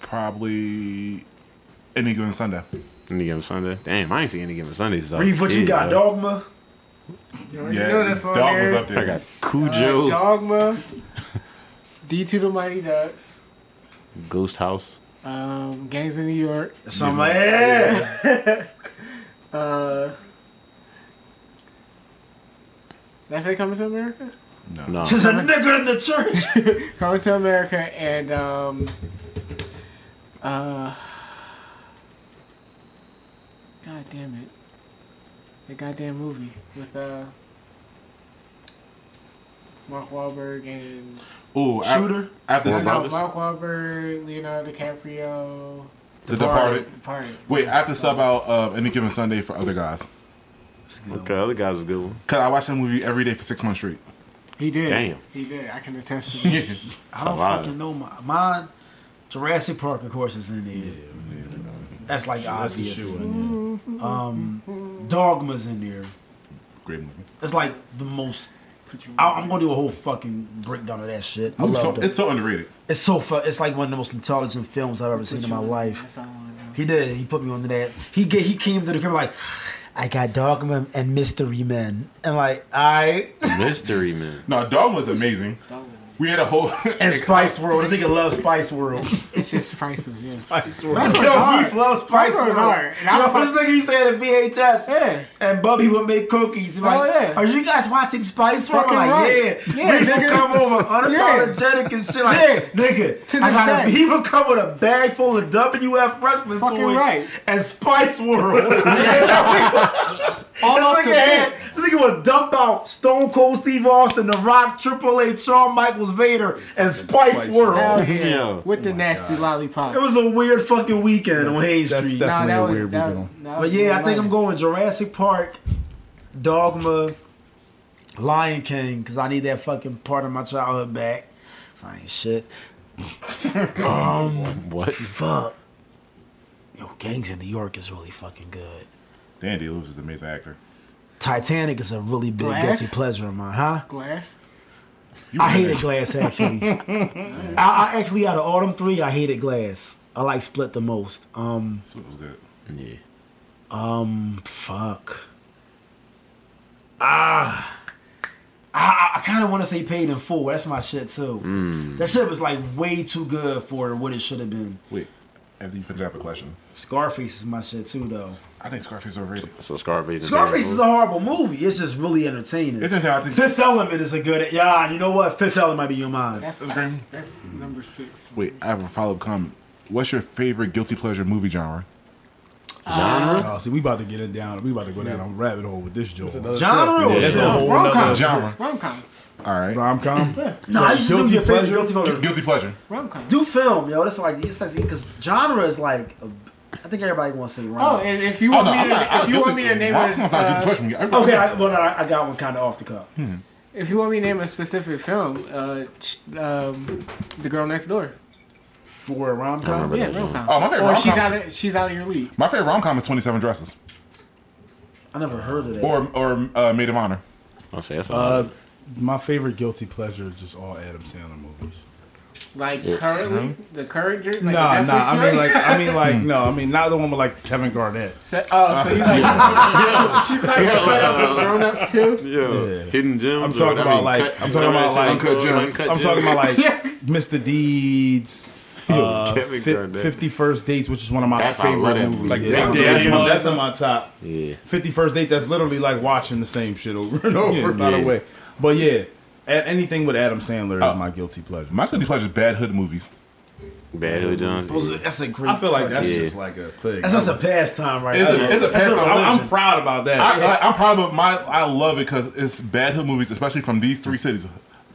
Speaker 3: probably Any Given Sunday.
Speaker 2: Any given Sunday. Damn, I ain't seen any given Sunday since I was
Speaker 5: Reeve, what you
Speaker 2: kid,
Speaker 5: got?
Speaker 2: yo.
Speaker 5: Dogma.
Speaker 3: Yeah,
Speaker 4: know that's on
Speaker 3: Dog
Speaker 4: there.
Speaker 3: was up there.
Speaker 2: I got Cujo,
Speaker 4: Dogma. D two the Mighty Ducks.
Speaker 2: Ghost House.
Speaker 4: Um, Gangs in New York.
Speaker 5: That's on my head.
Speaker 4: Uh, that's it. Coming to America.
Speaker 2: No,
Speaker 5: There's a nigga in the church.
Speaker 4: Coming to America and um, uh, God damn it, the goddamn movie with uh, Mark Wahlberg and
Speaker 3: Ooh, I-
Speaker 5: Shooter.
Speaker 3: After
Speaker 2: Four
Speaker 3: this,
Speaker 2: Brothers.
Speaker 4: no, Mark Wahlberg, Leonardo DiCaprio,
Speaker 3: The Departed.
Speaker 4: party.
Speaker 3: Wait, I have to sub out uh, Any Given Sunday for other guys.
Speaker 2: okay, other guys was a good one.
Speaker 3: Cause I watched that movie every day for six months straight.
Speaker 4: He did.
Speaker 2: Damn.
Speaker 4: He did. I can attest to that.
Speaker 5: I don't
Speaker 2: Survivor.
Speaker 5: fucking know my mine. Jurassic Park, of course, is in there. That's like
Speaker 1: That's the
Speaker 5: obvious.
Speaker 1: shoe in
Speaker 5: Um, Dogma's in there.
Speaker 3: Great movie.
Speaker 5: It's like the most. I, I'm gonna do a whole fucking breakdown of that shit. I
Speaker 3: Movie's
Speaker 5: love
Speaker 3: so-
Speaker 5: that.
Speaker 3: it's so underrated.
Speaker 5: It's so fu- It's like one of the most intelligent films I've ever seen in my life.
Speaker 4: That's all I know.
Speaker 5: He did. He put me onto that. He get, He came to the camera like, I got Dogma and Mystery Men, and like I
Speaker 2: Mystery Man.
Speaker 3: No, Dog was amazing. We had a whole.
Speaker 5: and Spice World. I think I love Spice World.
Speaker 4: It's just prices. Yes.
Speaker 1: Spice World.
Speaker 5: Yo,
Speaker 4: hard.
Speaker 5: Beef loves Spice
Speaker 4: Spice World is
Speaker 5: World.
Speaker 4: hard. And I
Speaker 5: Yo,
Speaker 4: fuck-
Speaker 5: this nigga used to have a VHS.
Speaker 4: Yeah.
Speaker 5: And Bubby would make cookies. Like,
Speaker 4: Oh, yeah.
Speaker 5: Are you guys watching Spice World? I'm
Speaker 4: Fucking
Speaker 5: like,
Speaker 4: right.
Speaker 5: yeah.
Speaker 4: Yeah,
Speaker 5: Beef would
Speaker 4: nigga.
Speaker 5: come over unapologetic and shit. Like,
Speaker 4: Yeah.
Speaker 5: nigga,
Speaker 4: To
Speaker 5: I
Speaker 4: this
Speaker 5: got a,
Speaker 4: day.
Speaker 5: he would come with a bag full of WF wrestling
Speaker 4: Fucking
Speaker 5: toys
Speaker 4: right.
Speaker 5: and Spice World.
Speaker 4: All
Speaker 5: this
Speaker 4: off the
Speaker 5: nigga had,
Speaker 4: bat.
Speaker 5: this nigga was dump out Stone Cold Steve Austin, The Rock, Triple H, Shawn Michaels, Vader, and Spice,
Speaker 10: Spice
Speaker 5: World.
Speaker 4: Hell yeah.
Speaker 2: Yo.
Speaker 4: With
Speaker 5: Oh
Speaker 4: the nasty lollipop.
Speaker 5: It was a weird fucking weekend on Haines
Speaker 10: That's
Speaker 5: Street.
Speaker 4: Nah,
Speaker 10: definitely
Speaker 4: that
Speaker 10: a
Speaker 4: was,
Speaker 10: weird
Speaker 4: that
Speaker 10: weekend.
Speaker 4: was, that
Speaker 5: But
Speaker 4: was
Speaker 5: yeah, I think I'm
Speaker 4: light.
Speaker 5: going Jurassic Park, Dogma, Lion King, because I need that fucking part of my childhood back. 'Cause I ain't shit.
Speaker 2: What?
Speaker 5: Fuck. Yo, Gangs in New York is really fucking good.
Speaker 3: Dandy Lewis is an amazing actor.
Speaker 5: Titanic is a really big
Speaker 4: Glass?
Speaker 5: guilty pleasure of mine, huh?
Speaker 4: Glass.
Speaker 5: I hated Glass actually. I, I actually out of all them three, I hated Glass. I like Split the most. Um,
Speaker 3: This was good.
Speaker 2: Yeah.
Speaker 5: fuck. Ah, I, I kind of want to say Paid in Full. That's my shit too. That shit was like way too good for what it should have been.
Speaker 3: Wait, after you finish up a question,
Speaker 5: Scarface is my shit too, though.
Speaker 3: I think Scarface is overrated.
Speaker 2: So Scarface. and
Speaker 5: Scarface
Speaker 2: Darren
Speaker 5: is a horrible movie. It's just really entertaining.
Speaker 3: It's interesting. I think
Speaker 5: Fifth Element is a good. Yeah, you know what? Fifth Element might be your mind.
Speaker 4: That's,
Speaker 3: That's
Speaker 4: that's,
Speaker 3: green.
Speaker 4: that's number six.
Speaker 3: Wait, I have a follow up comment. What's your favorite guilty pleasure movie genre?
Speaker 1: Oh, see, we about to get it down. We about to go down a rabbit hole with this joke.
Speaker 5: Genre?
Speaker 1: Yeah,
Speaker 5: or
Speaker 1: that's a
Speaker 5: genre?
Speaker 1: whole
Speaker 5: Rom-com.
Speaker 1: nother-
Speaker 3: Genre.
Speaker 4: Rom com.
Speaker 3: All right.
Speaker 1: Rom com.
Speaker 5: No, I used to do
Speaker 1: Guilty
Speaker 5: your favorite
Speaker 1: pleasure?
Speaker 5: guilty
Speaker 3: Gu-
Speaker 5: pleasure.
Speaker 3: Guilty pleasure.
Speaker 4: Rom com.
Speaker 5: Do film, yo. That's like it's because genre is like. A, I think everybody wants to say
Speaker 4: Oh,
Speaker 5: rom.
Speaker 4: and if you
Speaker 3: Oh
Speaker 4: want
Speaker 3: no,
Speaker 4: me
Speaker 3: I'm
Speaker 4: to,
Speaker 3: not.
Speaker 4: if you want me to name
Speaker 3: Rom
Speaker 4: a,
Speaker 3: com's not
Speaker 4: uh,
Speaker 3: guilty pleasure. I-
Speaker 5: okay, I, well, I, I got one kind of off the cuff.
Speaker 4: if you want me to name a specific film, uh, ch- um, the girl next door.
Speaker 5: For a rom com,
Speaker 4: Yeah, rom com.
Speaker 3: Oh, my favorite
Speaker 4: Or she's
Speaker 3: rom-com.
Speaker 4: out of she's out of your league.
Speaker 3: My favorite rom com is Twenty Seven Dresses
Speaker 5: I never heard of that.
Speaker 3: or or uh, Maid of Honor.
Speaker 2: I'll say that's
Speaker 1: Uh, my favorite guilty pleasure is just all Adam Sandler movies.
Speaker 4: Like currently, the current journey. Like
Speaker 1: nah,
Speaker 4: the Netflix
Speaker 1: nah. I mean,
Speaker 4: joint?
Speaker 1: like, I mean, like,
Speaker 3: Hmm.
Speaker 1: no. I mean, not the one with like Kevin Garnett.
Speaker 4: So, oh, so you like, you like to put up with grown ups too?
Speaker 2: Yo,
Speaker 1: Yeah.
Speaker 2: hidden gems.
Speaker 1: I'm
Speaker 2: or
Speaker 1: talking
Speaker 2: what?
Speaker 1: about, like- I'm talking about, like,
Speaker 2: uncut gems.
Speaker 1: I'm talking about like
Speaker 4: Yeah.
Speaker 1: Mr. Deeds. Uh,
Speaker 2: Kevin Garnett.
Speaker 1: Fifty First Dates, which is one of my
Speaker 2: That's- I love
Speaker 1: favorite
Speaker 2: that
Speaker 1: movies.
Speaker 2: movie.
Speaker 1: Like
Speaker 2: Yeah.
Speaker 1: that-
Speaker 6: Big
Speaker 1: that's,
Speaker 6: Daddy
Speaker 1: my,
Speaker 6: and
Speaker 1: that's in my top.
Speaker 2: Yeah.
Speaker 1: Fifty First Dates. That's literally like watching the same shit over and over.
Speaker 3: Yeah.
Speaker 1: by the
Speaker 2: Yeah. Uh,
Speaker 1: way, but yeah, at anything with Adam Sandler is my guilty pleasure.
Speaker 3: My guilty pleasure is bad hood movies.
Speaker 2: Bad Hill Jones.
Speaker 5: Those are- that's a great.
Speaker 1: I feel like that's
Speaker 2: Yeah.
Speaker 1: just like a thing.
Speaker 5: that's just a pastime, right?
Speaker 3: It's
Speaker 5: there.
Speaker 3: a, it's a
Speaker 1: That's
Speaker 3: past
Speaker 1: a- I'm, I'm proud about that.
Speaker 3: I, I, I'm proud of my. I love it because it's bad hood movies, especially from these three cities: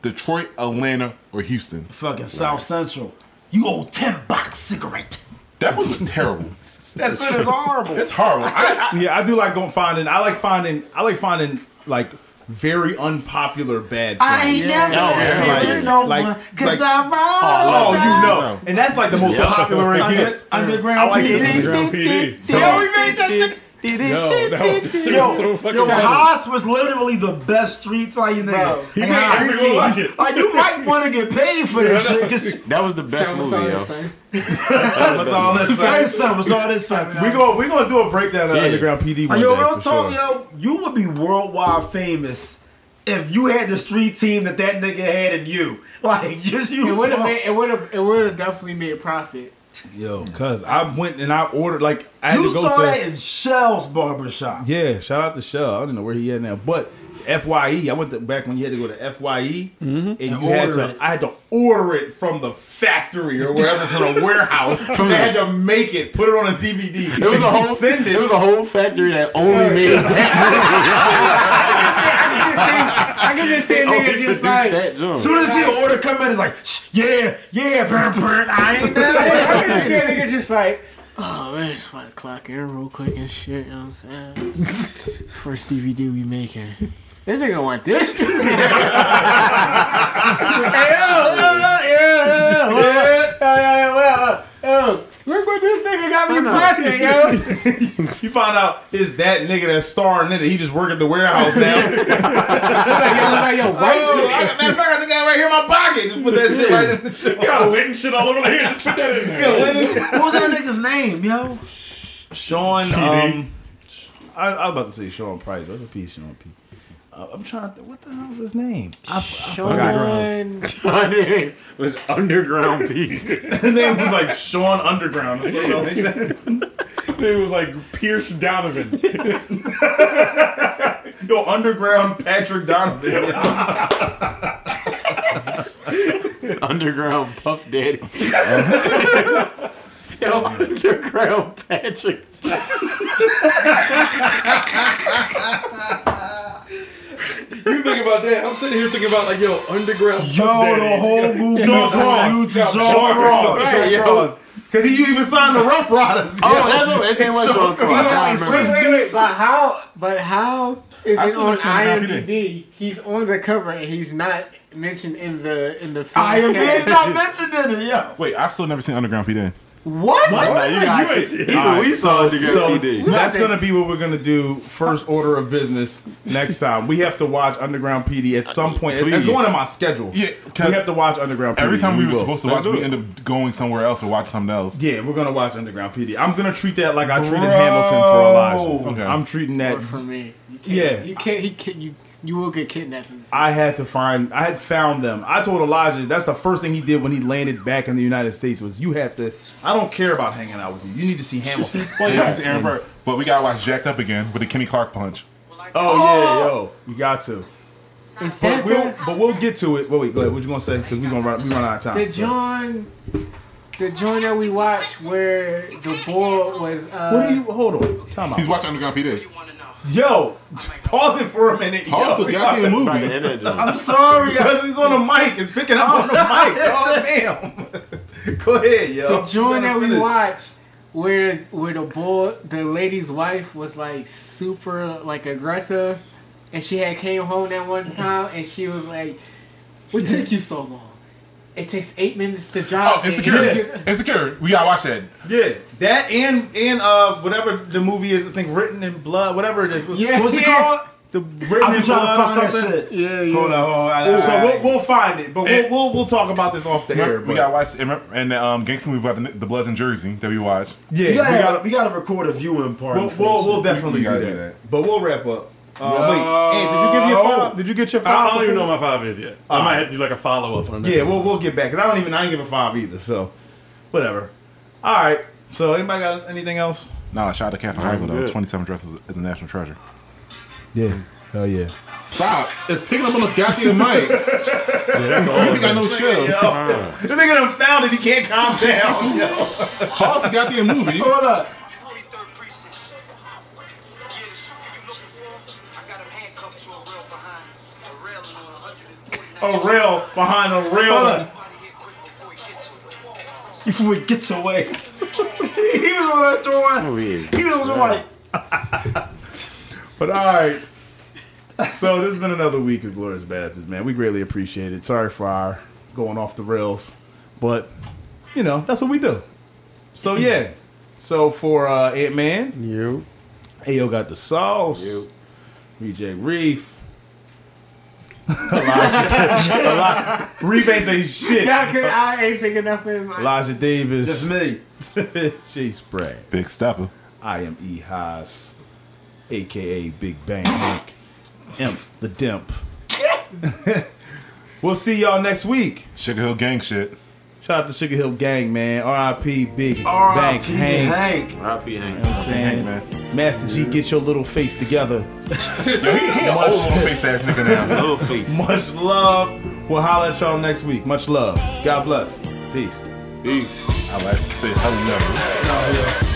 Speaker 3: Detroit, Atlanta, or Houston.
Speaker 5: Fucking South Central. You owe ten box cigarette.
Speaker 3: That one was terrible.
Speaker 5: That shit is horrible.
Speaker 3: It's horrible. I,
Speaker 1: yeah, I do like going finding. I like finding. I like finding like very unpopular bad.
Speaker 5: I
Speaker 1: films.
Speaker 5: ain't never
Speaker 2: yeah.
Speaker 5: been no
Speaker 1: Like-
Speaker 5: one, cause
Speaker 1: like-
Speaker 5: I ride.
Speaker 1: Oh,
Speaker 5: with
Speaker 1: you
Speaker 5: them.
Speaker 1: know, and that's like the most
Speaker 2: Yeah.
Speaker 1: popular it
Speaker 5: Under-
Speaker 1: gets. I
Speaker 5: Underground
Speaker 1: like
Speaker 5: PD.
Speaker 6: Underground PD.
Speaker 5: Yo, we made that-
Speaker 6: No, that was- that
Speaker 5: Yo,
Speaker 6: was so fucking
Speaker 5: yo,
Speaker 6: funny.
Speaker 5: Haas was literally the best street fighting nigga.
Speaker 6: He
Speaker 5: And
Speaker 6: made
Speaker 5: Haas-
Speaker 6: everyone watch it.
Speaker 5: Like you might want to get paid for this shit. Cause
Speaker 2: That was the best
Speaker 4: Sounds
Speaker 2: movie,
Speaker 4: all the
Speaker 2: yo.
Speaker 4: same.
Speaker 1: That's all that's
Speaker 5: say
Speaker 1: like.
Speaker 5: something, so this something.
Speaker 1: We go. We gonna do a breakdown of
Speaker 2: Yeah.
Speaker 1: Underground PD
Speaker 5: Like,
Speaker 1: one
Speaker 5: yo,
Speaker 1: day
Speaker 5: real
Speaker 1: for
Speaker 5: talk,
Speaker 1: sure.
Speaker 5: yo, you would be worldwide famous if you had the street team that that nigga had in you. Like just you.
Speaker 4: It would have
Speaker 5: talk.
Speaker 4: made it would have it would have definitely made profit.
Speaker 1: Yo, cause I went and I ordered like I had
Speaker 5: you
Speaker 1: to go
Speaker 5: saw
Speaker 1: to.
Speaker 5: that in Shell's barbershop.
Speaker 1: Yeah, shout out to Shell. I don't know where he at now, but Fye, I went to, back when you had to go to Fye, Mm-hmm. and you had
Speaker 5: order
Speaker 1: to.
Speaker 5: it.
Speaker 1: I had to order it from the factory or wherever from the warehouse. From they had to make it, put it on a DVD.
Speaker 2: It was a whole.
Speaker 1: send it.
Speaker 2: It was a whole factory that only made that.
Speaker 4: I can just see I
Speaker 2: movie.
Speaker 4: can just see a nigga just like
Speaker 2: that joint.
Speaker 5: Soon as the order come in, it's like, "Shh, yeah, yeah, burn, burn. I ain't never.
Speaker 4: I can just see a nigga just like Oh man, just about to clock in real quick and shit, you know what I'm saying? It's the first DVD we making. This nigga want this. hey, yo, yo, yo, yo, yo, yo, yo, yo, yo, look what this nigga got me pressing, yo.
Speaker 1: You find out it's that nigga that's starring in it. He just work at the warehouse now.
Speaker 4: Like, yo,
Speaker 1: oh,
Speaker 4: right?
Speaker 1: I, matter of fact, I think I got it right here in my pocket. Just put that shit right in the shit.
Speaker 6: Got lint and shit all over my hand. Just put that in there.
Speaker 5: what was that nigga's name, yo?
Speaker 1: Sean. Um, I, I was about to say Sean Price. That's a P. Sean P. Uh, I'm trying to. Th- what the hell is his name?
Speaker 4: Sean.
Speaker 2: My name was Underground Pete.
Speaker 1: His name was like Sean Underground.
Speaker 6: It was like Pierce Donovan.
Speaker 1: Yo, underground Patrick Donovan.
Speaker 2: Underground Puff Daddy. Yo, Underground Patrick.
Speaker 8: sitting here thinking about like, yo, underground.
Speaker 5: Yo, the whole movie
Speaker 1: Jaws
Speaker 5: was
Speaker 1: Ross.
Speaker 5: due to
Speaker 1: Jaws
Speaker 5: Jaws
Speaker 1: Ross.
Speaker 5: Ross.
Speaker 1: Right,
Speaker 2: Oh, yo.
Speaker 1: Because he even signed the Rough Riders.
Speaker 2: Oh, that's what it came with. Sean Clark. I
Speaker 1: Wait,
Speaker 4: Wait,
Speaker 2: remember.
Speaker 4: wait, wait, but how? But how is
Speaker 3: I
Speaker 4: it
Speaker 3: still
Speaker 4: on
Speaker 3: haven't seen it happy day.
Speaker 4: IMDb? He's on the cover and he's not mentioned in the in the. film
Speaker 1: I am
Speaker 4: scan?
Speaker 1: it's not mentioned in it, yo.
Speaker 3: Wait, I still never seen Underground PD.
Speaker 1: What?
Speaker 2: Nah, you guys- even we saw it together.
Speaker 1: So
Speaker 2: he did.
Speaker 1: that's gonna be what we're gonna do. First order of business next time. We have to watch Underground PD at some point. It- It's
Speaker 3: Please.
Speaker 1: going in my schedule.
Speaker 3: Yeah,
Speaker 1: we
Speaker 3: 'cause
Speaker 1: have to watch Underground. PD.
Speaker 3: Every time we were
Speaker 1: will.
Speaker 3: supposed to
Speaker 1: Let's
Speaker 3: watch,
Speaker 1: do
Speaker 3: we
Speaker 1: it.
Speaker 3: end up going somewhere else or watch something else.
Speaker 1: Yeah, we're gonna watch Underground PD. I'm gonna treat that like I treated
Speaker 3: Bro.
Speaker 1: Hamilton for Elijah.
Speaker 3: Okay.
Speaker 1: I'm treating that.
Speaker 4: But for me, you can't,
Speaker 1: Yeah.
Speaker 4: you can't. He can You you will get kidnapped. in-
Speaker 1: I had to find. I had found them. I told Elijah that's the first thing he did when he landed back in the United States was you have to. I don't care about hanging out with you. You need to see Hamilton.
Speaker 3: Well, yeah, it's Aaron Burr. But we gotta watch Jacked Up again with the Kenny Clark punch.
Speaker 1: oh yeah, yo, you got to.
Speaker 4: Is that
Speaker 1: But we'll,
Speaker 4: the,
Speaker 1: but we'll get to it. Wait, wait, go ahead. What you gonna say? Because we gonna run, we run out of time.
Speaker 4: the John? The joint that we watched where the boy was. Uh,
Speaker 1: What are you? Hold on. Time
Speaker 3: He's
Speaker 1: out.
Speaker 3: watching Underground PD.
Speaker 1: Yo, pause it for a minute.
Speaker 3: Pause
Speaker 1: yo.
Speaker 3: the goddamn movie.
Speaker 2: Yeah, that joint.
Speaker 1: I'm sorry, guys. He's on the mic. It's picking up on the mic. Oh damn. go ahead, yo.
Speaker 4: the joint
Speaker 1: You
Speaker 4: that
Speaker 1: gotta
Speaker 4: we
Speaker 1: finish.
Speaker 4: watched where where the boy the lady's wife was like super like aggressive and she had came home that one time and she was like what took you so long it takes eight minutes to drive
Speaker 3: Oh,
Speaker 4: and
Speaker 3: Insecure.
Speaker 4: you-
Speaker 3: Insecure. We gotta watch that.
Speaker 1: Yeah, that and and uh whatever the movie is. I think written in blood. Whatever it is. What's,
Speaker 4: Yeah.
Speaker 1: what's it called? The written
Speaker 5: I've
Speaker 1: in
Speaker 5: been
Speaker 1: blood
Speaker 5: trying to
Speaker 1: or
Speaker 5: find
Speaker 1: something.
Speaker 5: that shit.
Speaker 4: yeah yeah
Speaker 5: Hold on,
Speaker 3: Oh,
Speaker 5: hold on.
Speaker 1: So we'll, we'll find it, but we'll,
Speaker 3: And-
Speaker 1: we'll we'll talk about this off the air.
Speaker 3: We
Speaker 1: but-
Speaker 3: gotta watch and remember- and the um, gangster movie about the, the Bloods in Jersey that we watched.
Speaker 1: yeah,
Speaker 5: We
Speaker 1: we gotta
Speaker 5: gotta, we gotta record a viewing party.
Speaker 1: We'll,
Speaker 5: for
Speaker 1: we'll,
Speaker 5: this
Speaker 1: we'll
Speaker 5: shit.
Speaker 1: definitely do,
Speaker 3: we gotta
Speaker 1: that.
Speaker 3: do that.
Speaker 1: But we'll wrap up. Uh, wait, hey, did you give your five? Did you get your
Speaker 6: I
Speaker 1: five?
Speaker 6: don't even know
Speaker 1: before?
Speaker 6: what my five is yet. I might have to do like a follow up on that.
Speaker 1: Yeah, we'll, we'll get back. Cause I don't even I ain't give a five either. So, whatever. All right. So anybody got anything else?
Speaker 3: Nah, shout out to Catherine Heigl though.
Speaker 2: good.
Speaker 3: Twenty seven dresses is a national treasure.
Speaker 1: Yeah. Oh yeah.
Speaker 3: Stop! It's picking up on the goddamn mic. you think I know chill?
Speaker 1: This nigga done found it. He can't calm down. Yo.
Speaker 3: Pause the goddamn movie.
Speaker 5: Hold up.
Speaker 1: A rail behind a
Speaker 5: Hold
Speaker 1: rail.
Speaker 5: up. Before it gets away. he was on that throwing. He was like,
Speaker 1: But all right. So this has been another week of Glorious Bastards, man. We greatly appreciate it. Sorry for our going off the rails, but you know that's what we do. So yeah. So for uh, Ant Man,
Speaker 8: You.
Speaker 1: Ayo got the sauce. Reject Reef. Elijah, Eli- Reef ain't say shit.
Speaker 4: Y'all could- I ain't thinking nothing in my
Speaker 1: Elijah
Speaker 5: it's
Speaker 1: Davis,
Speaker 5: me.
Speaker 1: Jay Sprague.
Speaker 3: Big stepper.
Speaker 1: I am E Haas, aka Big Bang Hank, Imp the Dimp. we'll see y'all next week.
Speaker 3: Sugar Hill gang shit.
Speaker 1: Shout out to Sugar Hill Gang, man. R.I.P. Big Bang Hank.
Speaker 5: Hank.
Speaker 2: Happy Hank.
Speaker 1: You know what I'm saying, Master G, get your little face together.
Speaker 3: Yo, he, he an old little face ass nigga now.
Speaker 2: Little face.
Speaker 1: Much love. We'll holler at y'all next week. Much love. God bless. Peace.
Speaker 3: 啊
Speaker 2: Peace.
Speaker 3: I like to say hello.